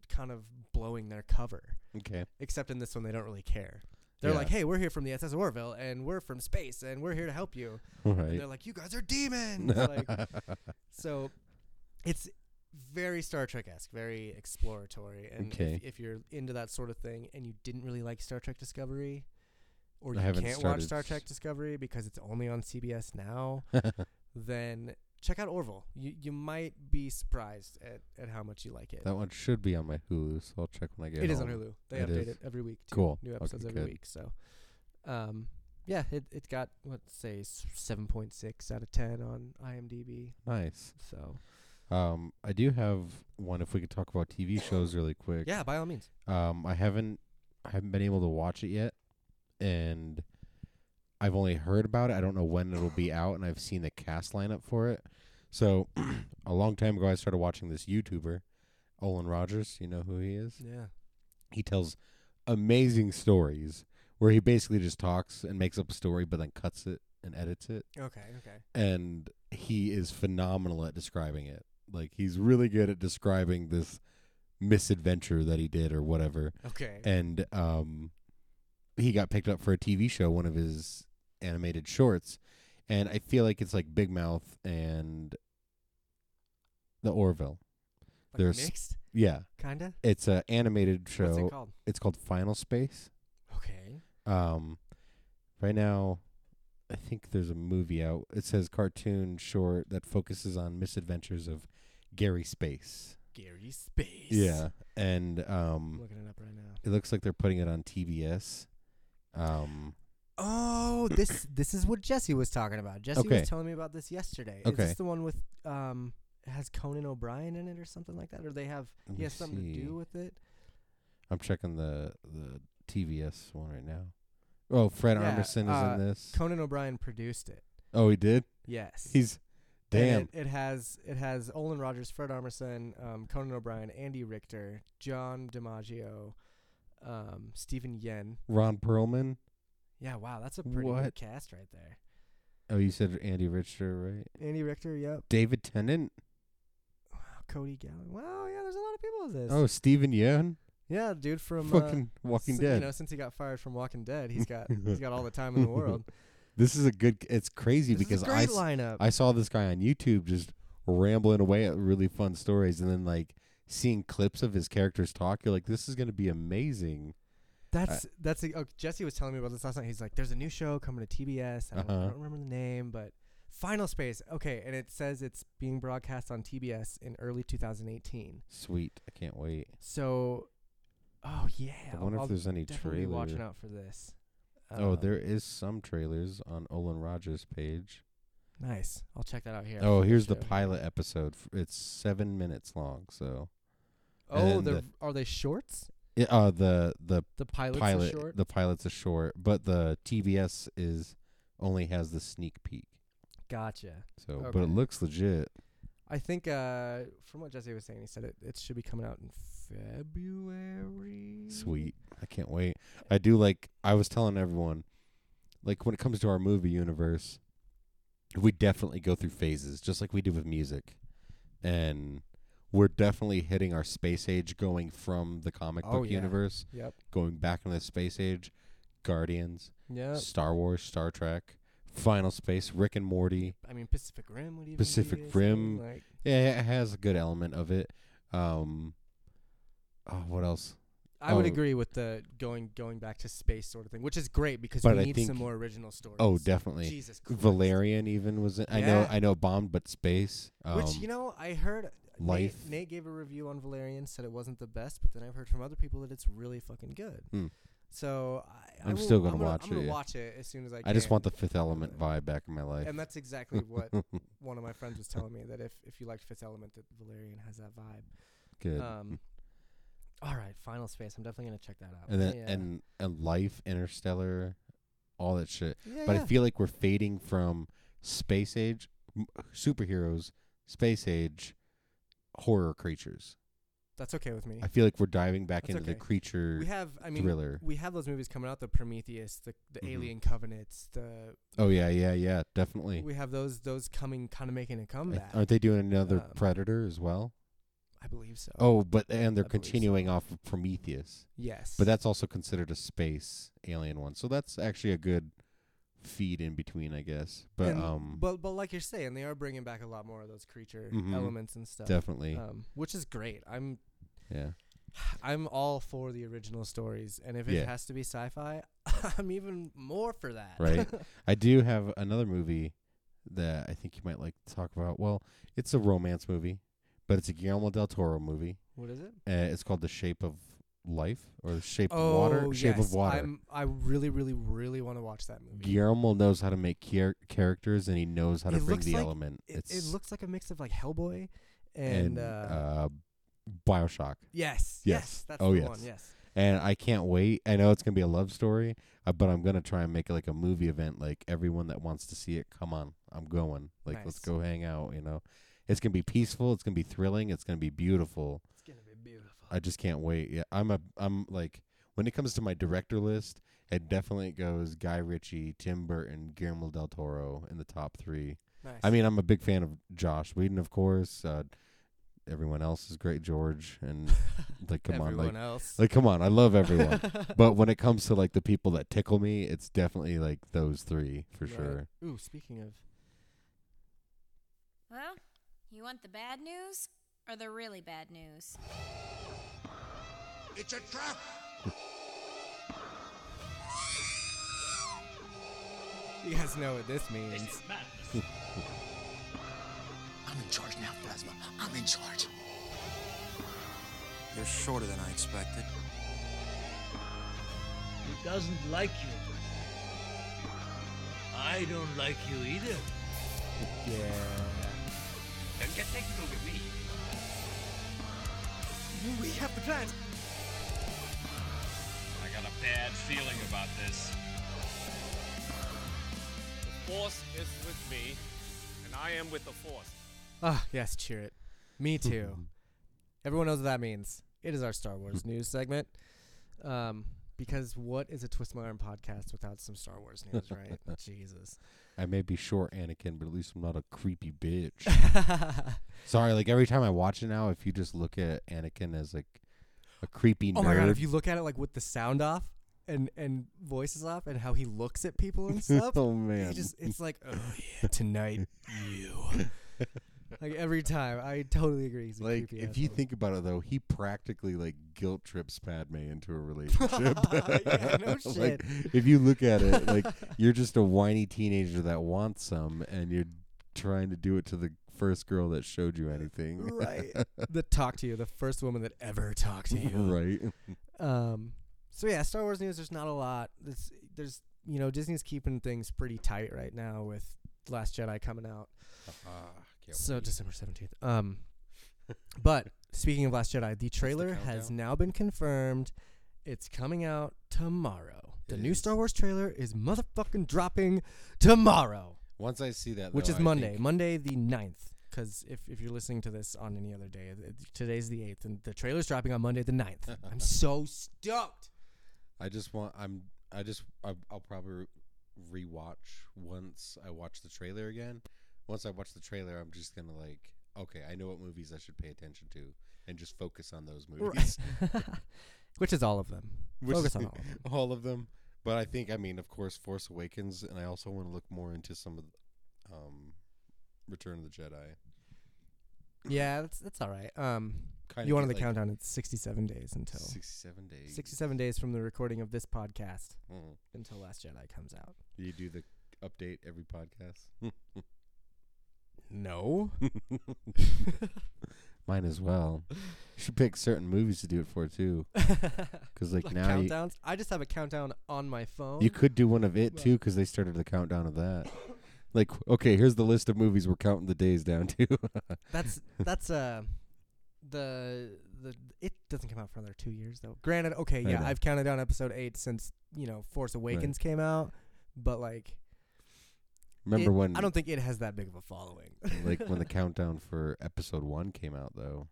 kind of blowing their cover.
Okay.
Except in this one, they don't really care. They're
Yeah.
like, "Hey, we're here from the SS Orville, and we're from space, and we're here to help you."
Right.
And they're like, "You guys are demons!" <laughs> like, so it's very Star Trek esque, very exploratory. And
Okay.
if, if you're into that sort of thing, and you didn't really like Star Trek Discovery, or
I
you
haven't
can't watch
started
Star Trek Discovery because it's only on CBS now, then check out Orville. You you might be surprised at, at how much you like it.
<laughs> That one should be on my Hulu, so I'll check when I get
It is on
home.
Hulu. They
It
update
is.
it every week. Too.
Cool.
New
Okay,
episodes every
good.
week. So, um, yeah, it it got let's say seven point six out of ten on IMDb.
Nice.
So,
um, I do have one. If we could talk about TV shows really quick.
Yeah, by all means.
Um, I haven't, I haven't been able to watch it yet, and I've only heard about it. I don't know when it'll be out, and I've seen the cast lineup for it. So, <clears throat> a long time ago, I started watching this YouTuber, Olin Rogers. You know who he is?
Yeah.
He tells amazing stories where he basically just talks and makes up a story, but then cuts it and edits it.
Okay, okay.
And he is phenomenal at describing it. Like he's really good at describing this misadventure that he did or whatever.
Okay.
And um, he got picked up for a TV show, one of his animated shorts, and I feel like it's like Big Mouth and the Orville.
Like
There's
mixed?
yeah,
Kinda?
It's an animated show.
What's it called?
It's called Final Space.
Okay.
Um, right now, I think there's a movie out. It says cartoon short that focuses on misadventures of Gary Space.
Gary Space.
Yeah, and um,
Looking it up right now.
It looks like they're putting it on TBS. Um, <clears throat>
Oh, this this is what Jesse was talking about. Jesse
Okay.
was telling me about this yesterday. Is
Okay.
this the one with um it has Conan O'Brien in it or something like that? Or they have
Let
he
me
has something to
see.
do with it?
I'm checking the the TBS one right now. Oh, Fred
Yeah,
Armisen is
uh,
in this.
Conan O'Brien produced it.
Oh, he did.
Yes.
He's damn.
And It, it has it has Olin Rogers, Fred Armisen, um, Conan O'Brien, Andy Richter, John DiMaggio, um, Stephen Yen.
Ron Perlman.
Yeah, wow, that's a pretty
What?
good cast right there.
Oh, you said Andy Richter, right?
Andy Richter, yep.
David Tennant.
Cody Gallant. Wow, yeah, there's a lot of people in this.
Oh, Steven Yeun.
yeah, dude from
Fucking
uh,
Walking
si-
Dead.
You know, since he got fired from Walking Dead, he's
<laughs>
got he's got all the time in the world.
This is a good. It's crazy
This is a
because I
great
s-
lineup.
I saw this guy on YouTube just rambling away at really fun stories, and then like seeing clips of his characters talk. You're like, this is gonna be amazing.
That's that's a, oh, Jesse was telling me about this last night. He's like, "There's a new show coming to TBS. I don't, I
Uh-huh.
don't remember the name, but Final Space. Okay, and it says it's being broadcast on TBS in early 2018.
Sweet. I can't wait.
So, oh yeah,
I wonder if there's any
definitely be Watching
trailer.
out for this.
oh,
Um,
there is some trailers on Olin Rogers' page.
nice. I'll check that out here.
oh,
after
here's the
show.
pilot episode. F- It's seven minutes long. So. and
Oh,
then
they're, are they shorts?
the, i- uh, the the
The pilot's a
pilot
short?
the pilot's a short, but the TBS is only has the sneak peek.
Gotcha.
So, but it
Okay.
looks legit.
I think uh, from what Jesse was saying, he said it, it should be coming out in February.
Sweet. I can't wait. I do like I was telling everyone like when it comes to our movie universe, we definitely go through phases just like we do with music. And we're definitely hitting our space age going from the comic
Oh,
book
yeah.
universe,
Yep.
going back into the space age, Guardians,
Yep.
Star Wars, Star Trek, Final Space, Rick and Morty.
I mean, Pacific Rim would even be
Pacific
the same,
Rim.
like-
yeah, it has a good element of it. Um, oh, what else?
I would
Oh,
agree with the going going back to space sort of thing, which is great because
But
we
I
need
think
some more original stories.
Oh, definitely.
Jesus Christ.
Valerian even was. In, I know.
Yeah.
I know. Bombed, but space. Um,
Which you know, I heard
Life.
Nate, Nate gave a review on Valerian, said it wasn't the best, but then I've heard from other people that it's really fucking good.
Hmm.
So I, I
I'm
will-
still gonna
I'm gonna,
watch
I'm gonna
it, yeah.
watch it as soon as I.
I just
can.
want the Fifth Element vibe back in my life.
And that's exactly
<laughs>
what one of my friends was telling me that if if you liked Fifth Element, that Valerian has that vibe.
Good.
Um, all right, Final Space. I'm definitely gonna check that out.
and then
Yeah.
and and life interstellar all that shit
Yeah,
but
Oh, yeah.
i feel like we're fading from space age m- superheroes space age horror creatures
That's okay with me.
i feel like we're diving back
That's
into the
okay.
creature
We have, I mean,
thriller
we have those movies coming out: the Prometheus, the the
Mhm.
Alien Covenants, the
oh yeah yeah yeah definitely
we have those those coming, kind of making a
I-
comeback.
aren't they doing another
Um,
predator as well
I believe so.
oh but and they're
I believe so.
continuing off of prometheus
Yes.
but that's also considered a space alien one so that's actually a good feed in between i guess but
And-
um
but but like you're saying, they are bringing back a lot more of those creature
Mhm.
elements and stuff.
Definitely.
um, which is great. I'm
yeah
I'm all for the original stories, and if
Yeah.
it has to be sci-fi, <laughs> I'm even more for that.
right? I do have another movie that I think you might like to talk about. Well, it's a romance movie, but it's a Guillermo del Toro movie.
<laughs> What is it?
Uh, it's called The Shape of Life or The Shape
oh,
of Water. Shape
yes.
of Water.
I'm, I really, really, really want to watch that movie.
Guillermo knows how to make char- characters and he knows how to
It
bring
looks
the
like-
element.
It,
it's
it looks like a mix of like Hellboy and, uh,
uh, Bioshock.
yes, yes,
yes.
that's
Oh,
the
yes.
one. Yes,
And I can't wait. I know it's gonna be a love story, uh, but I'm gonna try and make it like a movie event. Like everyone that wants to see it, come on, I'm going. Like let's
Nice.
go hang out. You know, it's gonna be peaceful. It's gonna be thrilling. It's gonna be beautiful.
it's gonna be beautiful.
I just can't wait. Yeah, I'm a I'm like when it comes to my director list, it definitely goes Guy Ritchie, Tim Burton, Guillermo del Toro in the top three.
Nice.
I mean, I'm a big fan of Josh Whedon, of course. Uh, everyone else is great, George,
<laughs>
and like come on,
everyone
like
else.
like, come on, I
<laughs>
love everyone. but when it comes to like the people that tickle me, it's definitely like those three for
Right.
sure.
Ooh, speaking of, <laughs>
Well, you want the bad news or the really bad news?
<laughs> It's a trap!
you guys know what this means.
I'm in charge now, Plasma. I'm in charge.
You're shorter than I expected.
He doesn't like you. I don't like you either.
Yeah.
Don't get technical with me. We have the plans.
I got a bad feeling about this. The Force is with me, and I am with the Force.
Ah, yes, cheer it. Me too. Everyone knows what that means. It is our Star Wars news segment. Um, because what is a Twist My Arm podcast without some Star Wars news, right?
<laughs>
Jesus.
I may be short Anakin, but at least I'm not a creepy bitch.
<laughs>
Sorry, like every time I watch it now, if you just look at Anakin as like a creepy
Oh
nerd,
my god,
<laughs>
if you look at it like with the sound off and and voices off and how he looks at people
<laughs>
and stuff,
oh
he
man,
just it's like,
<laughs>
oh yeah, tonight you. like every time, I totally agree. He's a
like
creepy
if you
asshole.
think about it though, he practically like guilt trips Padme
<laughs>
into a relationship.
Yeah, no
<laughs> like, if you look at
<laughs>
it, like you're just a whiny teenager that wants some, and you're trying to do it to the first girl that showed you anything. <laughs>
right, the talk to you, the first woman that ever talked to you,
right.
Um, so yeah, Star Wars news. There's not a lot. There's, there's you know Disney's keeping things pretty tight right now with Last Jedi coming out.
Uh-huh.
so December seventeenth.
<laughs>
Um, but speaking of Last Jedi, the trailer has
countdown.
now been confirmed. It's coming out tomorrow. The
It
new
is.
Star Wars trailer is motherfucking dropping tomorrow,
Once I see that,
which
though,
is
I
Monday,
think-
Monday the 9th. Because if, if you're listening to this on any other day, th- today's the 8th, and the trailer's dropping on Monday the
<laughs>
9th. I'm so stoked.
I just want. I'm. I just. I, I'll probably re- rewatch once I watch the trailer again. Once I watch the trailer, I'm just gonna like. Okay, I know what movies I should pay attention to, and just focus on those movies.
<laughs> Which is all of them.
<laughs> Which
Focus
is
on all of them.
<laughs> all of them. But I think I mean, of course, Force Awakens, and I also want to look more into some of, the, um, Return of the Jedi.
Yeah, that's that's all right. Um,
Kinda
you wanted
get
the
like-
countdown. It's 67 days until
67 days.
67 days from the recording of this podcast
Mhm.
until Last Jedi comes out.
You do the update every podcast. <laughs>
<laughs> No.
<laughs> Mine as well. You should pick certain movies to do it for too, because like,
Like
now you,
countdowns. I just have a countdown on my phone.
You could do one of it too, because they started the countdown of that. Like, okay, here's the list of movies we're counting the days down to. <laughs>
That's that's uh the the it doesn't come out for another two years though. Granted, okay,
I
yeah,
know.
I've counted down episode eight since you know Force Awakens came out, but like
Remember
it-
when,
I don't think it has that big of a following.
<laughs> like,
<laughs>
when the countdown for episode one came out, though,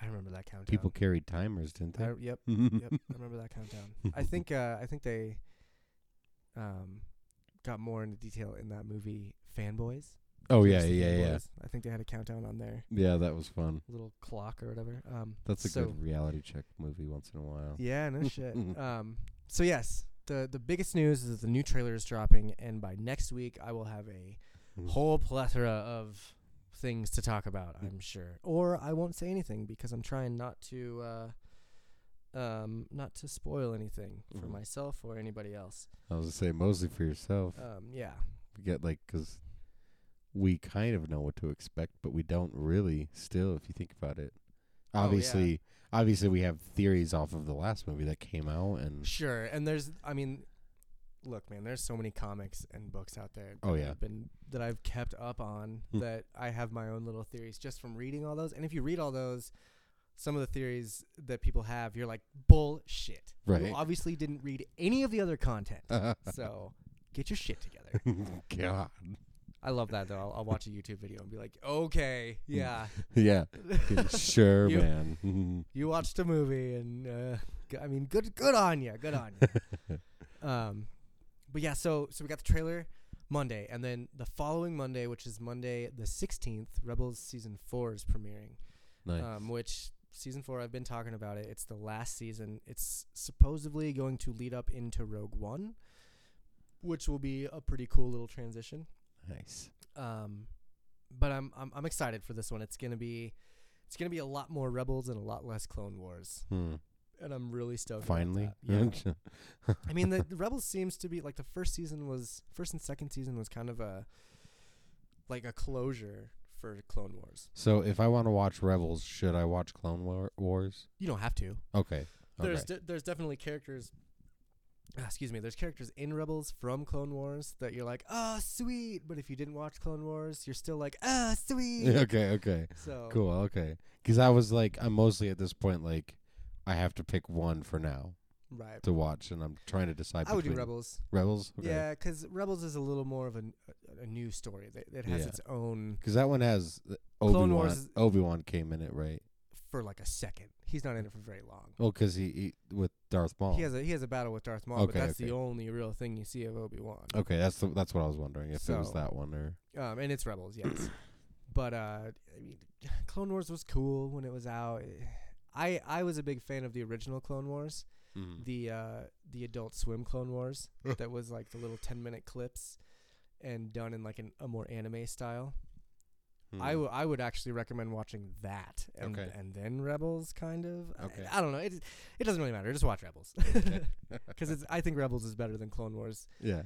I remember that countdown.
people carried timers, didn't they?
I,
<laughs>
yep, yep. I remember that countdown. I think uh, I think they um got more into detail in that movie Fanboys.
Oh
Did you
yeah,
ever see
yeah, yeah,
Fanboys? I think they had a countdown on their
yeah. That was fun.
little clock or whatever. Um,
That's a
so
good reality check movie once in a while.
Yeah, no shit. Um, so yes, the the biggest news is that the new trailer is dropping, and by next week I will have a whole plethora of things to talk about. I'm sure, or I won't say anything because I'm trying not to, uh, um, not to spoil anything for
Mhm.
myself or anybody else.
I was gonna say mostly for yourself.
Um, yeah,
We get like because we kind of know what to expect, but we don't really still, if you think about it.
Oh, yeah.
Obviously, obviously, we have theories off of the last movie that came out, and
<laughs> sure. And there's, I mean. Look, man, there's so many comics and books out there.
Oh,
that
yeah.
I've been that I've kept up on
Hmm.
that I have my own little theories just from reading all those. And if you read all those, some of the theories that people have, you're like bullshit.
Right.
You obviously didn't read any of the other
<laughs>
content. so get your shit together.
God,
I love that though. I'll, I'll watch a YouTube video and be like, okay,
Hmm.
yeah,
<laughs> yeah,
<laughs>
sure,
You-
man. <laughs>
you watched a movie and uh, g- I mean, good, good on you, good on you. um, but yeah, so so we got the trailer Monday, and then the following Monday, which is Monday the sixteenth, Rebels season four is premiering.
nice.
Um, which season four I've been talking about it. It's the last season. It's supposedly going to lead up into Rogue One, which will be a pretty cool little transition.
nice.
Um, but I'm, I'm I'm excited for this one. It's gonna be it's gonna be a lot more Rebels and a lot less Clone Wars,
Hmm.
and I'm really stoked. about
Finally,
that. yeah. I mean, the, the Rebels seems to be like the first season was first and second season was kind of a like a closure for Clone Wars.
<laughs> so if I want to watch Rebels, should I watch Clone War- Wars?
You don't have to.
Okay,
There's
okay.
de- there's definitely characters. ah, Excuse me. There's characters in Rebels from Clone Wars that you're like, oh sweet, but if you didn't watch Clone Wars, you're still like, ah sweet.
<laughs> okay, okay.
So
Cool. Okay. Because I was like, I'm mostly at this point like, I have to pick one for now
Right.
to watch, and I'm trying to decide.
I would do
between
Rebels.
Rebels.
Yeah, 'cause Yeah, because Rebels is a little more of a, n- a- a new story. Th- It has
Yeah.
its own
Because that one has Obi
Clone Wars
Wan.
is-
Obi Wan came in it, right?
for like a second. He's not in it for very long.
Oh, because he, he with Darth Maul.
He has a he has a battle with Darth Maul, but
Oh. Okay,
that's the
okay.
only real thing you see of Obi Wan.
okay, that's the, that's what I was wondering if it was
So-
that one or
Um, and it's Rebels, yes.
<coughs>
but uh, I mean, <sighs> Clone Wars was cool when it was out. I I was a big fan of the original Clone Wars,
Hmm.
the uh, the Adult Swim Clone
<laughs>
Wars that was like the little ten minute clips, and done in like an, a more anime style. I, w- I would actually recommend watching that and,
Hmm. Okay.
and then Rebels kind of I-
Okay.
I, don't know it it doesn't really matter just watch Rebels <laughs> because it's I think Rebels is better than Clone Wars
<laughs> yeah.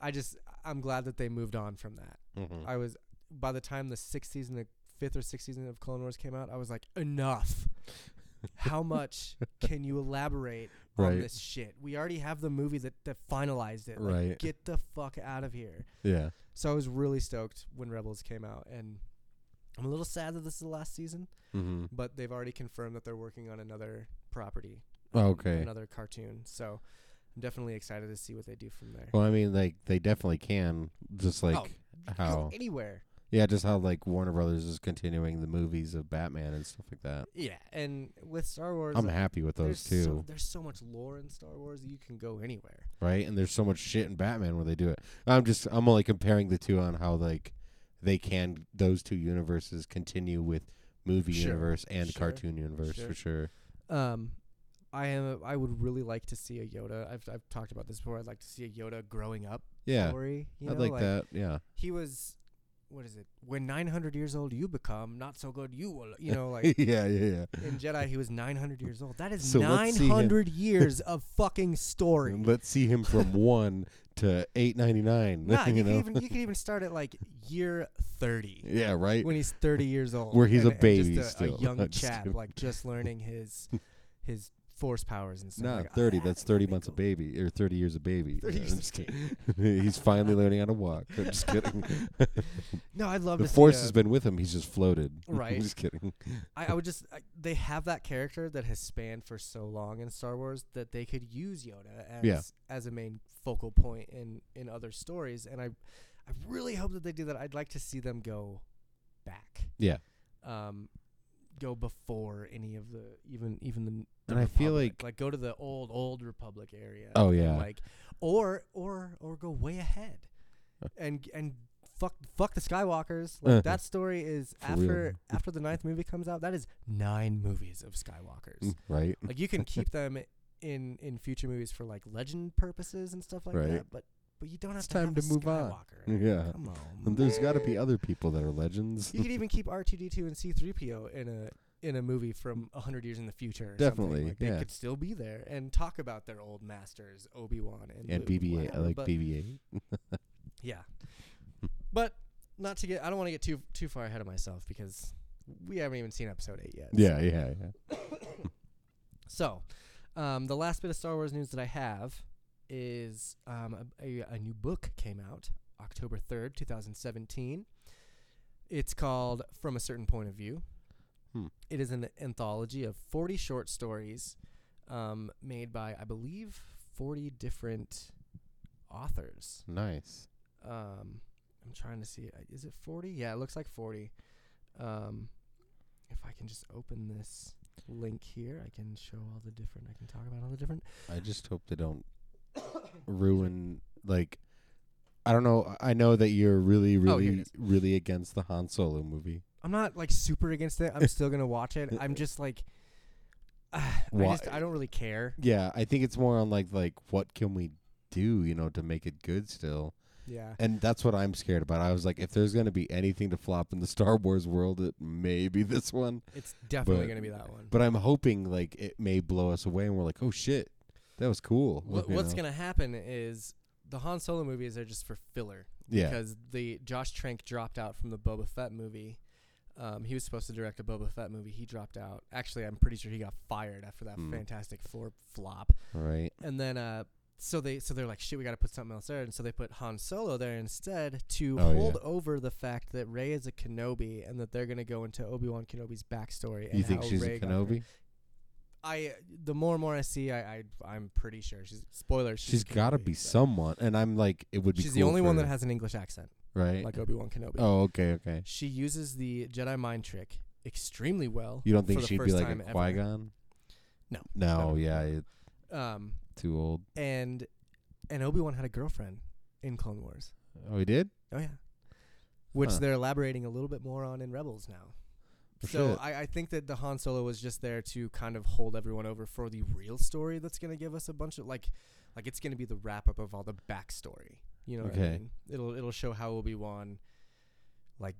I just I'm glad that they moved on from that
Mhm.
I was by the time the sixth season, the fifth or sixth season of Clone Wars came out, I was like, enough.
<laughs>
How much can you elaborate on
Right.
this shit? We already have the movie that, that finalized it. Like,
Right.
Get the fuck out of here.
yeah.
So I was really stoked when Rebels came out, and I'm a little sad that this is the last season,
Mm-hmm.
but they've already confirmed that they're working on another property,
Okay.
another cartoon. So I'm definitely excited to see what they do from there.
Well, I mean, like they definitely can, just
Oh.
like
Hell,
how,
anywhere.
yeah, just how like Warner Brothers is continuing the movies of Batman and stuff like that.
Yeah, and with Star Wars,
I'm happy with those
there's
two.
So, there's so much lore in Star Wars. You can go anywhere.
right? And there's so much shit in Batman where they do it. I'm just I'm only comparing the two on how like they can those two universes continue with movie
Sure,
universe and
sure,
cartoon universe
sure.
for sure.
Um, I am. I would really like to see a Yoda. I've I've talked about this before. I'd like to see a Yoda growing up.
Yeah,
story. you
I'd
know,
like that, yeah. <laughs>
he was. What is it? When 900 years old you become, not so good you will. You know,
<laughs>
like
Yeah, yeah, yeah.
In Jedi, he was 900 years old. That is
So let's see him.
900 years of
<laughs>
fucking story.
And let's see
<laughs>
him from one to eight ninety nine.
Nah,
<laughs> you
you,
know,
could even, you could even start at like year 30.
<laughs> Yeah, right.
When he's 30 years old.
Where he's a
and- and just
baby
a,
still. <laughs>
A young
I'm just
chap,
kidding.
like just learning
<laughs>
his his force powers and stuff.
no,
Like, "Ah,
thirty. That's thirty months a baby or thirty years
<laughs>
a baby.
30
Yeah,
years
I'm
a
just kidding. <laughs> he's finally learning how to walk. I'm
<laughs>
just kidding.
No, I'd love
<laughs> the
to see
force
a-
has been with him. He's just floated. <laughs>
Right.
I'm just kidding.
I, I would just. I, they have that character that has spanned for so long in Star Wars that they could use Yoda as
Yeah.
as a main focal point in in other stories, and I, I really hope that they do that. I'd like to see them go back.
Yeah.
Um, go before any of the even even the. the
And I feel
Republic. like go to the old old Republic area.
Oh,
and,
yeah.
Like, or or or go way ahead,
Uh.
and and. Fuck, fuck the Skywalkers. Like that story is
For real.
after after the ninth movie comes out. That is nine movies of Skywalkers.
<laughs> Right.
Like you can keep them in in future movies for like legend purposes and stuff like
Right.
that. But but you don't have
It's
to
time
have
to
a
move on.
Skywalker.
Yeah.
Come on,
And there's got to be other people that are <laughs> legends.
You could even keep R two D two and C three PO in a in a movie from a hundred years in the future. Or
Definitely,
Something. Like
yeah.
They could still be there and talk about their old masters, Obi Wan and
and
Luke,
BB-8. I
whatever,
like
but-
BB-8.
Yeah. But not to get I don't want to get too too far ahead of myself because we haven't even seen episode 8 yet.
yeah, yeah, yeah.
<coughs> So, um, the last bit of Star Wars news that I have is um, a, a, a new book came out October 3rd, 2017. It's called From a Certain Point of View.
Hmm.
It is an anthology of 40 short stories um, made by, I believe, 40 different authors.
Nice.
Um, I'm trying to see. uh, Is it 40? Yeah, it looks like 40. Um, if I can just open this link here, I can show all the different. I can talk about all the different.
I just hope they <coughs> don't ruin like I don't know. I know that you're really,
Oh, here it
really, really against the Han Solo movie.
I'm not like super against it. I'm
<laughs>
still gonna watch it. I'm just like, <sighs> I
Why-
just I don't really care.
Yeah, I think it's more on like like what can we do, you know, to make it good still.
Yeah.
And that's what I'm scared about. I was like, if there's gonna be anything to flop in the Star Wars world, it may be this one.
It's definitely
But-
gonna be that one.
But I'm hoping like it may blow us away, and we're like, oh shit, that was cool.
Wha-
you
what's
know?
gonna happen is the Han Solo movies are just for filler.
Yeah.
Because the Josh Trank dropped out from the Boba Fett movie. Um, he was supposed to direct a Boba Fett movie. He dropped out. Actually, I'm pretty sure he got fired after that
Hmm.
Fantastic Four flop.
Right.
And then, uh, so they so they're like, shit, we got to put something else there. And so they put Han Solo there instead to
Oh,
hold
yeah.
over the fact that Rey is a Kenobi and that they're gonna go into Obi Wan Kenobi's backstory.
you
and
think
how
she's
Rey
a
got her-
Kenobi?
I the more and more I see, I, I I'm pretty sure she's spoilers.
she's got to be
someone.
someone, and I'm like, it would be.
She's the
cool
only one
for
that
her,
has an English accent,
right.
like Obi Wan Kenobi.
oh, okay, okay.
She uses the Jedi mind trick extremely well.
You don't
for
think
the
she'd be
first
like a
time ever.
Qui Gon?
No,
No,
no,
yeah, you-
Um,
too old.
and and Obi Wan had a girlfriend in Clone Wars.
Oh, he did.
Oh yeah, which
Huh.
they're elaborating a little bit more on in Rebels now.
Oh,
So
shit.
I, I think that the Han Solo was just there to kind of hold everyone over for the real story that's going to give us a bunch of like, like it's going to be the wrap up of all the backstory. You know, what
Okay.
I mean? it'll it'll show how Obi Wan, like,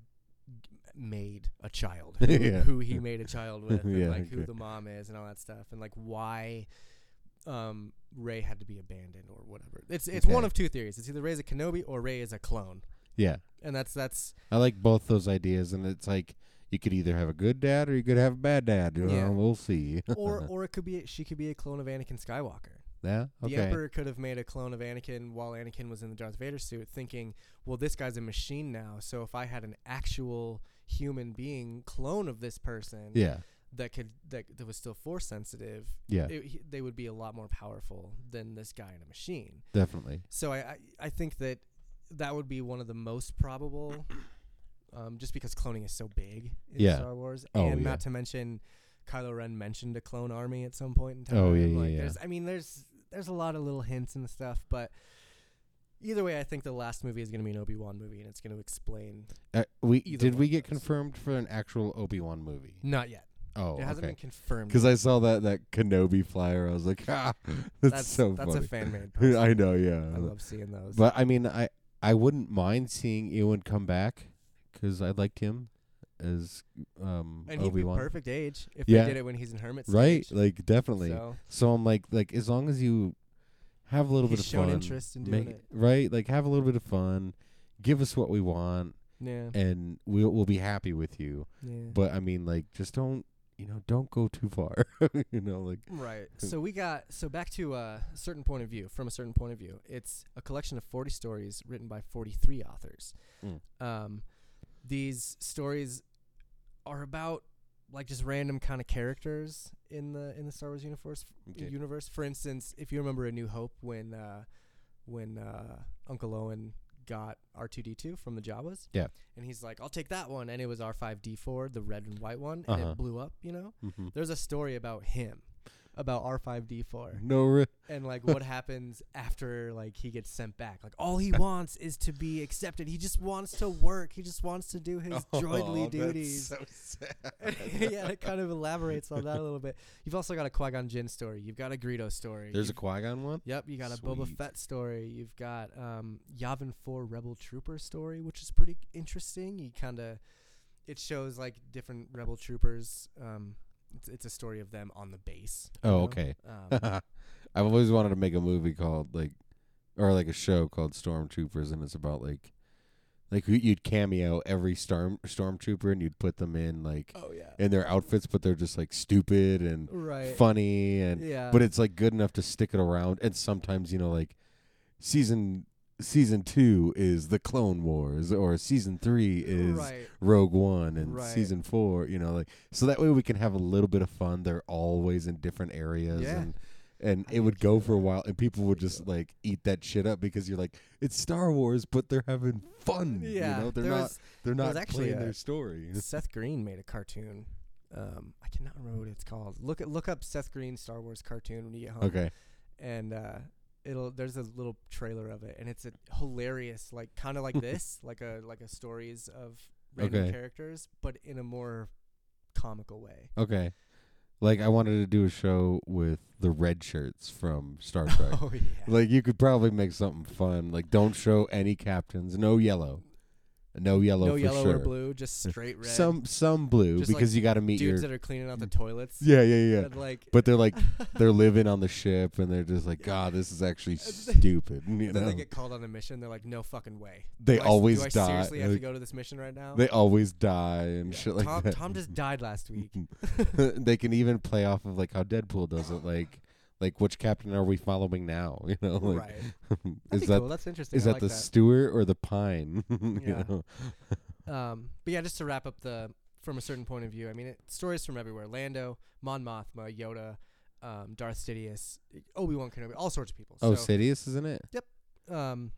g- made a
<laughs>
child, who,
Yeah.
who he made a child
<laughs>
with, and,
Yeah,
like who
okay.
the mom is, and all that stuff, and like why, um, Ray had to be abandoned or whatever. It's it's one
Okay.
of two theories. It's either Ray's a Kenobi or Ray is a clone,
Yeah,
and that's that's
I like both those ideas, and it's like you could either have a good dad or you could have a bad dad. You
Yeah.
know, we'll see. <laughs>
or or it could be she could be a clone of Anakin Skywalker.
yeah,
The
okay.
Emperor could have made a clone of Anakin while Anakin was in the Darth Vader suit, thinking, well, this guy's a machine now. So if I had an actual human being clone of this person
yeah,
that could that, that was still force sensitive,
Yeah.
it, he, they would be a lot more powerful than this guy in a machine.
definitely.
So I, I, I think that that would be one of the most probable, um, just because cloning is so big in
Yeah.
Star Wars,
Oh,
and
yeah.
not to mention Kylo Ren mentioned a clone army at some point in time.
Oh, yeah, yeah,
like
yeah.
There's, I mean, there's there's a lot of little hints and stuff, but either way, I think the last movie is going to be an Obi Wan movie, and it's going to explain.
Uh, we
Either
did
one
we
of
get
those.
confirmed for an actual Obi Wan movie?
Not yet.
Oh,
It hasn't
okay.
been confirmed
Because I saw that that Kenobi flyer, I was like, <laughs> ah, that's,
That's-
so
that's a
funny. <laughs>
fan-made
I
post.
know, yeah.
I love seeing those.
But I mean, I I wouldn't mind seeing Ewan come back because I liked him as um
and he'd
Obi
be
Wan.
perfect age if
yeah,
they did it when he's in hermit stage.
right? Like definitely.
So-
So. I'm like, like as long as you have a little
He's
bit of
shown
fun,
interest in doing it.
right? Like have a little bit of fun, give us what we want,
Yeah.
and we'll we'll be happy with you.
Yeah.
But I mean, like, just don't you know, don't go too far. <laughs> you know, like
Right.
Hmm.
So we got so back to uh, a certain point of view. From a certain point of view, it's a collection of forty stories written by forty-three authors.
Mm.
Um, these stories are about like just random kind of characters in the in the Star Wars universe.
Okay.
Universe, for instance, if you remember A New Hope, when uh, when uh, Uncle Owen got R two D two from the Jawas.
Yeah.
And he's like, "I'll take that one," and it was R five D four, the red and white one, and
Uh-huh.
it blew up. You know, <laughs>
Mhm.
there's a story about him about R5D4.
No ri-
And like
<laughs>
what happens after like he gets sent back. Like all he wants is to be accepted. He just wants to work. He just wants to do his
<laughs> Aw,
droidly
Oh, that's
duties.
so sad.
<laughs> yeah, it kind of elaborates on that a little bit. You've also got a Qui-Gon Jinn story. You've got a Greedo story.
<laughs> There's a
You've-
Qui Gon one. <laughs>
Yep, you got a Boba
Sweet.
Fett story. You've got um, Yavin Four Rebel Trooper story, which is pretty interesting. You kind of it shows like different Rebel troopers. Um, it's, it's a story of them on the base. you
Oh,
know?
okay. <laughs>
Um,
I've always wanted to make a movie called like, or like a show called Stormtroopers, and it's about like, like who- you'd cameo every storm stormtrooper, and you'd put them in like,
Oh, yeah.
in their outfits, but they're just like stupid and
Right.
funny, and
Yeah.
but it's like good enough to stick it around. And sometimes you know like, season season two is the Clone Wars, or season three is
Right.
Rogue One, and
Right.
season four, you know, like so that way we can have a little bit of fun. They're always in different areas,
Yeah.
and and it would go for a while, and people would just like eat that shit up because you're like, it's Star Wars, but they're having fun.
Yeah,
you know, they're
there
not
was- there
they're not
was actually
playing
a-
their story.
Seth Green made a cartoon. Um, I cannot remember what it's called. Look at look up Seth Green Star Wars cartoon when you get home.
Okay.
And uh, it'll there's a little trailer of it, and it's a hilarious, like kind of
<laughs>
like this, like a like a stories of random
Okay.
characters, but in a more comical way.
Okay. Like I wanted to do a show with the red shirts from Star Trek.
<laughs> Oh, yeah.
Like you could probably make something fun. Like don't show any captains. No yellow. No yellow
no
for
yellow
sure.
or blue, just straight red.
Some some blue
Just, like,
because you got to meet
dudes
your
that are cleaning out the toilets.
<laughs> yeah yeah yeah.
and, like <laughs>
but they're like they're living on the ship and they're just like God, this
<laughs>
is actually stupid. You
And then
know,
they get called on a mission. They're like, no fucking way.
They
do I s-
always
do I
die.
seriously have to
Like,
go to this mission right now?
they always die and shit like
Tom,
that.
Tom just
<laughs>
died last week.
they can even play off of like how Deadpool does it, like like which captain are we following now? <laughs> You know, like
Right. That'd be
is that
cool. That's interesting. I
Is that
like
the
that.
Stewart or the Pine? <laughs> You
Yeah.
know?
Um, but yeah, just to wrap up the from a certain point of view. I mean, it, stories from everywhere: Lando, Mon Mothma, Yoda, um, Darth Sidious, Obi Wan Kenobi, all sorts of people.
Oh,
so,
Sidious, isn't it?
um,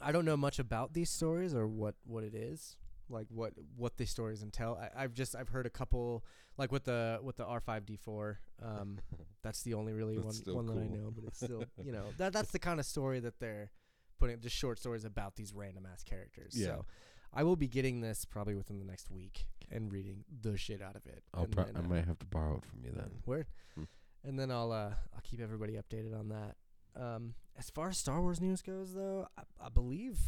I don't know much about these stories or what what it is, like what what the stories entail. I, I've just I've heard a couple, like with the with the R five D four. Um, that's the only really
That's
one
still
one that I
cool.
know, but it's
<laughs>
still you know that that's the kind of story that they're putting just short stories about these random ass characters.
Yeah.
So I will be getting this probably within the next week and reading the shit out of it.
<laughs> I'll
and
pro-
then,
I
uh,
might have to borrow it from you then.
Word.
Hmm.
And then I'll uh I'll keep everybody updated on that. Um, as far as Star Wars news goes, though, I, I believe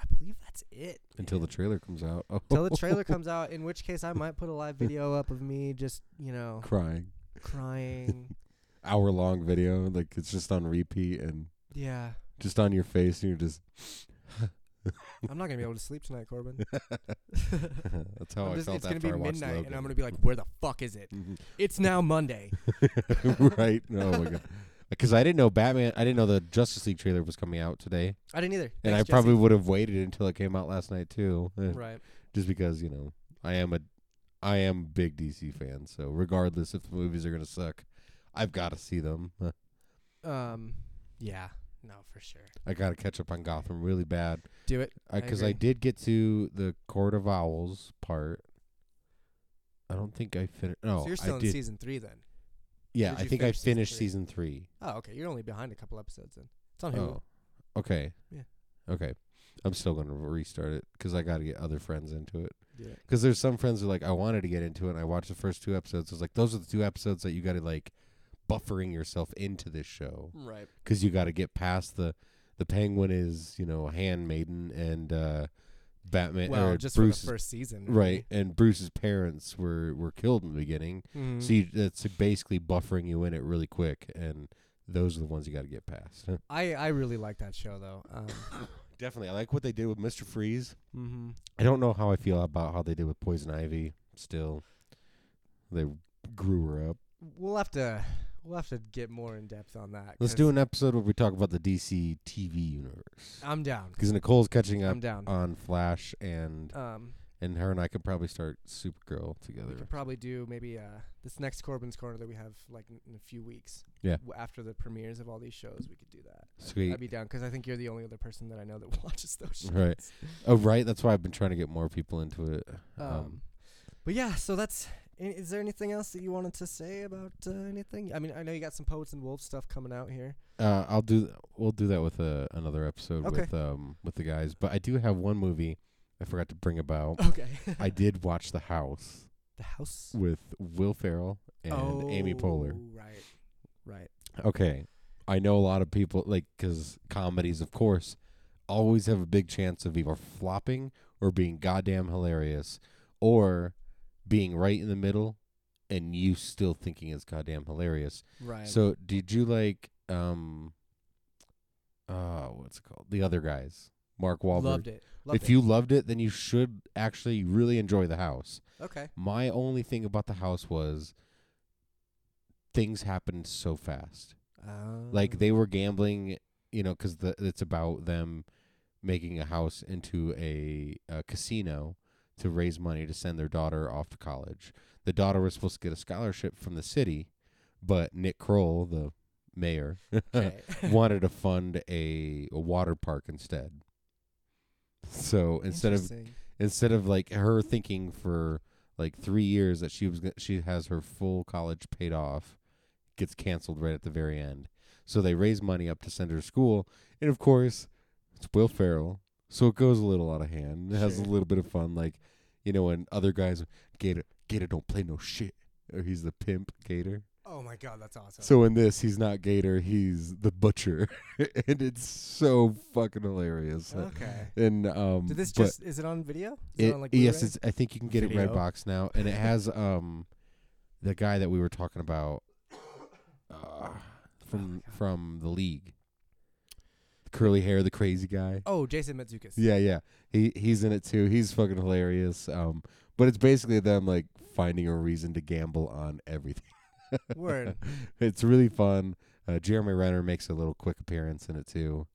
I believe that's it.
Until the trailer comes out. <laughs> Oh.
Until the trailer comes out, in which case I might put a live video up of me just you know
<laughs> Crying. <laughs>
crying.
Hour long video. Like it's just on repeat and
Yeah,
just on your face and you're just <laughs>
I'm not gonna be able to sleep tonight, Corbin.
<laughs> That's how
I'm
Oh, I
just-
felt
it's
after
gonna be
I watched
midnight,
Logan.
and I'm gonna be like, "Where the fuck is it? it's now Monday."
<laughs> right? Oh my god. <laughs> Because I didn't know Batman. I didn't know the Justice League trailer was coming out today,
I didn't either.
and
Thanks,
I
Jesse.
probably would have waited until it came out last night too. <laughs> Uh,
right.
Just because you know I am a, I am a big DC fan. So regardless if the movies are gonna suck, I've got to see them. <laughs> Uh,
Um, yeah, no, for sure.
I got to catch up on Gotham really bad.
Do it. I
Because I,
agree.
did get to the Court of Owls part. I don't think I finished. No,
so you're still
Oh, I
in
did.
season three then.
yeah,
did
I
you
think I
finish season
finished
three?
season three.
Oh, okay. You're only behind a couple episodes then. It's on Hulu.
Oh, okay.
Yeah.
Okay. I'm still gonna restart it because I gotta get other friends into it.
Yeah.
Because there's some friends who are like, I wanted to get into it. and I watched the first two episodes. I was like, those are the two episodes that you got to like buffering yourself into this show.
Right.
Because you got to get past the the penguin is you know handmaiden and uh, Batman.
Well,
or
just for the
Bruce
first season,
Right. And Bruce's parents were were killed in the beginning.
Mhm.
So you, it's basically buffering you in it really quick. And those are the ones you got to get past. <laughs>
I I really like that show though.
<coughs>
Um,
Definitely. I like what they did with Mr. Freeze.
Mhm.
I don't know how I feel about how they did with Poison Ivy still. They grew her up.
we'll have to we'll have to get more in depth on that.
Let's
'cause
do an episode where we talk about the DC TV universe.
I'm down.
Because Nicole's catching up
I'm down.
on Flash and
Um,
and her and I could probably start Supergirl
We
together.
could probably do maybe uh, this next Corbin's Corner that we have like in, in a few weeks.
Yeah.
W- after the premieres of all these shows, we could do that.
Sweet.
I'd be down because I think you're the only other person that I know that <laughs> watches those shows.
Right. Oh, right. That's why I've been trying to get more people into it.
Um,
Um,
but yeah, so that's. i- Is there anything else that you wanted to say about uh, anything? I mean, I know you got some Poets and Wolves stuff coming out
<laughs>
here.
uh, I'll do. We'll do that with uh, another episode
Okay.
with um with the guys. But I do have one movie I forgot to bring about.
<laughs> Okay.
I did watch The House
The House
with Will Ferrell and Amy Poehler.
Oh, Right. Right.
Okay, I know a lot of people like because comedies, of course, always have a big chance of either flopping or being goddamn hilarious, or being right in the middle, and you still thinking it's goddamn hilarious.
Right.
So, did you like um, uh, what's it called? The other guys, Mark Wahlberg.
Loved it. Loved
if
it.
you loved it, then you should actually really enjoy The House.
Okay.
My only thing about The House was things happened so fast. Like they were gambling, you know, because the it's about them making a house into a, a casino to raise money to send their daughter off to college. The daughter was supposed to get a scholarship from the city, but Nick Kroll, the mayor,
Okay.
<laughs> wanted to fund a, a water park instead. So instead of
Interesting.
instead of like her thinking for like three years that she was go- she has her full college paid off, gets canceled right at the very end. So they raise money up to send her to school, and of course, it's Will Ferrell. So it goes a little out of hand. It has a
Sure.
little bit of fun, like you know, when other guys Gator Gator don't play no shit, or he's the pimp Gator.
Oh my god, that's awesome.
So in this, he's not Gator, he's the butcher, <laughs> and it's so fucking hilarious.
Okay.
And um,
Did this
but-
just is it on video? Is
it,
on like
yes,
Blu-ray?
it's, I think you can get it
Video.
Redbox now, and it has um, the guy that we were talking about uh,
Oh
from from the league, curly hair, the crazy guy.
Oh, Jason Mantzoukas.
Yeah, yeah, he he's in it too. He's fucking hilarious. Um, but it's basically them like finding a reason to gamble on everything. <laughs>
Word.
it's really fun. Uh, Jeremy Renner makes a little quick appearance in it too,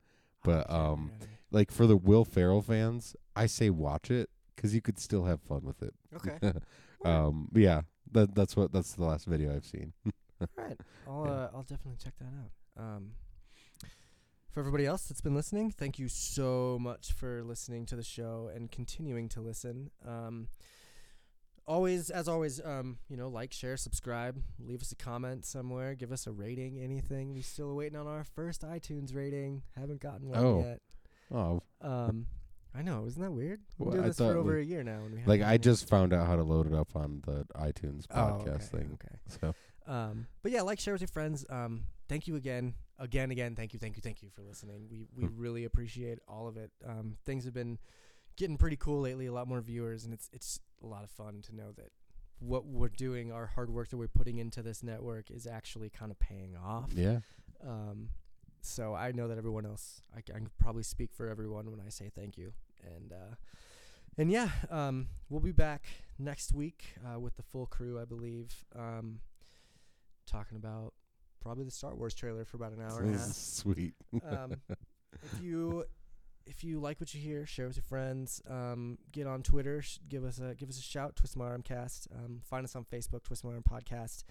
but
Jeremy
um,
Renner.
like for the Will Ferrell fans, I say watch it because you could still have fun with it. <laughs>
Okay.
um, yeah, that that's what that's the last video I've seen. <laughs>
All right. I'll
Yeah.
uh, I'll definitely check that out. Um, for everybody else that's been listening, thank you so much for listening to the show and continuing to listen. Um, always, as always, um, you know, like, share, subscribe, leave us a comment somewhere, give us a rating, anything. We still are waiting on our first iTunes rating. Haven't gotten one
Oh.
yet.
Oh,
Um, I know, isn't that weird? We've
Well,
been doing
I
this for
thought
over
we-
a year now, and we
like
haven't
I
done it.
just found out how to load it up on the iTunes
Oh,
podcast
okay,
thing.
Okay. <laughs>
So
Um, but yeah, like, share with your friends. Um, thank you again, again, again. Thank you, thank you, thank you for listening. We we
Hmm.
really appreciate all of it. Um, things have been getting pretty cool lately. A lot more viewers, and it's it's a lot of fun to know that what we're doing, our hard work that we're putting into this network, is actually kind of paying off.
yeah,
Um, so I know that everyone else, I, c- I can probably speak for everyone when I say thank you. And uh, and yeah, um, we'll be back next week uh, with the full crew, I believe, um, talking about probably the Star Wars trailer for about an hour and a half.
<laughs> sweet.
Um, if you if you like what you hear, share with your friends. Um, get on Twitter, sh- give us a give us a shout. Twist My Arm Cast. Um, find us on Facebook, Twist My Arm Podcast.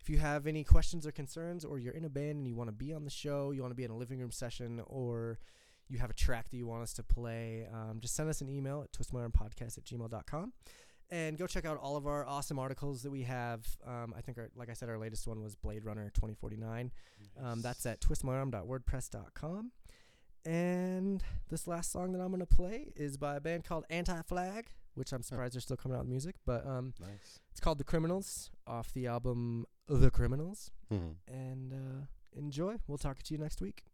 If you have any questions or concerns, or you're in a band and you want to be on the show, you want to be in a living room session, or you have a track that you want us to play, um, just send us an email at twistmyarmpodcast at gmail.com. And go check out all of our awesome articles that we have. Um, I think, our, like I said, our latest one was Blade Runner 2049. Um, that's at twistmyarm.wordpress.com. And this last song that I'm going to play is by a band called Anti Flag which I'm surprised they're still coming out with music. But um,
Nice.
it's called The Criminals off the album The Criminals.
Mhm.
And uh, enjoy. We'll talk to you next week.